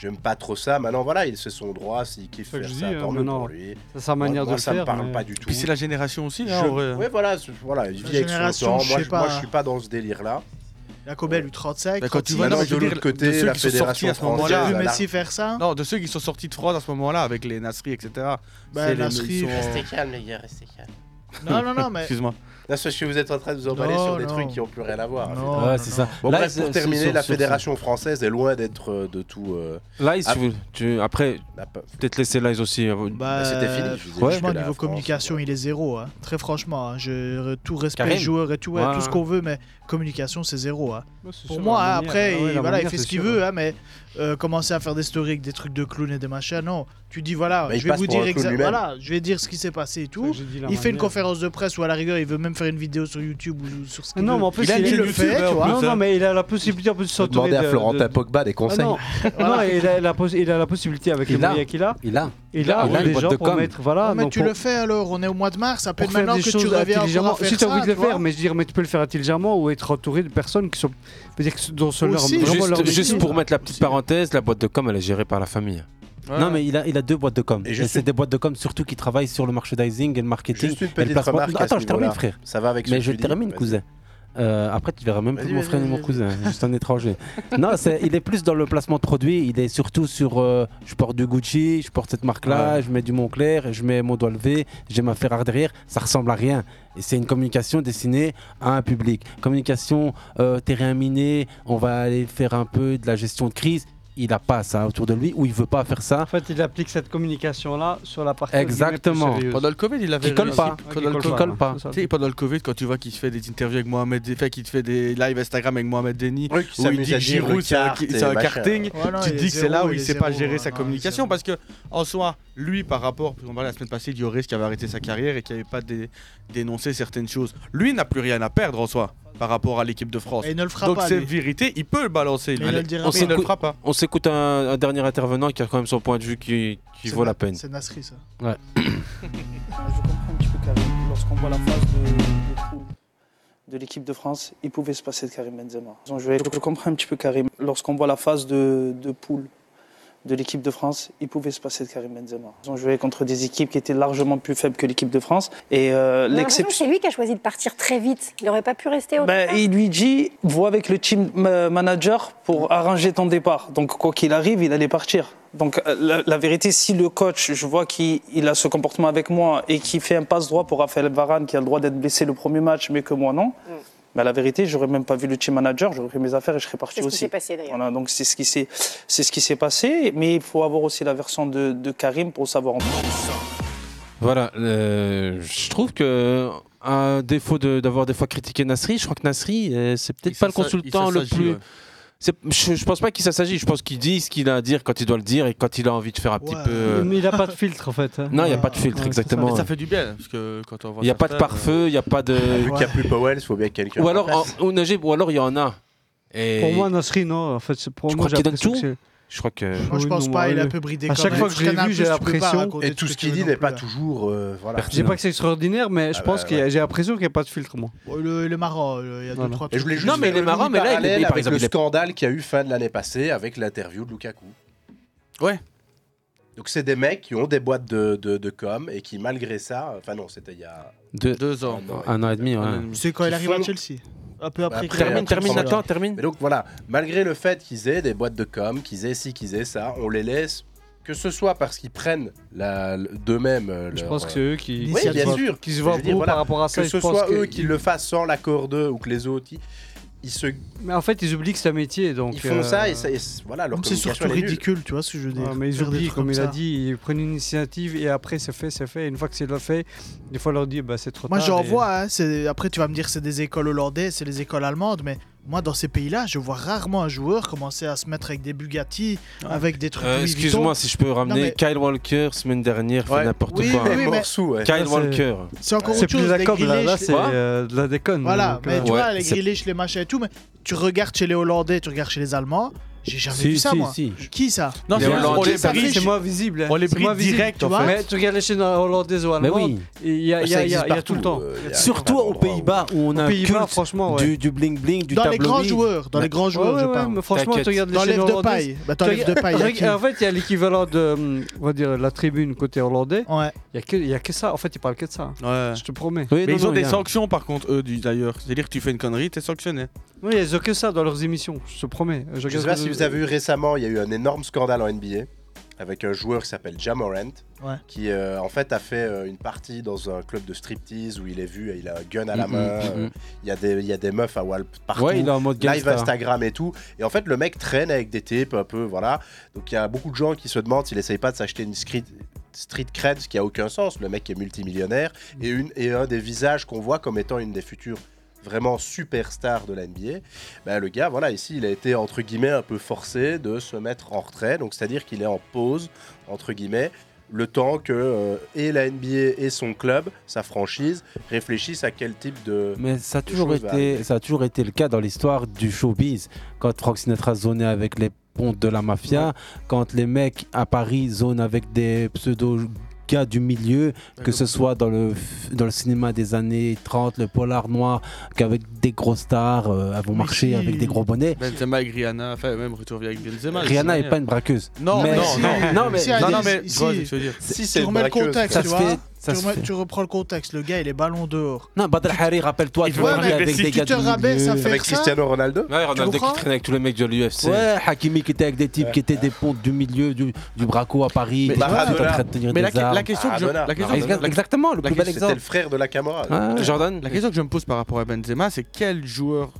J'aime pas trop ça. Maintenant, voilà, il c'est son droit, s'il kiffe C'est ça faire que je ça, dis, euh, tant mieux maintenant, pour lui. c'est sa manière Moi, moi, de le ça me faire, parle mais- pas du tout. Puis c'est la génération aussi, Je- hein, en vrai. Ouais, voilà, c'est- voilà, il vit avec son génération, temps. je Moi, sais je, moi, pas. je suis pas dans ce délire-là. Jacobel, eu 35. Bah, quand tu 36. vois non, mais je de veux dire, l'autre côté, ceux la qui sont sortis fédération à ce moment-là, française, J'ai vu Messi faire ça. Non, de ceux qui sont sortis de France à ce moment-là avec les Nasri, etc. Bah, C'est les- euh, Nasri, ils sont- Restez calme, les gars, restez calme. Non, non, non, mais- Excuse-moi. Là, c'est parce que vous êtes en train de vous emballer Non, sur des non. trucs qui n'ont plus rien à voir. Non, Ouais, non, c'est non. ça. Bon, Là, bref, c'est- pour terminer, sur- la sur- fédération française est loin d'être euh, de tout. euh, Là, ils- ah, tu, tu- après, La pe- peut-être laisser Lies aussi. euh, Bah, c'était fini, je vous ai dit Ouais. jusque-là. Franchement, la niveau France, communication, il est zéro. hein. Très franchement, hein. je, tout respect Karim. joueur et tout, ouais, Ouais, tout ce ouais. qu'on veut, mais communication, c'est zéro. hein. Ouais, c'est Pour sûr, moi, la hein, manière, après, il, ouais, la voilà, il manière, fait c'est ce qu'il sûr. veut, hein, mais euh, commencer à faire des stories avec des trucs de clown et des machins, non. Tu dis, voilà, Bah, il je vais passe vous pour dire un clown exactement. lui-même. Voilà, je vais dire ce qui s'est passé et tout. que j'ai dit, Il la fait une manière. conférence de presse ou à la rigueur, il veut même faire une vidéo sur YouTube ou sur ce qu'il Non, veut. mais en plus, il, il le fait, tu vois. Non, non, mais il a la possibilité en plus de s'entourer. demander à de- Florentin de- de- Pogba des Ah conseils. non, non, il, a la possi- il a la possibilité avec Il les a. moyens qu'il a. Il a. Il a, Il a une des boîte gens de pour com. mettre. Voilà, Ouais, mais donc tu pour- le fais alors, on est au mois de mars, à peine pour faire maintenant des que tu choses reviens intelligemment. encore à faire Si tu as ça, envie de le tu vois. faire, mais je veux dire, mais tu peux le faire intelligemment ou être entouré de personnes qui sont. je veux dire, que dont c'est leur, Juste- vraiment leur juste, métier. hein. pour mettre la petite parenthèse, la boîte de com, elle est gérée par la famille. hein. Non, mais il a, il a deux boîtes de com. Et, juste c'est des boîtes de com surtout qui travaillent sur le merchandising et le marketing. Juste une et le petite placement. remarque à Attends, ce je termine, niveau-là. frère. Ça va avec ce Mais que je tu dis, termine, vas-y. cousin. Euh, après, tu verras même plus Vas-y, mon vas-y, frère ni mon vas-y. cousin, juste un étranger. non, c'est- il est plus dans le placement de produits. Il est surtout sur euh, je porte du Gucci, je porte cette marque-là, je mets du Montclair, je mets mon doigt levé, j'ai ma Ferrari derrière. Ça ressemble à rien. Et c'est une communication destinée à un public. Communication euh, terrain miné, on va aller faire un peu de la gestion de crise. Il n'a pas ça autour de lui ou il veut pas faire ça. En fait, il applique cette communication-là sur la partie. Exactement. Pendant le Covid, il avait Qui colle réussi. pas. Pendant le Qui Covid- colle pas. Tu sais, pendant le Covid, quand tu vois qu'il se fait des interviews avec Mohamed, fait qu'il te fait des lives Instagram avec Mohamed Denis, où il s'amuse dit à que dire Giroud le c'est un, kart et c'est un machin. karting, Voilà, tu il te est dis que c'est zéro, là où il il est sait pas zéro, gérer ouais, sa non, il est communication, parce que en soi, lui par rapport, on parlait la semaine passée du risque qui avait arrêté sa carrière et qui avait pas dé- dénoncé certaines choses, lui n'a plus rien à perdre en soi par rapport à l'équipe de France. Et il ne le fera Donc pas, ses lui. vérités, il peut le balancer. lui. Allez, on sait qu'il ne le s'écoute- fera pas. On s'écoute un, un dernier intervenant qui a quand même son point de vue qui, qui vaut la peine. C'est Nasri, ça. Ouais. Ah, Je comprends un petit peu Karim. Lorsqu'on voit la phase de, de poule de l'équipe de France, il pouvait se passer de Karim Benzema. Donc, je, vais- je comprends un petit peu Karim. Lorsqu'on voit la phase de, de poule de l'équipe de France, il pouvait se passer de Karim Benzema. Ils ont joué contre des équipes qui étaient largement plus faibles que l'équipe de France. Et On euh, a l'impression que l'exception. C'est lui qui a choisi de partir très vite. Il n'aurait pas pu rester au Ben, il lui dit, vois avec le team euh, manager pour arranger ton départ. Donc quoi qu'il arrive, il allait partir. Donc euh, la, la vérité, si le coach, je vois qu'il il a ce comportement avec moi et qu'il fait un passe droit pour Raphaël Varane, qui a le droit d'être blessé le premier match, mais que moi non, bah, la vérité, j'aurais même pas vu le team manager, j'aurais fait mes affaires et je serais parti C'est ce qui aussi. s'est passé, d'ailleurs. Voilà, donc c'est ce qui s'est, c'est ce qui s'est passé, mais il faut avoir aussi la version de, de Karim pour savoir. Voilà, euh, je trouve que à défaut de- d'avoir des fois critiqué Nasri, je crois que Nasri, euh, c'est peut-être pas le s'assa- consultant il le s'assagit, plus. ouais. C'est- Je, je pense pas qu'il s'agit. Je pense qu'il dit ce qu'il a à dire quand il doit le dire et quand il a envie de faire un petit peu. euh, Mais il n'a pas de filtre en fait. hein. Non, il n'y a pas de filtre, Ouais, c'est ça. exactement. Mais ça fait du bien, parce que quand on voit euh, euh, Il n'y a pas de certains, pare-feu, il n'y a pas de. euh, Vu qu'il n'y a plus Powell, il faut bien que quelqu'un. Ou alors, en- ou Najib, ou alors il y en a. Et Pour moi, Nasri, non. En fait, c'est- pour tu moi, crois qu'il donne l'impression tout que c'est- Je crois que. Moi, je pense pas, il est un peu bridé À quand chaque même. fois que je l'ai Canal+, vu, j'ai tu peux pas l'impression- raconter Et tout tout ce ce que qu'il tu dit veux n'est non pas plus, toujours. euh, voilà. Je dis pas que c'est extraordinaire, mais je Ah pense bah, qu'il y a- ouais. j'ai l'impression qu'il n'y a pas de filtre, moi. Bon, le, le Maroc, euh, il y a deux, Voilà. trois Et je voulais Non, juste mais faire il est le marrant, mini mais là, il est- parallèle mais par avec exemple, il le est- scandale qu'il y a eu fin de l'année passée avec l'interview de Lukaku. Ouais. Donc c'est des mecs qui ont des boîtes de, de, de com et qui malgré ça, enfin non, c'était il y a Deux, ans, un an et demi, ouais. C'est quand il Qui arrive à font- Chelsea. Un peu Bah, après. qu'il Termine, arrive à termine, Chelsea. attends, termine. Mais donc voilà, malgré le fait qu'ils aient des boîtes de com, qu'ils aient ci, qu'ils aient ça, on les laisse. Que ce soit parce qu'ils prennent la- l- d'eux-mêmes. euh, Je leur, pense que euh, c'est eux qui- Oui, qui se bien voient- sûr. qui se Mais voient je veux dire, beaucoup par rapport à ça, Que je ce pense soit que- eux qui le fassent sans l'accord d'eux ou que les autres, ils, ils se, Mais en fait, ils oublient que c'est un métier. Donc, euh, ils font ça et, ça et c- voilà. Leur Donc c'est communication, surtout elle est nulle. ridicule, tu vois ce que je veux dire. Ouais, mais ils Faire des oublient, trucs comme il ça. a dit, ils prennent une initiative et après c'est fait, c'est fait. Et une fois que c'est fait, des fois on leur dit bah, c'est trop Moi tard. j'en et- vois, hein, c'est- après tu vas me dire c'est des écoles hollandaises, c'est les écoles allemandes, mais moi dans ces pays-là, je vois rarement un joueur commencer à se mettre avec des Bugatti, avec des trucs. Euh, Louis Vuitton. Excuse-moi si je peux Non, ramener mais- Kyle Walker semaine dernière, fait n'importe Oui, quoi. mais oui, mais- Kyle Ça, c'est- Walker. C'est encore C'est autre plus chose, de la les com, là, grillés, là je- c'est Ouais. euh, de la déconne. Voilà, donc, mais euh, tu vois, les grillés, les machins et tout, mais tu regardes chez les Hollandais, tu regardes chez les Allemands, j'ai jamais Si, vu ça si, moi. si. Qui ça Non, c'est Hollandais, on les ça bride, fait- c'est moins visible. hein. On les C'est bride moins visible, direct, tu en vois. fait. Mais tu regardes les chaînes euh, hollandaises ou Mais allemandes, oui. il y a, il y a- il y a- il y a tout le temps. Euh, euh, Surtout aux Pays-Bas où on a Aux un Pays-Bas, culte franchement, ouais. du, du bling bling, du Dans les tabloïd. grands joueurs, dans les grands joueurs, je parle. mais franchement, tu regardes les T'enlèves chaînes de hollandaises, paille. Bah, tu t'enlèves regardes- de paille, y a qui En fait, il y a l'équivalent de, hum, on va dire, la tribune côté hollandais. Il y a que- il y a que ça. En fait, ils parlent que de ça. Ouais. Je te promets. mais ils ont des sanctions par contre, eux du- d'ailleurs. C'est-à-dire que tu fais une connerie, t'es sanctionné. Oui, ils ont que ça dans leurs émissions. Je te promets. Je sais pas si vous avez vu récemment, il y a eu un énorme scandale en NBA avec un joueur qui s'appelle Jamorant, Ouais. qui euh, en fait a fait euh, une partie dans un club de striptease où il est vu, et il a un gun à la Mhm, main, mhm. euh, il, y a des, il y a des meufs à Walp partout, Ouais, il est en mode live gangsta. Instagram et tout. Et en fait, le mec traîne avec des types un peu, voilà. Donc il y a beaucoup de gens qui se demandent s'il essaye pas de s'acheter une street, street cred, ce qui a aucun sens. Le mec est multimillionnaire et, une, et un des visages qu'on voit comme étant une des futures vraiment superstars de la NBA, bah, le gars, voilà, ici, il a été entre guillemets un peu forcé de se mettre en retrait, donc c'est-à-dire qu'il est en pause, entre guillemets, le temps que euh, et la NBA et son club, sa franchise, réfléchissent à quel type de. Mais ça a, de toujours choses va arriver. été, ça a toujours été le cas dans l'histoire du showbiz. Quand Frank Sinatra zonait avec les pontes de la mafia, quand les mecs à Paris zonent avec des pseudo gars du milieu, que ce soit dans le, f- dans le cinéma des années 30, le polar noir, qu'avec des gros stars, euh, elles vont marcher avec des gros bonnets. Benzema avec Rihanna, enfin même retour avec Benzema. de Rihanna toute n'est manière. pas une braqueuse. Non, Mais- non, Si, non, non, mais- Si, non, elle non, est- mais- je vois ce que je veux dire. Si, tu remets le contexte, Ça tu se vois. fait- ça tu, se remets- fait. tu reprends le contexte. Le gars, il est ballon dehor. Non, Badr Hari, rappelle-toi, tu Ouais, vois, mais avec si des tu gars te du rabais, ça milieu. fait Avec ça Cristiano Ronaldo Ouais, Ronaldo comprends qui traîne avec tous les mecs de l'UFC. Ouais, Hakimi qui était avec des types qui étaient des pontes du milieu du, du braco à Paris. Mais des Maradona. types qui étaient en train de tenir Mais la, des armes. la question que je, la question Exa- Exactement, le plus bel exemple. frère de la Camara. Ouais. Jordan, la question que je me pose par rapport à Benzema, c'est quel joueur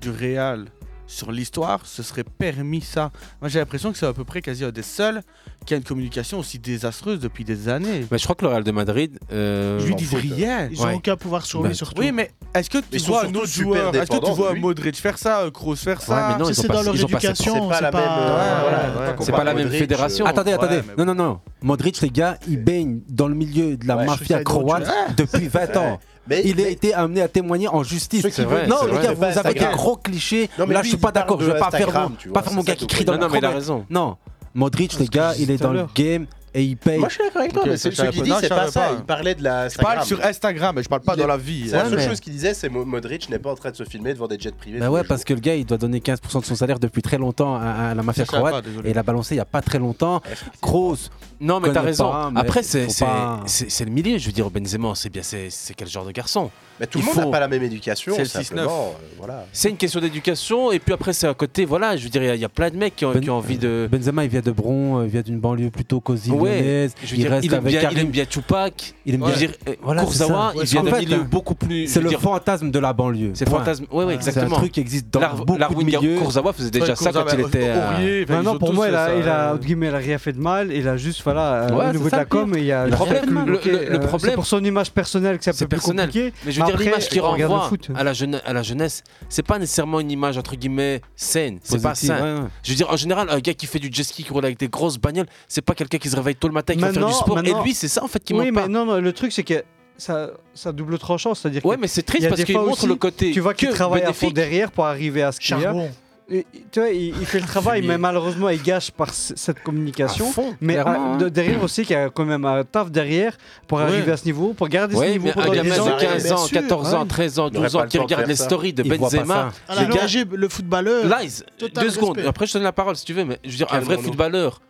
du Real sur l'histoire se serait permis ça Moi, j'ai l'impression que c'est à peu près quasi un des seuls qui a une communication aussi désastreuse depuis des années. Mais je crois que le Real de Madrid. euh, Je lui en dis foot, rien. euh, Ils ont ouais. aucun pouvoir sur lui, Bah, surtout. Oui, mais est-ce que tu Ils sont vois un surtout autre super joueur Est-ce que tu dépendants de vois lui. Modric faire ça, euh, Kroos faire ça Ouais, mais non, Ça, ils ont pas- ils ont pas cette- c'est pas la même. euh, voilà, C'est pas la même Modric, fédération. euh, Attendez, ouais, attendez. mais- Non, non, non. Modric, les gars, il baigne dans le milieu de la mafia je trouve ça croate drôle, tu vois. depuis 20 ans. Mais- il a été amené à témoigner en justice. Ceux qui C'est veulent- vrai, non, c'est les vrai. gars, C'est pas vous avez des Instagram. gros clichés. Non, mais Là, lui, je suis pas il parle d'accord. Je de vais pas faire Instagram, mon, tu vois, pas faire c'est mon ça gars qui tout crie le dans monde. le Non, mais il a micro, raison. Non, Modric, les gars, il est tout à dans le l'heure. game. et il paye. Moi, je suis d'accord avec toi, mais ce ce qu'il dit, c'est pas ça. Il parlait de la. Je parle sur Instagram, mais je parle pas Il dans est- la vie. C'est la Ouais, seule mais- chose qu'il disait, c'est Mo- Modric n'est pas en train de se filmer devant des jets privés. Bah ouais, parce que le gars, il doit donner 15% de son salaire depuis très longtemps à, à la mafia Ça, ça va, croate. désolé. et il l'a balancé il y a pas très longtemps. Grosse. Non, mais t'as connaît raison. pas, mais Après, c'est faut c'est- pas- c'est- c'est le milieu. Je veux dire, Benzema, c'est bien, c'est c'est quel genre de garçon Mais tout le monde n'a pas la même éducation, C'est le simplement, 6-9. euh, voilà. C'est une question d'éducation. Et puis après, c'est à côté. Voilà, je veux dire, il y a- il y, a plein de mecs qui ont, qui ont Ben, envie de. Benzema, il vient de Bron, euh, il vient d'une banlieue plutôt cosy Ouais, lyonnaise. je veux dire, il aime bien- il aime bien Tupac. Il aime Ouais. bien Je veux dire, euh, Kurzawa, il vient En d'un fait, milieu hein, beaucoup plus- je C'est veux le dire- fantasme de la banlieue. C'est point. fantasme. Ouais, ouais, C'est exactement. un truc qui existe dans Lar- beaucoup Larwin de milieux. Kurzawa faisait déjà ça bah, quand euh, il était. euh, à- Maintenant, pour moi, il a, il a, entre guillemets, il a rien fait de mal. Il a juste, voilà, euh, Ouais, au c'est niveau ça de la le pire. com, il y a Le juste problème- à bloquer, le- le- le euh, c'est problème- pour son image personnelle que c'est un peu plus personnel. compliqué. Mais je veux dire, après, l'image qui on regarde le renvoie foot. à la, jeune- à la jeunesse, c'est pas nécessairement une image entre guillemets saine. C'est pas Positive, sain. ouais, ouais. Je veux dire, en général, un gars qui fait du jet ski, qui roule avec des grosses bagnoles, c'est pas quelqu'un qui se réveille tôt le matin, qui va faire du sport. Et maintenant- lui, c'est ça en fait qui oui, manque mais pas. non, non, le truc c'est que ça, ça double tranchant, c'est-à-dire. Ouais, que mais c'est il y triste a parce des qu'il fois montre aussi, le côté Tu vois qu'il que travaille à fond bénéfique. derrière pour arriver à ce qu'il y a. Charbon. Et, tu vois, il, il fait le travail, mais malheureusement, il gâche par c- cette communication. À fond, mais à- clairement, hein. de- derrière aussi, qu'il y a quand même un taf derrière pour Ouais. arriver à ce niveau, pour garder Ouais, ce niveau mais un pendant gamin 10 ans. de 15 ans, Bien sûr, 14 ans, ouais. 13 ans, Il aurait 12 pas ans, le qui temps de regarde faire les ça. stories de Il voit pas Benzema. ça. Alors, le gars- l'ONG, Le footballeur. Lies, Total deux secondes, respect. après je te donne la parole si tu veux, mais je veux dire, un vrai Calmons-nous. footballeur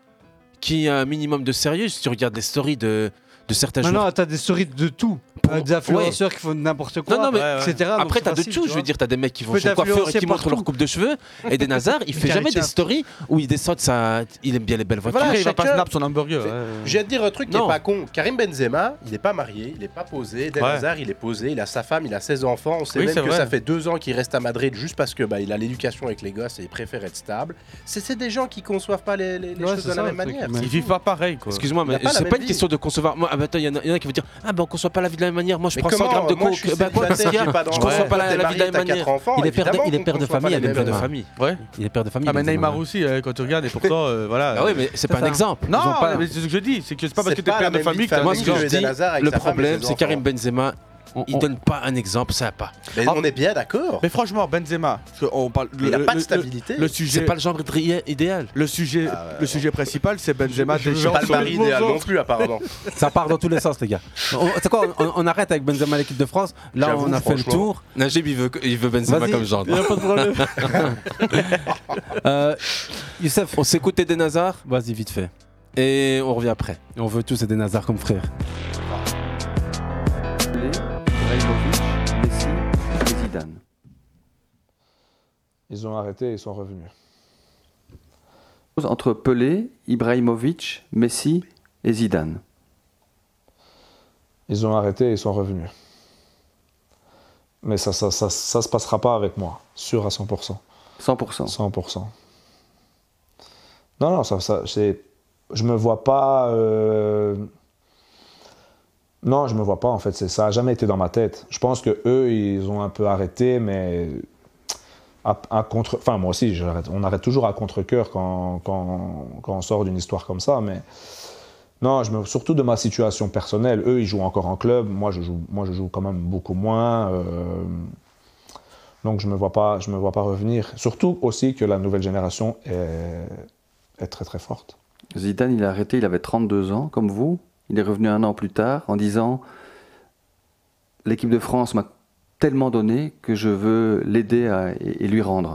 qui a un minimum de sérieux, si tu regardes les stories de, de certains joueurs. Maintenant, t'as des stories de tout. Euh, des influenceurs qui font n'importe quoi, Non, non, mais euh, etc. donc après, c'est t'as de facile, tout. tu Je vois. veux dire, t'as des mecs qui vont Peut chez le coiffeur et qui influencer montrent leur partout. coupe de cheveux. Et des Nazars, il fait Carrie jamais des Chap. stories où il descend de sa. Il aime bien les belles voitures. Voilà, il va pas chacun- snap son hamburger. ouais. J'ai à te dire un truc qui Non. est pas con. Karim Benzema, il n'est pas marié, il n'est pas posé. Del Ouais. Hazard, il est posé, il a sa femme, il a 16 enfants. On sait Oui, même c'est que vrai. ça fait deux ans qu'il reste à Madrid juste parce que bah, il a l'éducation avec les gosses et il préfère être stable. C'est c'est des gens qui conçoivent pas les, les- les choses de la même manière. Ils vivent pas pareil, quoi. Excuse-moi, mais c'est pas, une question de concevoir. Moi, ah, bah, attends, il y, en a- il y en a qui vont dire Ah, ben on conçoit pas la vie de la même manière. Moi, je Mais prends 100 comment grammes de Moi, coke. je suis Bah, quoi, parce qu'il y a- célibataire, j'ai pas Je conçois d'enfant. pas la, Toi, la vie t'es de la marié, même t'as manière. quatre enfants, il est père de, évidemment il est qu'on père de conçoit pas famille. la Il est même père de manière. famille. Ouais. Il est père de famille. Ah, mais Benzema, Neymar ouais. aussi, euh, quand tu regardes, et pourtant, euh, voilà. Bah ouais, mais c'est pas un exemple. Ils Non, ont pas- mais c'est ce que je dis, c'est que c'est pas parce C'est que t'es pas père la de même famille que vie de t'as Moi, un ce que je exemple. dis, le problème, c'est Karim Benzema. Il donne pas Ah. un exemple sympa. Mais on est bien d'accord. Mais franchement, Benzema, parce que on parle. Mais il a pas de stabilité. Le sujet. C'est pas le genre idéal. Le sujet, le sujet principal, c'est Benzema. Ah je- des je- gens pas le sur- mari idéal non plus, apparemment. Ça part dans tous les sens, les gars. On- C'est quoi on, on arrête avec Benzema à l'équipe de France. Là, J'avoue, on a fait le franchement. tour. Najib, il veut, il veut Benzema Vas-y, comme genre. y a pas de problème. euh, Youssef. On s'écoute Eden Hazard Vas-y, vite fait. et on revient après. Et on veut tous Eden Hazard comme frère. Ils ont arrêté et ils sont revenus. entre Pelé, Ibrahimovic, Messi et Zidane. Ils ont arrêté et ils sont revenus. Mais ça ça, ça, ça se passera pas avec moi, sûr à 100%. 100%. 100%. Non, non, ça, ça, c'est- je me vois pas. euh, Non, je me vois pas en fait, c'est- ça a jamais été dans ma tête. Je pense que eux, ils ont un peu arrêté, mais à, à contre. Enfin, moi aussi, j'arrête- on arrête toujours à contre-coeur quand, quand, quand on sort d'une histoire comme ça, mais. Non, je me, surtout de ma situation personnelle. Eux, ils jouent encore en club. Moi, je joue, moi, je joue quand même beaucoup moins. euh, donc, je me vois pas, je me vois pas revenir. Surtout aussi que la nouvelle génération est, est très très forte. Zidane, il a arrêté, il avait 32 ans, comme vous. Il est revenu un an plus tard en disant L'équipe de France m'a tellement donné que je veux l'aider à- et, et lui rendre.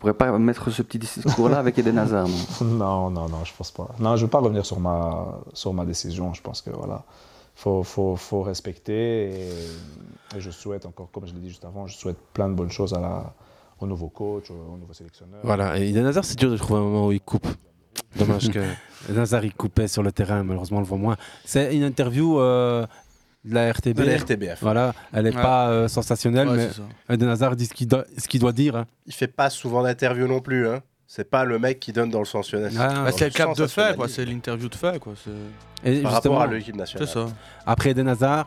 Vous ne pourrez pas mettre ce petit discours-là avec Eden Hazard. non Non, non, non, je pense pas. Non, je veux pas revenir sur ma, sur ma décision. Je pense que voilà, faut, faut, faut respecter. Et, et je souhaite encore, comme je l'ai dit juste avant, je souhaite plein de bonnes choses à la, au nouveau coach, au, au nouveau sélectionneur. Voilà, et Eden Hazard, c'est dur de trouver un moment où il coupe. Dommage que. Eden Hazard, il coupait sur le terrain, malheureusement, on le voit moins. C'est une interview euh, de la RTB. De la RTBF. Voilà, elle n'est Ouais. pas euh, sensationnelle, Ouais, c'est mais Eden Hazard dit ce qu'il doit, ce qu'il doit dire. hein. Il fait pas souvent d'interviews non plus. Hein. C'est pas le mec qui donne dans le sensationnel. Dans Bah, c'est le le cap de fait, quoi. sensationnalisme. C'est l'interview de fait, quoi. c'est- Et Par justement, rapport à l'équipe nationale. C'est ça. Après Eden Hazard,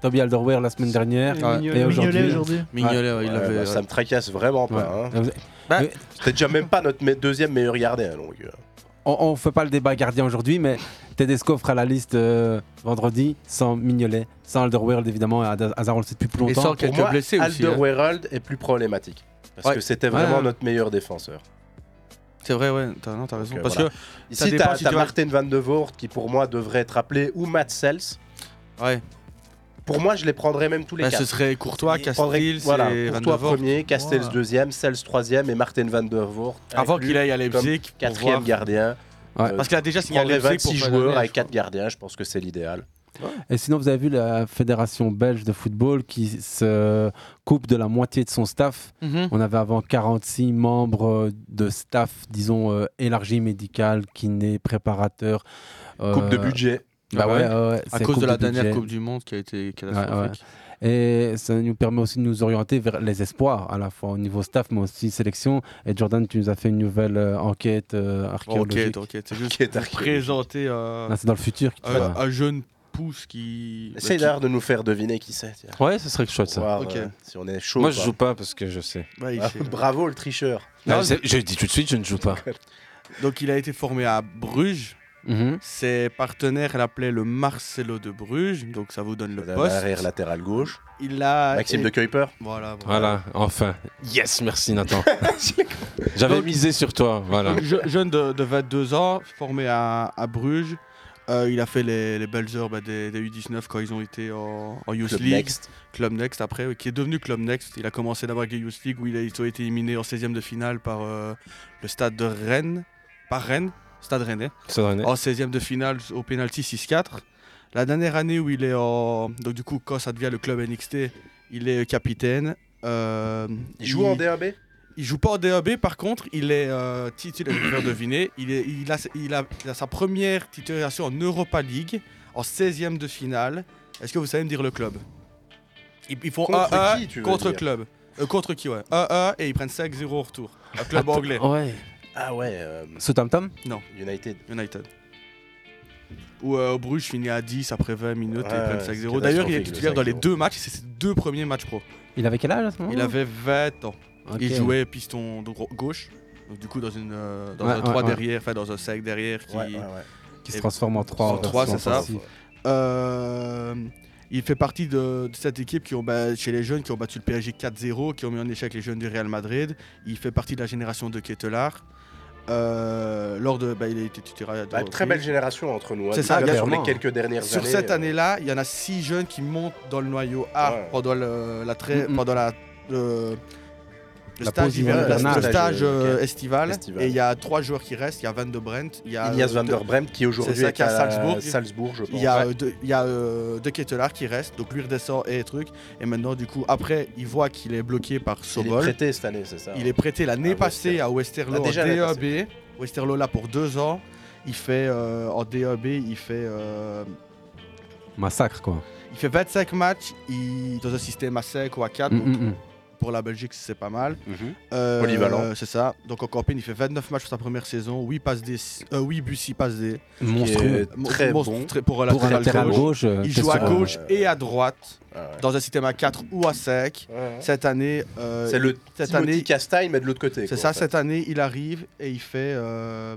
Toby Alderweireld la semaine dernière. Et Mignolet. Et aujourd'hui. Mignolet aujourd'hui. euh, Mignolet, ouais, il euh, Ouais, avait. bah, ça me tracasse vraiment pas. Ouais. hein. C'était déjà même pas notre me- deuxième meilleur gardien. Donc, euh. On, on fait pas le débat gardien aujourd'hui, mais Tedesco fera la liste euh, vendredi sans Mignolet, sans Alderweireld évidemment, et Ad- Hazard on le sait depuis plus longtemps. Pour moi, hein. hein. Alderweireld est plus problématique. Parce Ouais. que c'était Ouais, vraiment ouais. notre meilleur défenseur. C'est vrai, ouais, t'as non, t'as raison. Donc, euh, Parce voilà. que ça ici, dépend t'as si t'as tu vas- Martin Van de Voort qui, pour moi, devrait être appelé ou Matt Sels. Ouais. Pour moi, je les prendrais même tous les Bah, quatre. ce serait Courtois, Je prendrais- Castells voilà, et Van Courtois de Voort. premier, Castells Ouais. deuxième, Sels troisième et Martin Van der Voort. Avant inclus qu'il aille à comme Leipzig pour Quatrième voir. gardien. Euh, Ouais. Parce qu'il a déjà je signé à prendrais Leipzig pour 26 fin joueurs d'année, avec je quatre gardiens, je pense que c'est l'idéal. Et sinon, vous avez vu la Fédération belge de football qui se coupe de la moitié de son staff. Mhm. On avait avant 46 membres euh, de staff, disons, euh, élargi médical, kiné, préparateur. euh, Coupe de budget. Bah Ah ouais, ouais. ouais, ouais, À c'est cause de la budget. dernière Coupe du Monde qui a été catastrophique. Ouais, ouais. Et ça nous permet aussi de nous orienter vers les espoirs, à la fois au niveau staff, mais aussi sélection. Et Jordan, tu nous as fait une nouvelle euh, enquête euh, archéologique. Enquête, enquête. C'est juste pour présenter euh, Là, c'est dans le futur qu'il un, faudra. un jeune pouce qui. Essaye qui- d'ailleurs de nous faire deviner qui c'est. tiens. Ouais, ce serait chouette, ça. Voir, Ok. euh, si on est chaud. Moi, je joue pas parce que je sais. Ouais, il euh, Ah, Ah, sait. Bravo le tricheur. Non, c'est- je dis tout de suite, je ne joue pas. Donc il a été formé à Bruges. Mhm. Ses partenaires l'appelaient le Marcelo de Bruges, donc ça vous donne le poste. L'arrière Euh, latéral gauche. Il a Maxime et- de Kuiper. Voilà. Voilà, enfin. Yes, merci Nathan. J'avais Donc- misé sur toi, voilà. Je- jeune de, de 22 ans, formé à, à Bruges. Euh, il a fait les, les belles heures bah, des, des U19 quand ils ont été en, en Youth Club League. Next. Club Next après, oui, qui est devenu Club Next. Il a commencé d'abord avec les Youth League où il a, ils ont été éliminés en 16e de finale par euh, le stade de Rennes. Par Rennes, stade Rennais. Stade Rennais. En 16e de finale au penalty 6-4. La dernière année où il est en. Donc du coup, quand ça devient le club NXT, il est capitaine. Euh, Il joue en DAB il joue pas en DAB, par contre, il est euh, titulaire, je vais faire deviner. Il, est, il, a, il, a, il a sa première titularisation en Europa League, en 16e de finale. Est-ce que vous savez me dire le club Ils, ils font Contre 1-1 qui, tu veux contre dire club. Euh, contre qui, ouais. 1-1 et ils prennent 5-0 au retour. Un club Attends, anglais. ouais. Ah ouais. euh, Southampton Non. United. United. Ou euh, Bruges finit à 10 après 20 minutes et Ouais, ils prennent c'est 5-0. D'ailleurs, il est catastrophique, le titulaire dans les 5-0. deux matchs, c'est ses deux premiers matchs pro. Il avait quel âge à ce moment-là Il avait 20 ans. Ok. Il jouait piston dro- gauche, donc du coup dans une euh, dans Ouais, un ouais, 3 ouais. derrière, enfin dans un 5 derrière qui, Qui se transforme en trois En en 3, version c'est ça. offensive. Euh, il fait partie de, de cette équipe qui ont bat- chez les jeunes qui ont battu le PSG 4-0, qui ont mis en échec les jeunes du Real Madrid. Il fait partie de la génération de Kettelard. Euh, lors de, bah, il a été tutélaire. à deux Bah, très reprises. belle génération entre nous, hein. C'est ça, Déjà, il y a- sur les quelques dernières Sur années, cette euh, année-là, il y en a 6 jeunes qui montent dans le noyau A pendant le, la trêve, pendant la, le- le La stage, pause hivernale- hivernale. le Stage, stage euh, ok. estival. Estival. Et il y a trois joueurs qui restent. Il y a Van de Brent, il y a Ignace euh, Van de- der Bremt, qui aujourd'hui C'est ça, est qui est à à Salzbourg. Salzbourg, je Il y a, pense. euh, de, il y a euh, De Ketelaar qui reste, donc lui redescend et truc. Et maintenant, du coup, après, il voit qu'il est bloqué par Il Sobol. est prêté cette année, c'est ça Il est prêté l'année passée à Westerlo Ah, en déjà l'année DAB. Westerlo là pour deux ans. Il fait euh, en DAB, il fait euh, Massacre, quoi. il fait 25 matchs il- dans un système à 5 ou à 4. Mm, donc mm, mm. Pour la Belgique, c'est pas mal. Mhm. Euh, Polyvalent. C'est ça. Donc en campagne, il fait 29 matchs sur sa première saison. 8, passes des, euh, 8 buts, 6 passes des. Monstrueux. Mon- Très monstrueux bon. très- pour un Pour un latéral, latéral gauche. gauche, euh, il t'es joue à sûr. gauche et à droite. Ah ouais. Dans un système à 4 ou à 5. Cette année. euh, C'est le cette Timothy année- Castagne, mais de l'autre côté. C'est quoi, ça, en fait. cette année, il arrive et il fait. euh,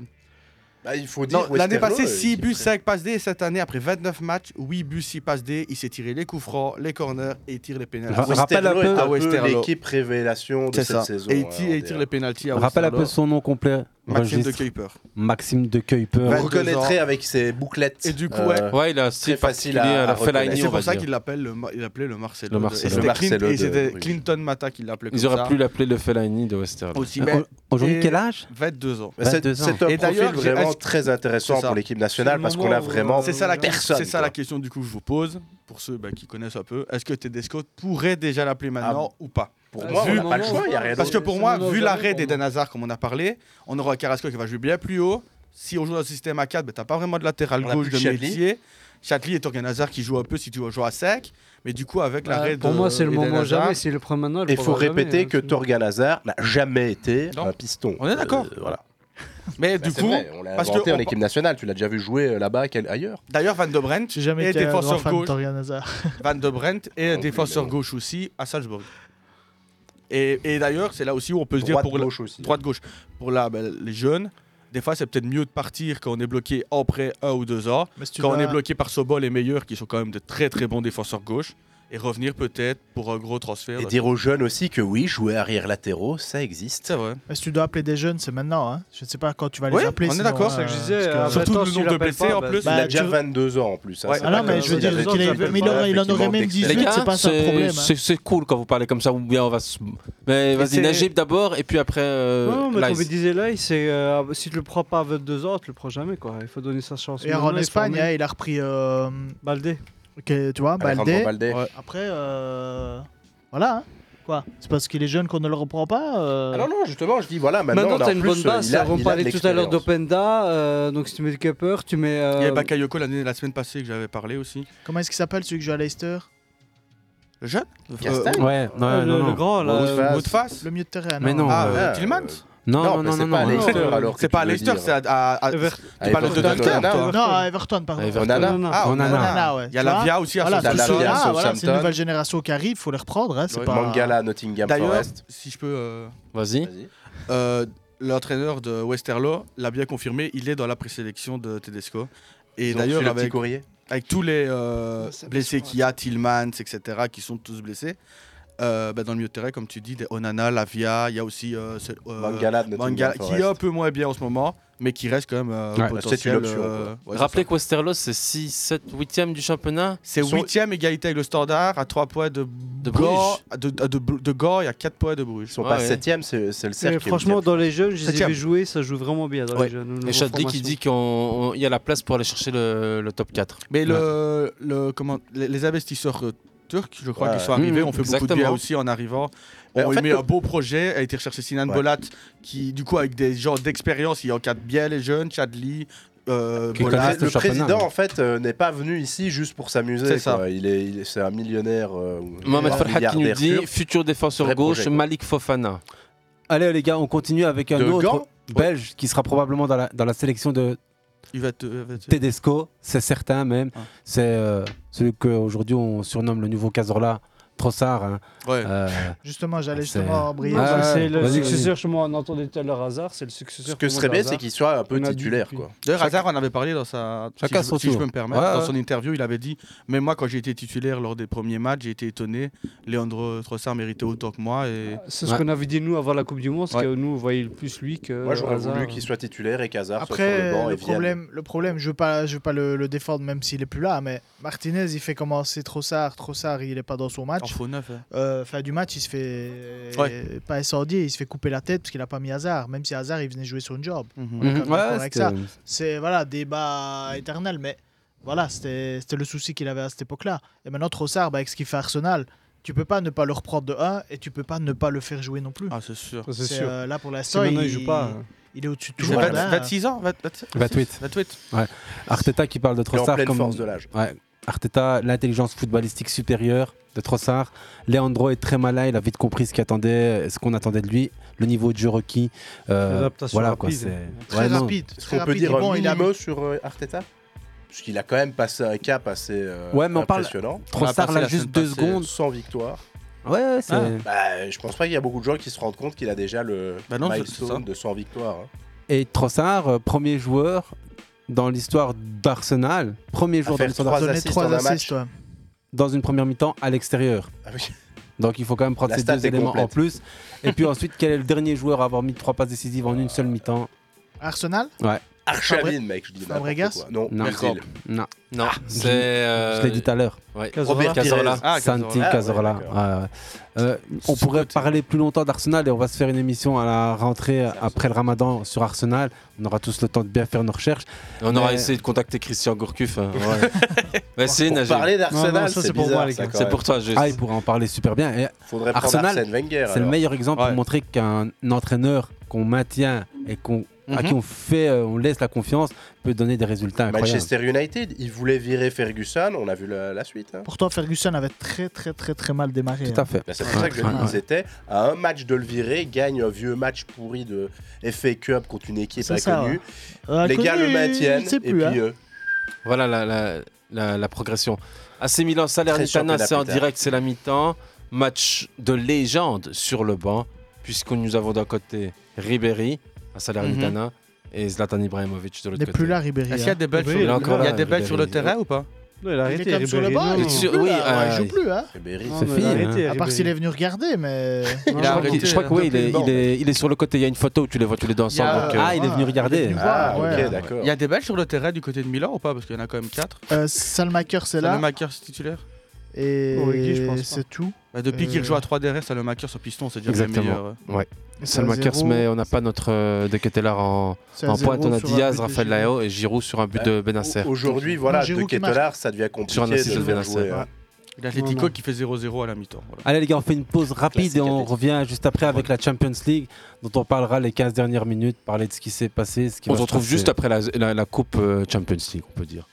Bah, il faut dire, non, L'année Westerlo, passée, euh, 6 équipe buts, très- 5 passes D. Et cette année, après 29 matchs, 8 buts, 6 passes D. Il s'est tiré les coups francs, les corners et il tire les pénalités. Ra- rappelle un peu- un peu l'équipe révélation de cette saison, Et il hein, tire, et il en tire DA. les pénalités à Rappelle un peu Westerlo. son nom complet. Maxime de Registre. Kuiper. Maxime de Kuiper. Vous reconnaîtrez avec ses bouclettes. Et du coup, euh, ouais. très facile à, à Et reconnaître. C'est pour ça qu'il l'appelle le, Ma- il l'appelait le Marcelo. Le de- Marcelo. et c'était Le Clint- Marcelo Et de c'était Bruges. Clinton Mata qui l'appelait comme Ils auraient ça. pu l'appeler le Fellaini de Westerlo. Aussi, Euh, mais- aujourd'hui, et- quel âge 22 ans. Mais c'est- 22 ans. c'est un Et profil d'ailleurs, j'ai- vraiment est-ce- très intéressant C'est ça. pour l'équipe nationale C'est parce le qu'on a moment où- euh, vraiment c'est ça la personne, C'est ça quoi. la question du coup que je vous pose pour ceux bah, qui connaissent un peu. Est-ce que Tedesco pourrait déjà l'appeler maintenant Ah, ou pas pour moi, on n'a pas le choix, il y a rien Parce que d'autre. pour C'est moi, le moment vu jamais l'arrêt pour d'Eden Hazard comme on a parlé, on aura un Carrasco qui va jouer bien plus haut. Si on joue dans le système A4, bah, t'as pas vraiment de latéral On a gauche de plus Chadli. métier. Chatli et Organ Hazard qui joue un peu si tu veux jouer à sec. Mais du coup, avec Bah, l'arrêt pour de- moi, c'est le d'Eden moment Hazard- jamais. C'est le hein. premier maintenant. Il faut répéter hein, que Torgan Hazard n'a jamais été un piston. Euh, On est d'accord. voilà. Mais Bah, du c'est coup, vrai, on l'a parce que inventé en on- équipe nationale. Tu l'as déjà vu jouer euh, là-bas, quel- ailleurs. D'ailleurs, Van de Brent jamais est été un grand défenseur fan de gauche. Torgan Hazard. Van de Brent est plus, défenseur Oh, mais gauche aussi à Salzbourg. Et, et d'ailleurs, c'est là aussi où on peut se dire Droite, pour la- gauche aussi. hein. droite gauche pour la, ben, les jeunes. Des fois, c'est peut-être mieux de partir quand on est bloqué en prêt un ou deux ans. Mais si tu quand on vas- est bloqué par Sobol et Meilleur, qui sont quand même de très très bons défenseurs gauche. et revenir peut-être pour un gros transfert. Et dire aux jeunes aussi que oui, jouer arrière latéraux, ça existe. C'est vrai. Mais si tu dois appeler des jeunes, c'est maintenant. hein. Je ne sais pas quand tu vas les Oui, appeler. on est sinon, d'accord, euh, c'est ce que je disais, parce surtout maintenant, le si nombre tu de l'appelles blessés, pas, en bah, plus, bah, il a déjà tu- 22 ans, en plus, hein, Ouais. ça Ah non, fait mais je veux dire, deux qu'il ans qu'il a- appelle mais il pas, Ah, aurait- il en aurait effectivement, même dès qu'il 18, est- c'est pas ça le c'est- problème. hein. C'est c'est cool quand vous parlez comme ça, ou bien on va. se- Mais vas-y, c'est- Najib d'abord, et puis après. euh, non, mais Lies. comme il disait là, c'est, euh, si tu le prends pas à 22 ans, tu le prends jamais. Quoi. Il faut donner sa chance. Et alors, en Espagne, hein, il a repris euh, Baldé. tu vois, Alejandro Baldé. Baldé. Ouais. Après, euh, voilà. hein. Quoi C'est parce qu'il est jeune qu'on ne le reprend pas euh. Ah non, non, justement, je dis voilà, maintenant, Maintenant, on a t'as en une plus, bonne base, euh, il a- ça, on il a de parlait tout à l'heure l'expérience. d'Openda, euh, donc si tu mets du Cooper, tu mets. euh, Il y a Bakayoko l'année- la semaine passée que j'avais parlé aussi. Comment est-ce qu'il s'appelle celui que joue à Leicester Le jeune Euh, Castagne Ouais, non, Ah, le- non, le non. grand, là, euh, Woodface Le milieu de terrain. Mais non, Ah, euh, euh, Tillmans Non, non, non, non, non, non, non. C'est pas à Leicester, c'est à- à. à- Tu parles de Everton, Tottenham, Onana, toi Non, à Everton, pardon. À Everton. Onana. Ah, Onana. Onana, ouais. Il y a Tu la vois Via aussi à voilà, Southampton. tous ceux-là, La Via à Ah, voilà, C'est une Southampton. nouvelle génération qui arrive, il faut les reprendre. hein, c'est Ouais. pas... Mangala, Nottingham D'ailleurs, Forest. si je peux. euh, Vas-y. euh, L'entraîneur de Westerlo l'a bien confirmé, il est dans la présélection de Tedesco. Et Ils ont reçu d'ailleurs, le petit avec, courrier avec tous les euh, blessés qu'il y a, Tillmans, etc., qui sont tous blessés, euh, bah, dans le milieu de terrain, comme tu dis, des Onana, Lavia, il y a aussi euh, ce- euh, Mangala de Nottingham Mangala, qui est Forest. un peu moins bien en ce moment, mais qui reste quand même euh, Ouais. potentiel. euh, ouais, c'est Rappelez que Westerlo, c'est 6, 7, 8 du championnat. c'est Ils sont- 8ème égalité avec le Standard, à 3 points de, de Bruges. De, de, de- de Gore, et à 4 points de Bruges. Ils sont pas Ouais, ouais. septième, c'est- c'est le mais franchement, dans les jeunes, je les ai Septième. vu jouer, ça joue vraiment bien. Dans Ouais. les jeunes, Et Chadli qui dit qu'il y a la place pour aller chercher le, le top 4. Mais le, le- comment, les, les investisseurs euh, turcs, je crois Ouais. qu'ils sont arrivés, Mm, Mmh, on fait beaucoup de exactement. bien aussi en arrivant. Mais on en fait, met le- un beau projet, a été recherché Sinan Ouais. Bolat, qui du coup avec des gens d'expérience, il encadre bien les jeunes, Chadli, euh, Bolat. le président, en fait, euh, n'est pas venu ici juste pour s'amuser. C'est ça. quoi. Il est, il est- c'est un millionnaire. euh, ou- Mohamed voire Farhat qui nous milliardaire dit turc. futur défenseur Vrai gauche, projet, quoi. Malik Fofana. Allez les gars, on continue avec un De autre Gand belge qui sera probablement dans la, dans la sélection de Il va te- il va te- Tedesco, c'est certain même. C'est euh, celui qu'aujourd'hui on surnomme le nouveau Cazorla, Trossard. hein. Ouais. Euh, Justement, j'allais c'est- justement briller. Ah, c'est le vas-y, successeur, je on entendait tout à l'heure Hazard, c'est le successeur. Ce que justement, serait de bien, Hazard. c'est qu'il soit un peu On a dit titulaire. depuis. Quoi. D'ailleurs, Hazard en avait parlé dans sa. Si, Chacun je, son si je tour. peux me permettre, Ouais, dans ouais. son interview, il avait dit Mais moi, quand j'ai été titulaire lors des premiers matchs, j'ai été étonné. Leandro Trossard méritait autant que moi. Et... C'est ce qu'on avait dit nous avant la Coupe du Monde, c'est que nous on voyait plus lui que. Moi, j'aurais Hazard. voulu qu'il soit titulaire et qu'Hazard soit sur Après, le banc le, et vienne. problème, le problème, je ne veux pas, je veux pas le, le défendre même s'il est plus là, mais Martinez, il fait commencer Trossard. Trossard, il n'est pas dans son match. En faux neuf. hein. Euh, fin du match, il se fait euh, Ouais. pas essordier, il se fait couper la tête parce qu'il a pas mis Hazard. Même si Hazard, il venait jouer sur une job. Mhm. On est quand même Mhm. Ouais, d'accord avec c'était- ça. C'est voilà débat éternel, mais voilà, c'était c'était le souci qu'il avait à cette époque-là. Et maintenant Trossard, bah, avec ce qu'il fait à Arsenal, tu peux pas ne pas le reprendre de 1 et tu peux pas ne pas le faire jouer non plus. Ah, c'est sûr. C'est C'est, sûr. euh, là pour Si l'instant, maintenant, il, il joue pas, hein. il est au-dessus de tout Il le a monde. vingt- hein. 26 ans 27 28. 28. Ouais. Arteta qui parle de en Trossard pleine comme force de l'âge. Ouais. Arteta, l'intelligence footballistique supérieure de Trossard. Leandro est très malin, il a vite compris ce qu'il attendait, ce qu'on attendait de lui, le niveau de jeu requis. Euh, L'adaptation voilà quoi, rapide. c'est Très rapide. Est-ce qu'on peut dire un minimo sur euh, Arteta Parce qu'il a quand même passé un cap assez euh, Ouais, mais on parle- impressionnant. Trossard, On a passé là, la juste semaine deux passée, euh, secondes. sans victoire. Ouais, c'est- Bah, je pense pas qu'il y a beaucoup de gens qui se rendent compte qu'il a déjà le Bah non, c'est- c'est ça. milestone de 100 victoires. hein. Et Trossard, euh, premier joueur dans l'histoire d'Arsenal, premier joueur dans faire l'histoire trois d'Arsenal. assists Trois en un assists, match. toi. Ah Dans une première mi-temps à l'extérieur. Donc il faut quand même prendre La ces stat deux est éléments en complète. plus. Et puis ensuite, quel est le dernier joueur à avoir mis trois passes décisives en une seule mi-temps Arsenal Ouais. Archamine, mec, je dis n'importe Fabregas quoi. Non, Non. Merkel. Non. Non, Ah, Je l'ai- Je l'ai dit tout à l'heure. Ouais. Robert Robert Cazorla. Pires. Ah, Cazorla. Santi Ah, ouais, Cazorla. d'accord. Ouais, ouais. Euh, on pourrait parler plus longtemps d'Arsenal et on va se faire une émission à la rentrée après le ramadan sur Arsenal. On aura tous le temps de bien faire nos recherches. On aura Mais- essayé de contacter Christian Gourcuff. hein, ouais. Vas-y, Pour Najib. parler d'Arsenal, Non, non, c'est bizarre, ça, quand C'est même. pour toi, juste. Ah, il pourrait en parler super bien. Et Faudrait prendre Arsène Wenger, C'est le alors. meilleur exemple pour montrer qu'un entraîneur qu'on maintient et qu'on à Mhm. qui on fait, euh, on laisse la confiance, peut donner des résultats incroyables. Manchester United, il voulait virer Ferguson, on a vu la, la suite. hein. Pourtant, Ferguson avait très très très très mal démarré. hein. Tout à fait. Bah, c'est pour ça que je dis, Ouais. ils étaient à un match de le virer, gagne un vieux match pourri de FA Cup contre une équipe C'est ça, inconnue. ouais. Euh, Les gars le inconnue, maintiennent, je sais et puis plus, hein. eux. Voilà la, la, la, la progression. AC Milan championnat Salernitana, c'est en plus tard. direct, c'est la mi-temps. Match de légende sur le banc, puisque nous avons d'un côté Ribéry à Salernitana et Zlatan Ibrahimovic de l'autre N'est côté. plus là, hein. Ribéry, Est-ce qu'il y a des Belges sur- il y a des Belges sur le terrain ou pas Non, il a arrêté. il est comme sur le Ribéry, banc, non. il joue plus, Oui, là. ah, Ouais, euh, il joue plus, hein. Ribéry, c'est fini, hein. À part s'il est venu regarder, mais. euh, Il a arrêté, je crois que oui, il est, il, est, il est sur le côté. Il y a une photo où tu les vois tous les deux ensemble. Il y a- donc, euh, Ah, il est venu regarder. Ah, Ah, ouais. ok, d'accord. Il y a des belles sur le terrain du côté de Milan ou pas Parce qu'il y en a quand même 4. Euh, Salmaker, c'est là. Salemaker, c'est titulaire Et c'est tout. Bah, depuis Euh, qu'il joue à 3 derrière, Salemaker sur piston, c'est déjà bien Exactement. meilleur. euh. Ouais. Et c'est à Salma Kers, zéro. mais on n'a pas notre euh, de Ketelaere en, C'est à en pointe. On zéro a sur un but Diaz, de Rafael Giroud. Lao et Giroud sur un but Euh, de Ben Benasser. Au- Aujourd'hui, voilà, de Ketelaar, ça devient compliqué Sur un assist de de le faire Benasser. jouer. hein. L'Atletico qui fait 0-0 à la mi-temps. voilà. Allez les gars, on fait une pause rapide Classique et on revient juste après avec la Champions League dont on parlera les 15 dernières minutes, parler de ce qui s'est passé. Ce qui On va se retrouve passer. juste après la, la- la Coupe euh, Champions League, on peut dire.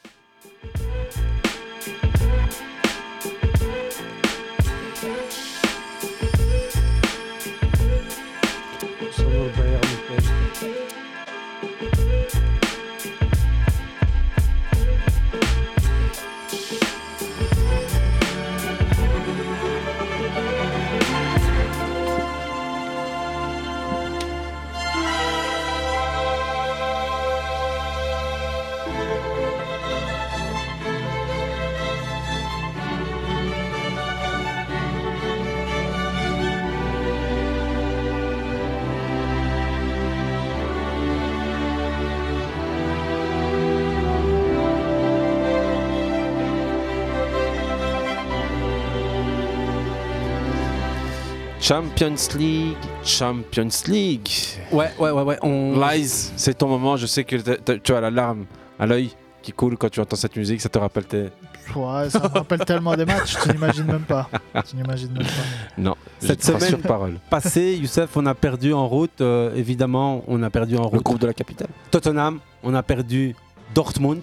Champions League, Champions League. Ouais, ouais, ouais, ouais. On... Lies, c'est ton moment. Je sais que t'as- t'as- tu as la larme à l'œil qui coule quand tu entends cette musique. Ça te rappelle tes. Ouais, ça me rappelle tellement des matchs, tu n'imagines même pas. Tu n'imagines même pas. Non, Cette je te rassure, semaine parole. passée, Youssef, on a perdu en route. euh, évidemment, on a perdu en route. Le groupe de la capitale. Tottenham, on a perdu Dortmund,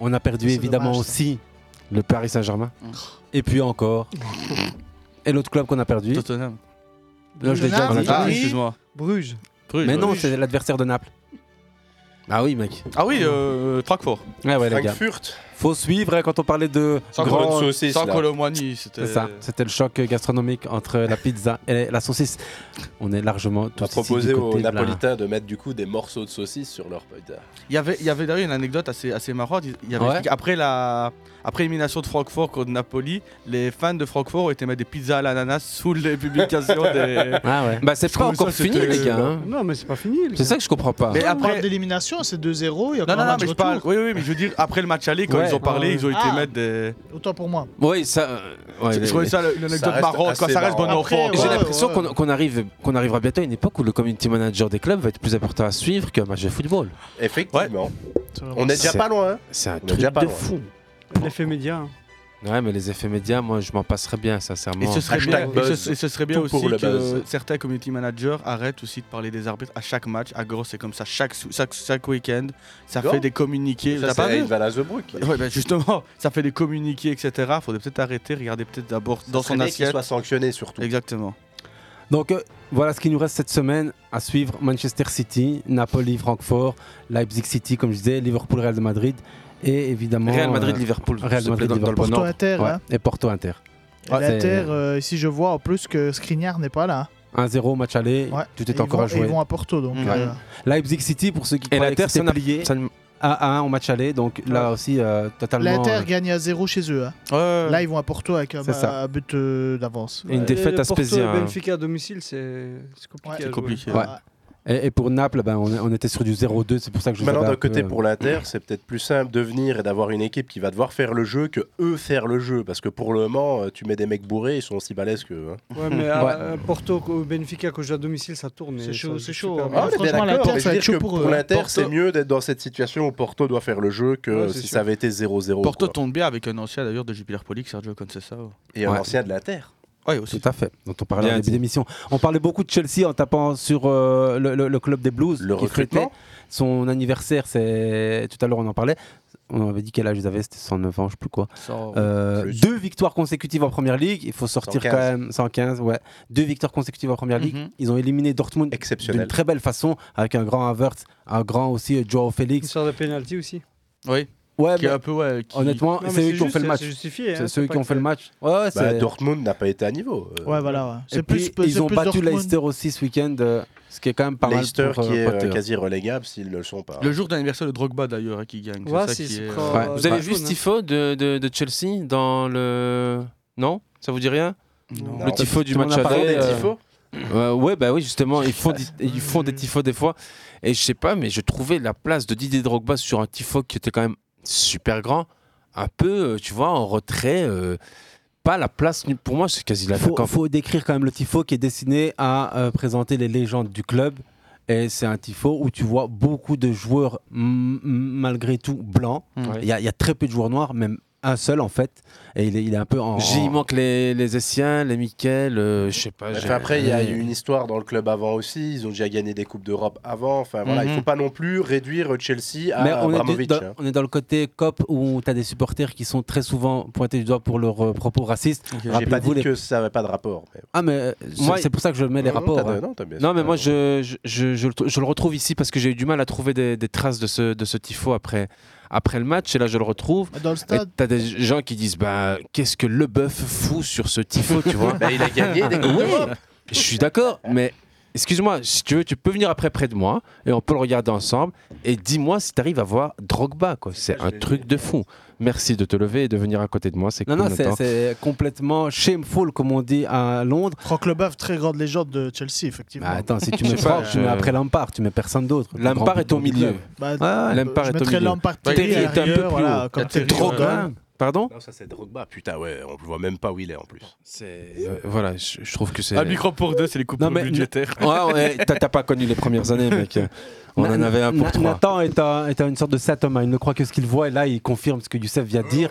on a perdu C'est évidemment dommage, ça. aussi le Paris Saint-Germain. Et puis encore. Et l'autre club qu'on a perdu Tottenham. Là, je l'ai déjà Tottenham, dit. Ah, excuse-moi. Bruges. Mais ouais. non, c'est l'adversaire de Naples. Ah oui, mec. Ah oui, euh, Francfort. Ouais, Ah ouais, les gars. Frankfurt. Faut suivre hein, quand on parlait de. Sans grand... Colombo- saucisse, sans là. Colomboigny, c'était- C'est ça, c'était le choc gastronomique entre la pizza et la saucisse. On est largement tous On a ici proposé du aux côté de la- Napolitains de mettre du coup des morceaux de saucisse sur leur pizza. Il y avait, il y avait d'ailleurs une anecdote assez, assez marrante. Il- il y avait Ouais. expliqué- après la, après l'élimination de Francfort contre Napoli, les fans de Francfort ont été mettre des pizzas à l'ananas sous les publications des. Ah Bah, c'est Je pas trouve ça, encore fini, c'était- euh, les gars. hein. Non, mais c'est pas fini. C'est ça que je comprends pas. Mais Mais après- après d'élimination, c'est 2-0, il y a Non, encore non, un match non, Ah, mais je retour. parle. Oui, oui, mais je veux dire, après le match aller, quand Ouais. ils ont parlé, Ah, ils ont été ah. mettre des. Autant pour moi. Oui, ça. euh, ouais, Je les- trouvais ça une anecdote marrante, quoi, ça reste bon enfant. J'ai l'impression qu'on- qu'on arrive, qu'on arrivera bientôt à une époque où le community manager des clubs va être plus important à suivre qu'un match de football. Effectivement. On est déjà C'est- pas loin. hein. C'est On un est truc déjà pas de loin. fou. L'effet média. hein. Ouais, mais les effets médias, moi, je m'en passerais bien, sincèrement. Et ce serait bien, Bah, et ce- et ce serait bien Tout aussi pour le que buzz. certains community managers arrêtent aussi de parler des arbitres à chaque match. À gros, c'est comme ça chaque, sou- chaque, chaque week-end. Ça Non. fait des communiqués. Ça, T'as c'est pas vu Eid Van Azebroek. Ouais, bah, justement, ça fait des communiqués, etc. Faudrait peut-être arrêter, regarder peut-être d'abord dans serait son bien qu'il assiette. soit sanctionné surtout. Exactement. Donc euh, voilà ce qui nous reste cette semaine à suivre Manchester City, Napoli, Francfort, Leipzig City, comme je disais, Liverpool, Real de Madrid et évidemment euh, Real Madrid, Liverpool, s'il te plaît, dans- dans le Porto Inter, hein. et Porto Inter. Et la Terre, euh, ici je vois en plus que Skriniar n'est pas là. 1-0 match aller, tout Et est ils encore vont- à et jouer. Ils vont à Porto donc. Ouais. euh, Leipzig City pour ceux qui Et croyaient la Terre, que c'était ça n'a- plié ça à 1 au match aller, donc là aussi euh, totalement. L'Inter euh, gagne à 0 chez eux. hein. Ouais. Là, ils vont à Porto avec un, C'est ça. un but euh, d'avance. Et une défaite à Spezia. hein. Benfica à domicile, c'est c'est compliqué. à jouer. Ouais. Et, et pour Naples, ben, on, on était sur du 0-2, c'est pour ça que je vous Maintenant, avais d'un un peu, côté, euh, pour l'Inter, c'est peut-être plus simple de venir et d'avoir une équipe qui va devoir faire le jeu que eux faire le jeu. Parce que pour le moment, euh, tu mets des mecs bourrés, ils sont aussi balèzes qu'eux. hein. Ouais, mais euh, à- à Porto au Benfica, quand je joue à domicile, ça tourne. et C'est chaud, ça- c'est chaud. super Ah, bien. mais Franchement, l'Inter, Mais ça va je veux être dire chaud que pour pour, eux. euh, l'Inter, Porto- c'est mieux d'être dans cette situation où Porto doit faire le jeu que Ouais, c'est si sûr. ça avait été 0-0. Porto quoi. tombe bien avec un ancien d'ailleurs de Jupiler Poli, Sergio Conceição. Et un ancien de l'Inter. Oui, aussi. Tout à fait, dont on parlait Bien en début dit. d'émission. On parlait beaucoup de Chelsea en tapant sur euh, le, le- le club des Blues. Le recrutement. Son anniversaire, c'est. Tout à l'heure, on en parlait. On avait dit quel âge ils avaient, c'était 109 ans, je sais plus quoi. Cent- Euh, plus. deux victoires consécutives en première ligue. Il faut sortir 115. quand même 115, ouais. Deux victoires consécutives en première ligue. Mhm. Ils ont éliminé Dortmund d'une très belle façon avec un grand Havertz, un grand aussi euh, Joao Félix. Histoire de penalty aussi. Oui. Ouais, Qui est mais un peu, ouais, qui- Honnêtement, Non, mais c'est eux c'est qui ont juste, fait le c'est match. justifié, hein, C'est c'est ceux pas qui ont que- fait le match. Ouais, ouais, Bah, c'est- Dortmund n'a pas été à niveau. euh. Ouais, voilà. ouais. et C'est puis, plus, ils ont battu Dortmund. Leicester aussi ce week-end. euh, Ce qui est quand même pas mal Leicester pour, euh, qui est euh, Potter. quasi relégable s'ils ne le sont pas. Le jour d'anniversaire de Drogba d'ailleurs hein, qui gagne. Ouais, ça c'est- qui c'est est- quand- Ouais. Vous avez bah, vu hein. jaune, ce tifo de, de- de Chelsea dans le. Non Ça vous dit rien Non. Le tifo du Tout le match monde a parlé aller. des euh, tifos euh, ouais, bah oui, justement, ils font, di- ils font des tifos des fois. Et je sais pas, mais je trouvais la place de Didier Drogba sur un tifo qui était quand même super grand, un peu, euh, tu vois, en retrait. euh, pas la place, pour moi, c'est quasi la faut, faut décrire quand même le tifo qui est destiné à euh, présenter les légendes du club. Et c'est un tifo où tu vois beaucoup de joueurs m- m- malgré tout blancs. Mm. Il Ouais. y, a- il y a très peu de joueurs noirs, même un seul en fait. Et il est, il est un peu en. J'y manque les, les Essiens, les Miquel, euh, je sais pas. Enfin, j'ai- après, il y a eu une histoire dans le club avant aussi. Ils ont déjà gagné des Coupes d'Europe avant. Enfin, voilà, il Mhm. ne faut pas non plus réduire Chelsea Mais à on est, du- Abramovich. dans, hein. on est dans le côté COP où tu as des supporters qui sont très souvent pointés du doigt pour leurs euh, propos racistes. J'ai pas Rappelez-vous dit les- que ça n'avait pas de rapport. mais- Ah, mais euh, c'est- Moi- c'est pour ça que je mets les Non, non, rapports. t'as- hein. non, t'as bien- mais moi, je, je, je- je le trou- je le retrouve ici parce que j'ai eu du mal à trouver des, des traces de ce, de ce tifo après, après le match. Et là, je le retrouve. Bah, Dans le stade. Et T'as des gens qui disent bah, Qu'est-ce que le bœuf fout sur ce tifo tu vois Bah, il a gagné des Coupes Oui, d'Europe. Je suis d'accord, mais. Excuse-moi, si tu veux, tu peux venir après près de moi et on peut le regarder ensemble. Et dis-moi si tu arrives à voir Drogba, quoi. C'est un truc de fou. Merci de te lever et de venir à côté de moi. C'est Non, cool, non, c'est- Nathan. c'est complètement shameful, comme on dit à Londres. Franck Leboeuf, très grande légende de Chelsea, effectivement. Bah, attends, si tu mets Franck, tu mets euh, après Lampard, tu mets personne d'autre. Le Lampard grand est au buteur du milieu. club. Bah, Ouais, je Lampard est au mettrais milieu. Lampard, Terry à est un peu l'arrière, plus haut. voilà, comme Terry Drogba. Jordan. Pardon Non, ça c'est Drogba. Putain, ouais, on ne voit même pas où il est en plus. C'est. Euh, Voilà, je, je trouve que c'est. Un micro pour deux, c'est les coupes Non, mais- budgétaires. Ouais, ouais, t'as t'as pas connu les premières années, mec. On Na- en avait un pour na- trois. Nathan est à, une sorte de Satoma. Il ne croit que ce qu'il voit et là, il confirme ce que Youssef vient de dire.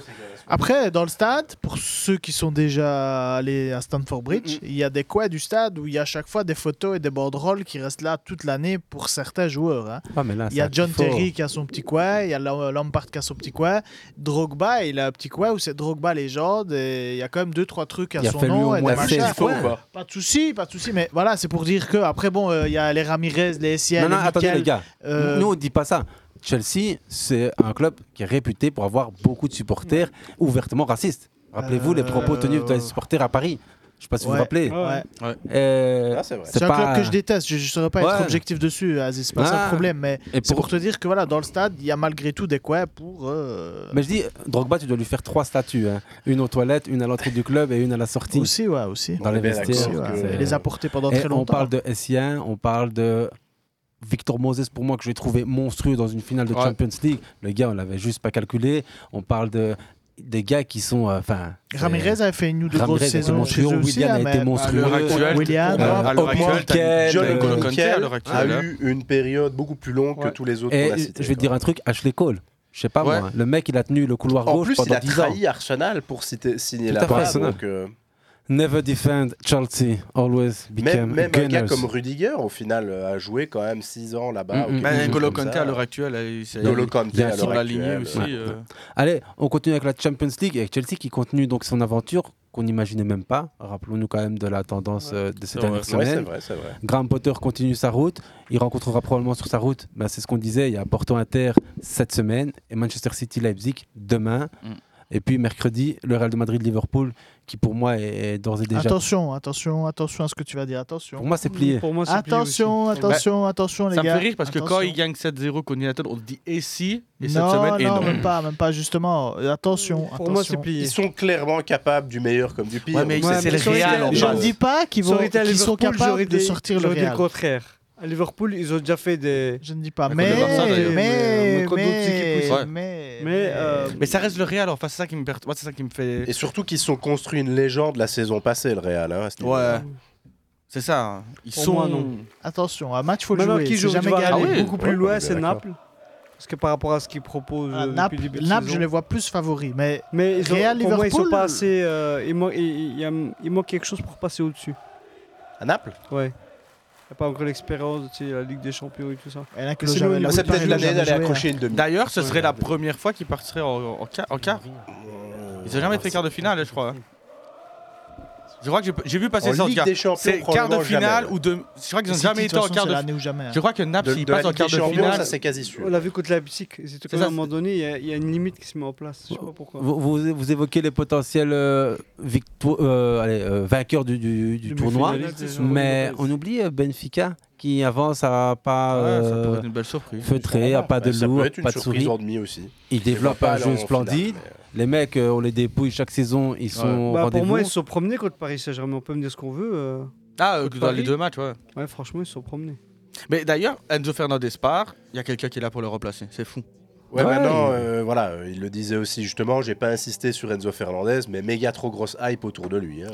Après, dans le stade, pour ceux qui sont déjà allés à Stanford Bridge, il y a des coins du stade où il y a à chaque fois des photos et des banderoles qui restent là toute l'année pour certains joueurs. hein. Ah, mais là, il y a c'est un John petit fort. Terry qui a son petit coin, il y a Lam- Lampard qui a son petit coin, Drogba, il a un petit coin où c'est Drogba légende et il y a quand même deux trois trucs à Il a son fallu nom au et des moins machins. 16 fois, quoi. Pas de souci, pas de souci, mais voilà, c'est pour dire que après bon, euh, il y a les Ramirez, les Essien, Non, non, les attendez, Mikel, les gars. euh, Nous, on dit pas ça. Chelsea, c'est un club qui est réputé pour avoir beaucoup de supporters ouvertement racistes. Rappelez-vous les propos tenus par les supporters à Paris. Je sais pas si vous Euh, Ouais. vous rappelez. Ouais. Ah, Euh, C'est un pas- club que je déteste, je ne saurais pas être Ouais. objectif dessus, Aziz, c'est pas Ah. ça le problème, mais Et c'est pour- pour te dire que voilà, dans le stade, il y a malgré tout des coins pour... euh, Mais je dis, Drogba, tu dois lui faire trois statues. hein. Une aux toilettes, une à l'entrée du club et une à la sortie. Aussi, ouais, aussi. Dans On les est bien vestiaires. d'accord que- c'est- Il les a portés pendant Et très longtemps. On parle de Essien, on parle de Victor Moses, pour moi, que je vais trouver monstrueux dans une finale de Ouais. Champions League. Le gars, on l'avait juste pas calculé. On parle de des gars qui sont... euh, Enfin, Ramirez avait fait une ou deux Ramirez grosses était saisons chez monstrueux, eux aussi, William hein, a mais- été monstrueux. À l'heure actuelle, William, Pour moi, à l'heure actuelle, t'as John N'Golo N'Golo Kanté à Kanté l'heure actuelle, a hein. eu une période beaucoup plus longue que tous les autres Et qu'on a je vais cités. te dire un truc, Ashley Cole. Je sais pas Ouais. moi, le mec il a tenu le couloir En gauche plus, il pendant a 10 ans. trahi Arsenal pour citer- signer Tout la à fait. bas Arsenal. donc, euh, Never defend Chelsea, always became Même, même un gars gunners. comme Rudiger, au final, euh, a joué quand même 6 ans là-bas. Mm, mm. Bah, N'Golo Kanté, à l'heure actuelle, il s'est- N'Golo il- Kanté il a à l'heure sur la lignée actuelle, aussi, ouais. euh, Ouais. Allez, on continue avec la Champions League et avec Chelsea qui continue donc son aventure qu'on n'imaginait même pas. Rappelons-nous quand même de la tendance euh, de ces Ouais, dernières c'est vrai, semaines. c'est vrai, c'est vrai. Graham Potter continue sa route. Il rencontrera probablement sur sa route, ben, c'est ce qu'on disait, il y a Porto Inter cette semaine et Manchester City Leipzig demain. Mm. Et puis mercredi, le Real de Madrid-Liverpool qui pour moi est, est d'ores et déjà... Attention, attention, attention à ce que tu vas dire, attention. Pour moi, c'est plié. Pour moi, c'est plié attention, aussi. attention, Bah, attention, les Ça gars. me fait rire parce que quand attention. il gagne 7-0 contre United, on se dit et si, et cette non, semaine, et non, non. même pas, même pas, justement. Euh, Attention, attention. Ils sont clairement capables du meilleur comme du pire. Ouais, mais Ouais, c'est mais le ils sont- Real, en Je Je ne dis pas qu'ils vont- J'aurais été à qu'ils sont Liverpool, capables j'aurais de dit- sortir le j'aurais dit Real. contraire. À Liverpool, ils ont déjà fait des. Je ne dis pas, mais- mais- contre d'autres équipes aussi. Ouais. mais, euh, Mais ça reste le Real, enfin, c'est ça qui me, per- moi, c'est ça qui me fait. Et surtout qu'ils se sont construits une légende la saison passée, le Real. hein, à ce Ouais. niveau-là. C'est ça. hein. Ils Pour sont. moi, Ah non. Attention, un match, faut le Maintenant jouer. qu'ils c'est jouent, jamais tu vas gagné. aller beaucoup plus loin, c'est Naples. Parce que par rapport à ce qu'ils proposent Ah, euh, depuis Naples, le début de Naples, saison. je les vois plus favoris. Mais, Mais ils ont- Real, pour moi, ils sont Liverpool, pas assez. euh, il, manque, il- il y a- il manque quelque chose pour passer au-dessus. À Naples Ouais. Il n'y a pas encore l'expérience, tu sais, la Ligue des Champions et tout ça. Elle a que jamais- hein. Ah, c'est peut-être l'année d'aller hein. accrocher une demi. D'ailleurs, ce serait la première fois qu'ils Euh, partiraient en, en, quart- en quart. Ils n'ont jamais fait quart de finale, je crois. hein. Je crois que j'ai p- j'ai vu passer En ça en Ligue cas. des Champions, C'est quart de probablement finale jamais. ou de. Je crois qu'ils ont City, jamais de été toute en façon, quart c'est de l'année ou jamais, hein. Je crois que Naples, De- s'il de la passe en Ligue quart des de Champions, finale. ça, c'est quasi sûr. On l'a vu contre la Leipzig. C'est ça, Oh. qu'à un moment donné, il y a- il y, a une limite qui se met en place. Je sais pas pourquoi. Vous, vous- vous évoquez les potentiels euh, victo- euh, allez, euh, vainqueurs du, du- du tournoi, finaliste, déjà. mais on oublie euh, Benfica qui avance à pas Ouais, ça euh, pourrait être une belle surprise. feutré, à pas de Ouais, ça peut lourd, être une pas de surprise souris. en demi aussi. Ils Je les développent vois pas un aller jeu en finale, splendide. Les mecs, euh, on les dépouille chaque saison, ils sont au Bah, pour rendez-vous. moi, ils se sont promenés contre Paris Saint-Germain. On peut me dire ce qu'on veut. euh, Ah, euh, contre dans les Paris. deux matchs, ouais. Ouais, franchement, ils se sont promenés. Mais d'ailleurs, Enzo Fernandez part, il y a quelqu'un qui est là pour le remplacer. C'est fou. Ouais, maintenant, euh, voilà, euh, il le disait aussi justement, j'ai pas insisté sur Enzo Fernandez, mais méga trop grosse hype autour de lui. hein.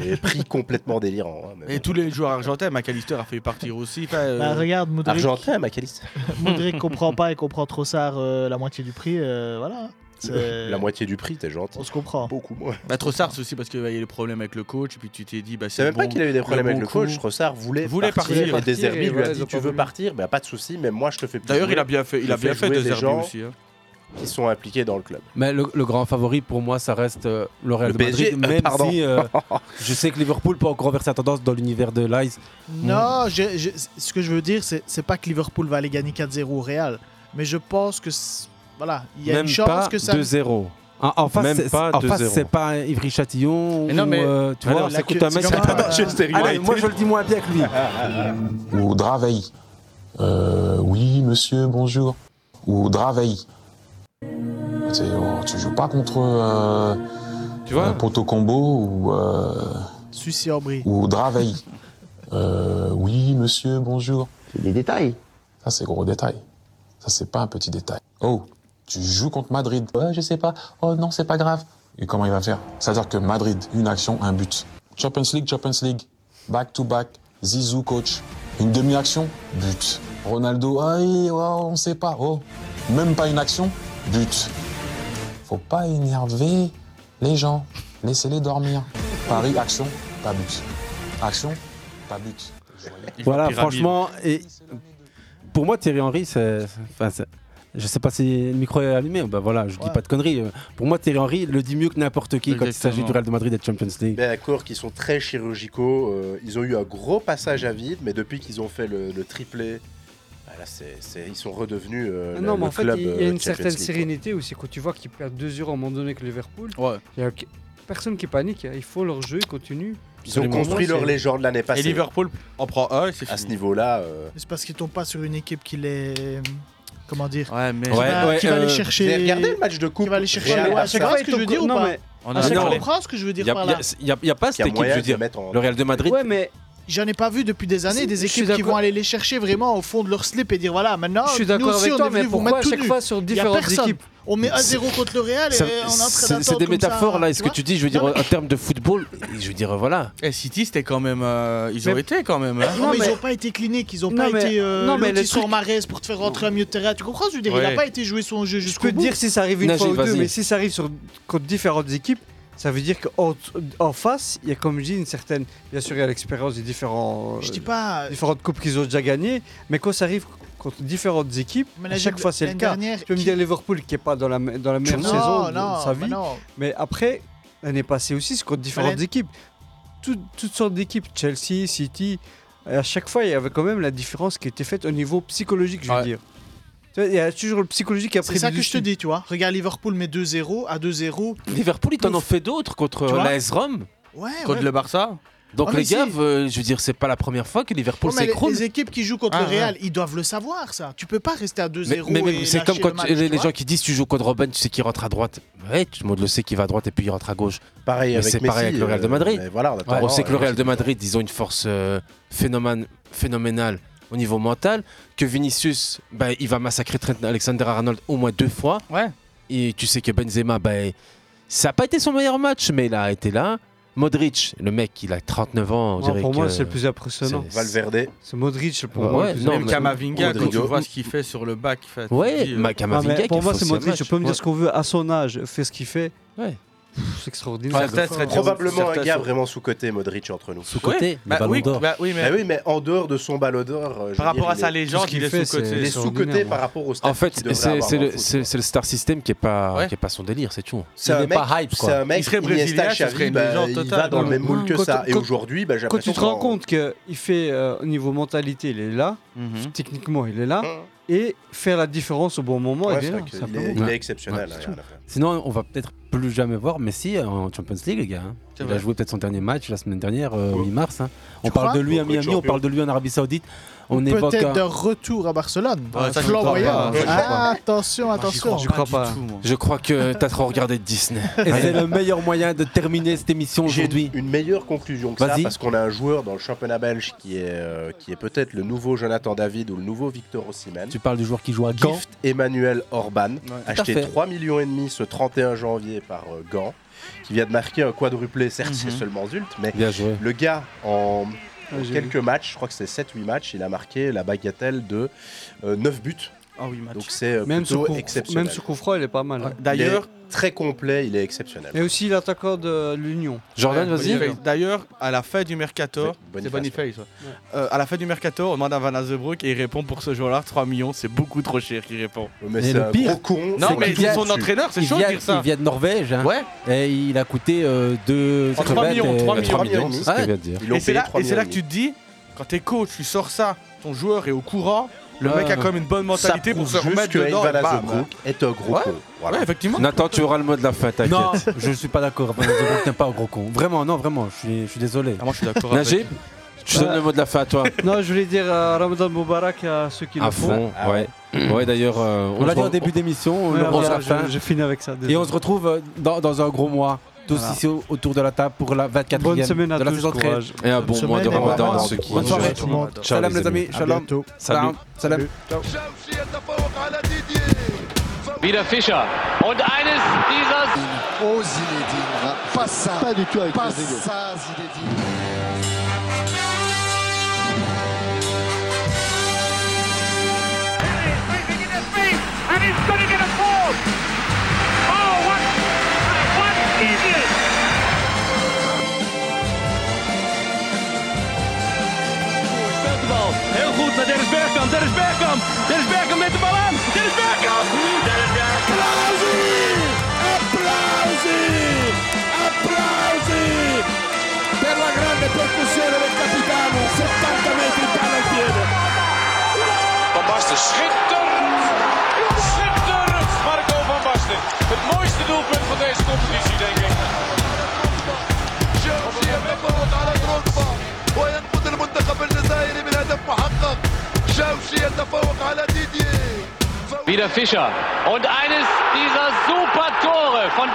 J'ai pris complètement délirant. hein, mais Et tous les joueurs argentins, McAllister a failli partir aussi. enfin, euh, Bah, regarde, Modric. Argentin, Macaliste. Modric comprend pas et comprend Trossard euh, la moitié du prix. euh, voilà. C'est- La moitié du prix, t'es gentil. On se comprend. Beaucoup moins. Bah, Trossard, c'est aussi parce qu'il y a eu des problèmes avec le coach, et puis tu t'es dit, bah, C'est c'est même pas bon, qu'il a eu des le problèmes bon avec le coup. coach. Trossard voulait, Voulait partir, et Deserbi et lui ouais, a ils dit ont Tu pas veux voulu. partir bah, Pas de souci, mais moi je te fais plus D'ailleurs, jouer. il a bien fait- il Je a fais bien fait jouer des Deserbi gens aussi, hein. Qui sont impliqués dans le club. Mais le, le grand favori pour moi, ça reste euh, le Real Le de Madrid, PSG, euh, même pardon. si euh, je sais que Liverpool peut encore renverser la tendance dans l'univers de Lies. Non, je- je- ce que je veux dire, c'est c'est pas que Liverpool va aller gagner 4-0 au Real, mais je pense que c'est- voilà, il y a Même une chance pas que ça. 2-0. En, en face, Même c'est- pas en face, 2-0. c'est pas un Ivry Châtillon. Mais non, ou, mais- euh, tu Ah vois, non, ça la coûte queue- un mec. c'est comme Ah, Manchester ah, United. moi, je le dis moins bien que lui. ou Draveil. Euh, oui, monsieur, bonjour. Ou Draveil. C'est- oh, tu joues pas contre euh, euh, Poto Combo ou, euh, Sucy en brie. ou Draveil. Euh, oui, monsieur, bonjour. C'est des détails. Ça, c'est gros détail. Ça, c'est pas un petit détail. Oh, tu joues contre Madrid. Ouais, je sais pas. Oh non, c'est pas grave. Et comment il va faire C'est-à-dire que Madrid, une action, un but. Champions League, Champions League. Back to back. Zizou, coach. Une demi-action, but. Ronaldo, ah, il- oh, on sait pas. Oh, même pas une action, but. Faut pas énerver les gens. Laissez-les dormir. Paris, action, pas but. Action, pas but. Voilà, Pyramide. franchement, et pour moi, Thierry Henry, c'est. enfin, c'est- je sais pas si le micro est allumé, bah voilà, je dis pas de conneries. Pour moi, Thierry Henry le dit mieux que n'importe qui quand il s'agit Exactement. du Real de Madrid et de Champions League. Ben, D'accord, qui sont très chirurgicaux. euh, ils ont eu un gros passage à vide, mais depuis qu'ils ont fait le, le triplé, ben là, c'est- c'est- ils sont redevenus euh, Ah le- non, le mais en fait, club, il il y a euh, une Champions certaine League, quoi. sérénité aussi. Quand tu vois qu'ils perdent 2-0 à un moment donné avec Liverpool, il n'y a que- personne qui panique. hein. Ils font leur jeu, ils continuent. Ils ont construit leur légende l'année passée. Et Liverpool en prend un, et c'est À ce niveau-là. euh, C'est parce qu'ils tombent pas sur une équipe qui les. Comment dire Ouais, mais. Qui va, qui va les chercher. Vous avez regardé le match de coupe Qui va les chercher. Real Ouais, Barça à chaque fois, ce que je veux dire ou pas On À a- chaque non. fois, on comprend ce que je veux dire Y a- par y là. a- y a- y a pas cette équipe, je veux dire. Le Real de Madrid. Ouais, mais. J'en ai pas vu depuis des C'est- années je des suis équipes qui d'accord. vont aller les chercher vraiment au fond de leur slip et dire voilà, maintenant, Je suis nous d'accord aussi, avec on toi, est venu mais vous pourquoi mettre à tout chaque nu. fois sur Y a différentes personne. équipes On met C'est- 1-0 contre le Real et Ça- on est en train C'est d'attendre c'est des comme ça. métaphores là, est-ce Tu que vois tu dis, je veux dire, en termes de football, je veux dire, voilà. Et Eh, City, c'était quand même. euh, ils ont Mais- été quand même. hein. Non, mais, ils ont pas été cliniques, ils ont Non, pas mais- été euh, non, mais lotis le sur truc- Marès pour te faire rentrer un milieu de terrain. Tu comprends ce que je veux dire Il Ouais. a pas été joué son jeu jusqu'au Je peux te bout. dire si ça arrive une fois Najib, ou deux, vas-y. mais si ça arrive sur, contre différentes équipes, ça veut dire qu'en en face, il y a comme je dis une certaine. Bien sûr, il y a l'expérience des différents, euh, Je dis pas- différentes coupes qu'ils ont déjà gagnées, mais quand ça arrive contre différentes équipes, Mais à Najib, chaque fois c'est le l'année cas. dernière, tu peux me qui- dire Liverpool qui n'est pas dans la, me- dans la meilleure Non, saison de non, sa mais vie, non. mais après, l'année passée aussi, c'est contre différentes l'année- équipes. Tout- toutes sortes d'équipes, Chelsea, City. À chaque fois, il y avait quand même la différence qui était faite au niveau psychologique, je veux dire. Tu vois, Il y a toujours le psychologique qui a pris C'est ça le que je te dessus. dis, tu vois. Regarde Liverpool met 2-0 à 2-0. Liverpool, ils t'en ont fait d'autres contre Tu vois l'AS Rome, Ouais, contre ouais. le Barça. Donc Ah, mais les gars, si. euh, je veux dire, c'est pas la première fois que Liverpool Ouais, mais les, s'écroule. les équipes qui jouent contre Ah, le Real, ouais. ils doivent le savoir, ça. Tu peux pas rester à 2-0. Mais, mais même, et c'est comme lâcher quand le match, tu- les, tu les vois. gens qui disent tu joues contre Robin, tu sais qu'il rentre à droite. Ouais, tout le monde le sait qu'il va à droite et puis il rentre à gauche. Pareil Mais avec c'est pareil Messi, avec le Real de euh, Madrid. mais voilà, euh, on attend. on sait que le Ouais, Real de Madrid, ils ont une force euh, phénomène, phénoménale au niveau mental. Que Vinicius, ben, il va massacrer Trent Alexander-Arnold au moins deux fois. Et tu sais que Benzema, ben, ça n'a pas été son meilleur match, mais il a été là. Modric, le mec, il a 39 ans. on Moi, dirait pour moi, que- c'est le plus impressionnant. c'est- Valverde. C'est Modric pour Bah Ouais, moi. ouais, le plus non, impressionnant. Même Kamavinga, quand tu vois ce qu'il fait sur le bah, back. fait, tu te dis, euh, Non, mais Pour moi, c'est Modric. Je peux me dire ce qu'on veut à son âge, fait ce qu'il fait. Ouais. Pff, C'est extraordinaire. Enfin, probablement un gars vraiment sous-côté, Modric, entre nous. Sous-coté, le Ballon oui, d'Or. bah oui, mais... en dehors de son ballon d'or. euh, je Par veux dire, rapport à il sa est- légende, tout ce qu'il il est fait, sous-coté. c'est- Il est C'est sous-coté ordinaire, par moi. rapport au statut En fait, qu'il devrait c'est avoir c'est dans le, foot. c'est- c'est le star system qui est pas, Ouais. qui est pas son délire, c'est tout. C'est un mec, c'est un mec, Iniesta, Xavi, bah, il va dans le même moule que Quand- ça. Et quand- aujourd'hui, bah, j'ai Quand tu l'impression te rends compte qu'il fait, euh, au niveau mentalité, il est là, Mhm. techniquement, il est là, et faire la différence au Ah bon moment, Hein. Ouais, il c'est est là. vrai qu'il est- simplement. il est exceptionnel, hein, rien à faire. Sinon, on va peut-être plus jamais voir Messi euh, en Champions League, les gars. hein. C'est Il a vrai. joué peut-être son dernier match la semaine dernière, euh, mi-mars. hein. On Tu parle crois de lui à Beaucoup de Miami, on champions. parle de lui en Arabie Saoudite. On évoque. Peut-être un- d'un retour à Barcelone. Ouais, ça, je crois Flamboyant. pas, je crois pas. attention, attention. Je crois pas. Je crois que t'as trop regardé Disney. Et c'est le meilleur moyen de terminer cette émission J'ai aujourd'hui. une meilleure conclusion que ça Vas-y. parce qu'on a un joueur dans le championnat belge qui est, euh, qui est peut-être le nouveau Jonathan David ou le nouveau Victor Osimhen. Tu parles du joueur qui joue à Gand. Gift Emmanuel Orban, à acheté fait. 3 millions et demi ce 31 janvier par euh, Gand, qui vient de marquer un quadruplé, certes Mhm. c'est seulement Zult, mais le gars en, Ah, en Ouais, j'ai quelques matchs, je crois que c'est 7-8 matchs, il a marqué la bagatelle de 9 buts. Donc c'est euh, Ah, Même sur plutôt coup- exceptionnel. même sur coup franc, il est pas mal. hein. D'ailleurs, très complet, il est exceptionnel. Et aussi l'attaquant de l'Union. Ouais, Boniface. D'ailleurs, à la fin du Mercator, Boniface, c'est Boniface. ouais. Euh, à la fin du Mercator, on demande à Van Azebroek et il répond pour ce joueur-là 3 millions, c'est beaucoup trop cher qu'il répond. Mais c'est un gros con. Non, c'est mais qu'il c'est vient- son entraîneur, c'est il chaud de vient- dire ça. Il vient de Norvège. hein. Ouais. Et il a coûté euh, 2 En 3 euh, millions, 3 euh, millions, c'est ce que je viens de dire. Et c'est là, et c'est là que tu te dis, quand t'es coach, tu sors ça, ton joueur est au courant, le Ouais. mec a quand même une bonne mentalité Ça pour se prouve juste remettre que dedans. Ivan et bam. Azebrook est un gros Ouais. con. Voilà. Ouais, effectivement. Nathan, tu auras le mot de la fin, t'inquiète. Non, je ne suis pas d'accord. Van Azebroek n'est pas un gros con. Vraiment, non, vraiment, je suis, je suis désolé. Ah, moi, je suis d'accord avec- Najib, je te donne Ouais. le mot de la fin à toi. Non, je voulais dire euh, Ramadan Moubarak à ceux qui le À font. fond, Ah ouais. Ouais, d'ailleurs, euh, On on l'a l'a dit dit au en début d'émission, le Ouais, on voilà, sera je- fin. je finis avec ça, désolé. Et on se retrouve euh, dans, dans un gros mois, tous Voilà. ici au- autour de la table pour la 24e Bonne semaine à de la tous, saison 13. courage. Et un Bonne bon mois de semaine et Ramadan bon à Ramadan. ceux qui Bonne soirée. tout le monde. Ciao, Salam les les amis. amis, À shalom. bientôt. Salam. Salam. Wieder Fischer. Und eines dieses. Oh Zinedine, pas ça. Pas du tout avec pas ça, and he's going to get a ball. Oh, what, what idiot! Speelt de bal. Heel goed naar Dennis Bergkamp. Dennis Bergkamp. Dennis Bergkamp met de bal aan. Dennis Bergkamp. Dennis Bergkamp. Applausie! Applausie! Applausie! Per la grande percussione del capitano. 70 metri in piede. Van Basten schitterend! Schitterend! Marco van Basten. Het mooiste doelpunt van deze competitie, denk ik. شرقي يتفوق على دروكبا وينقذ المنتخب الجزائري من هدف محقق شوشي يتفوق على ديدييه Wieder Fischer. Und eines dieser super Tore von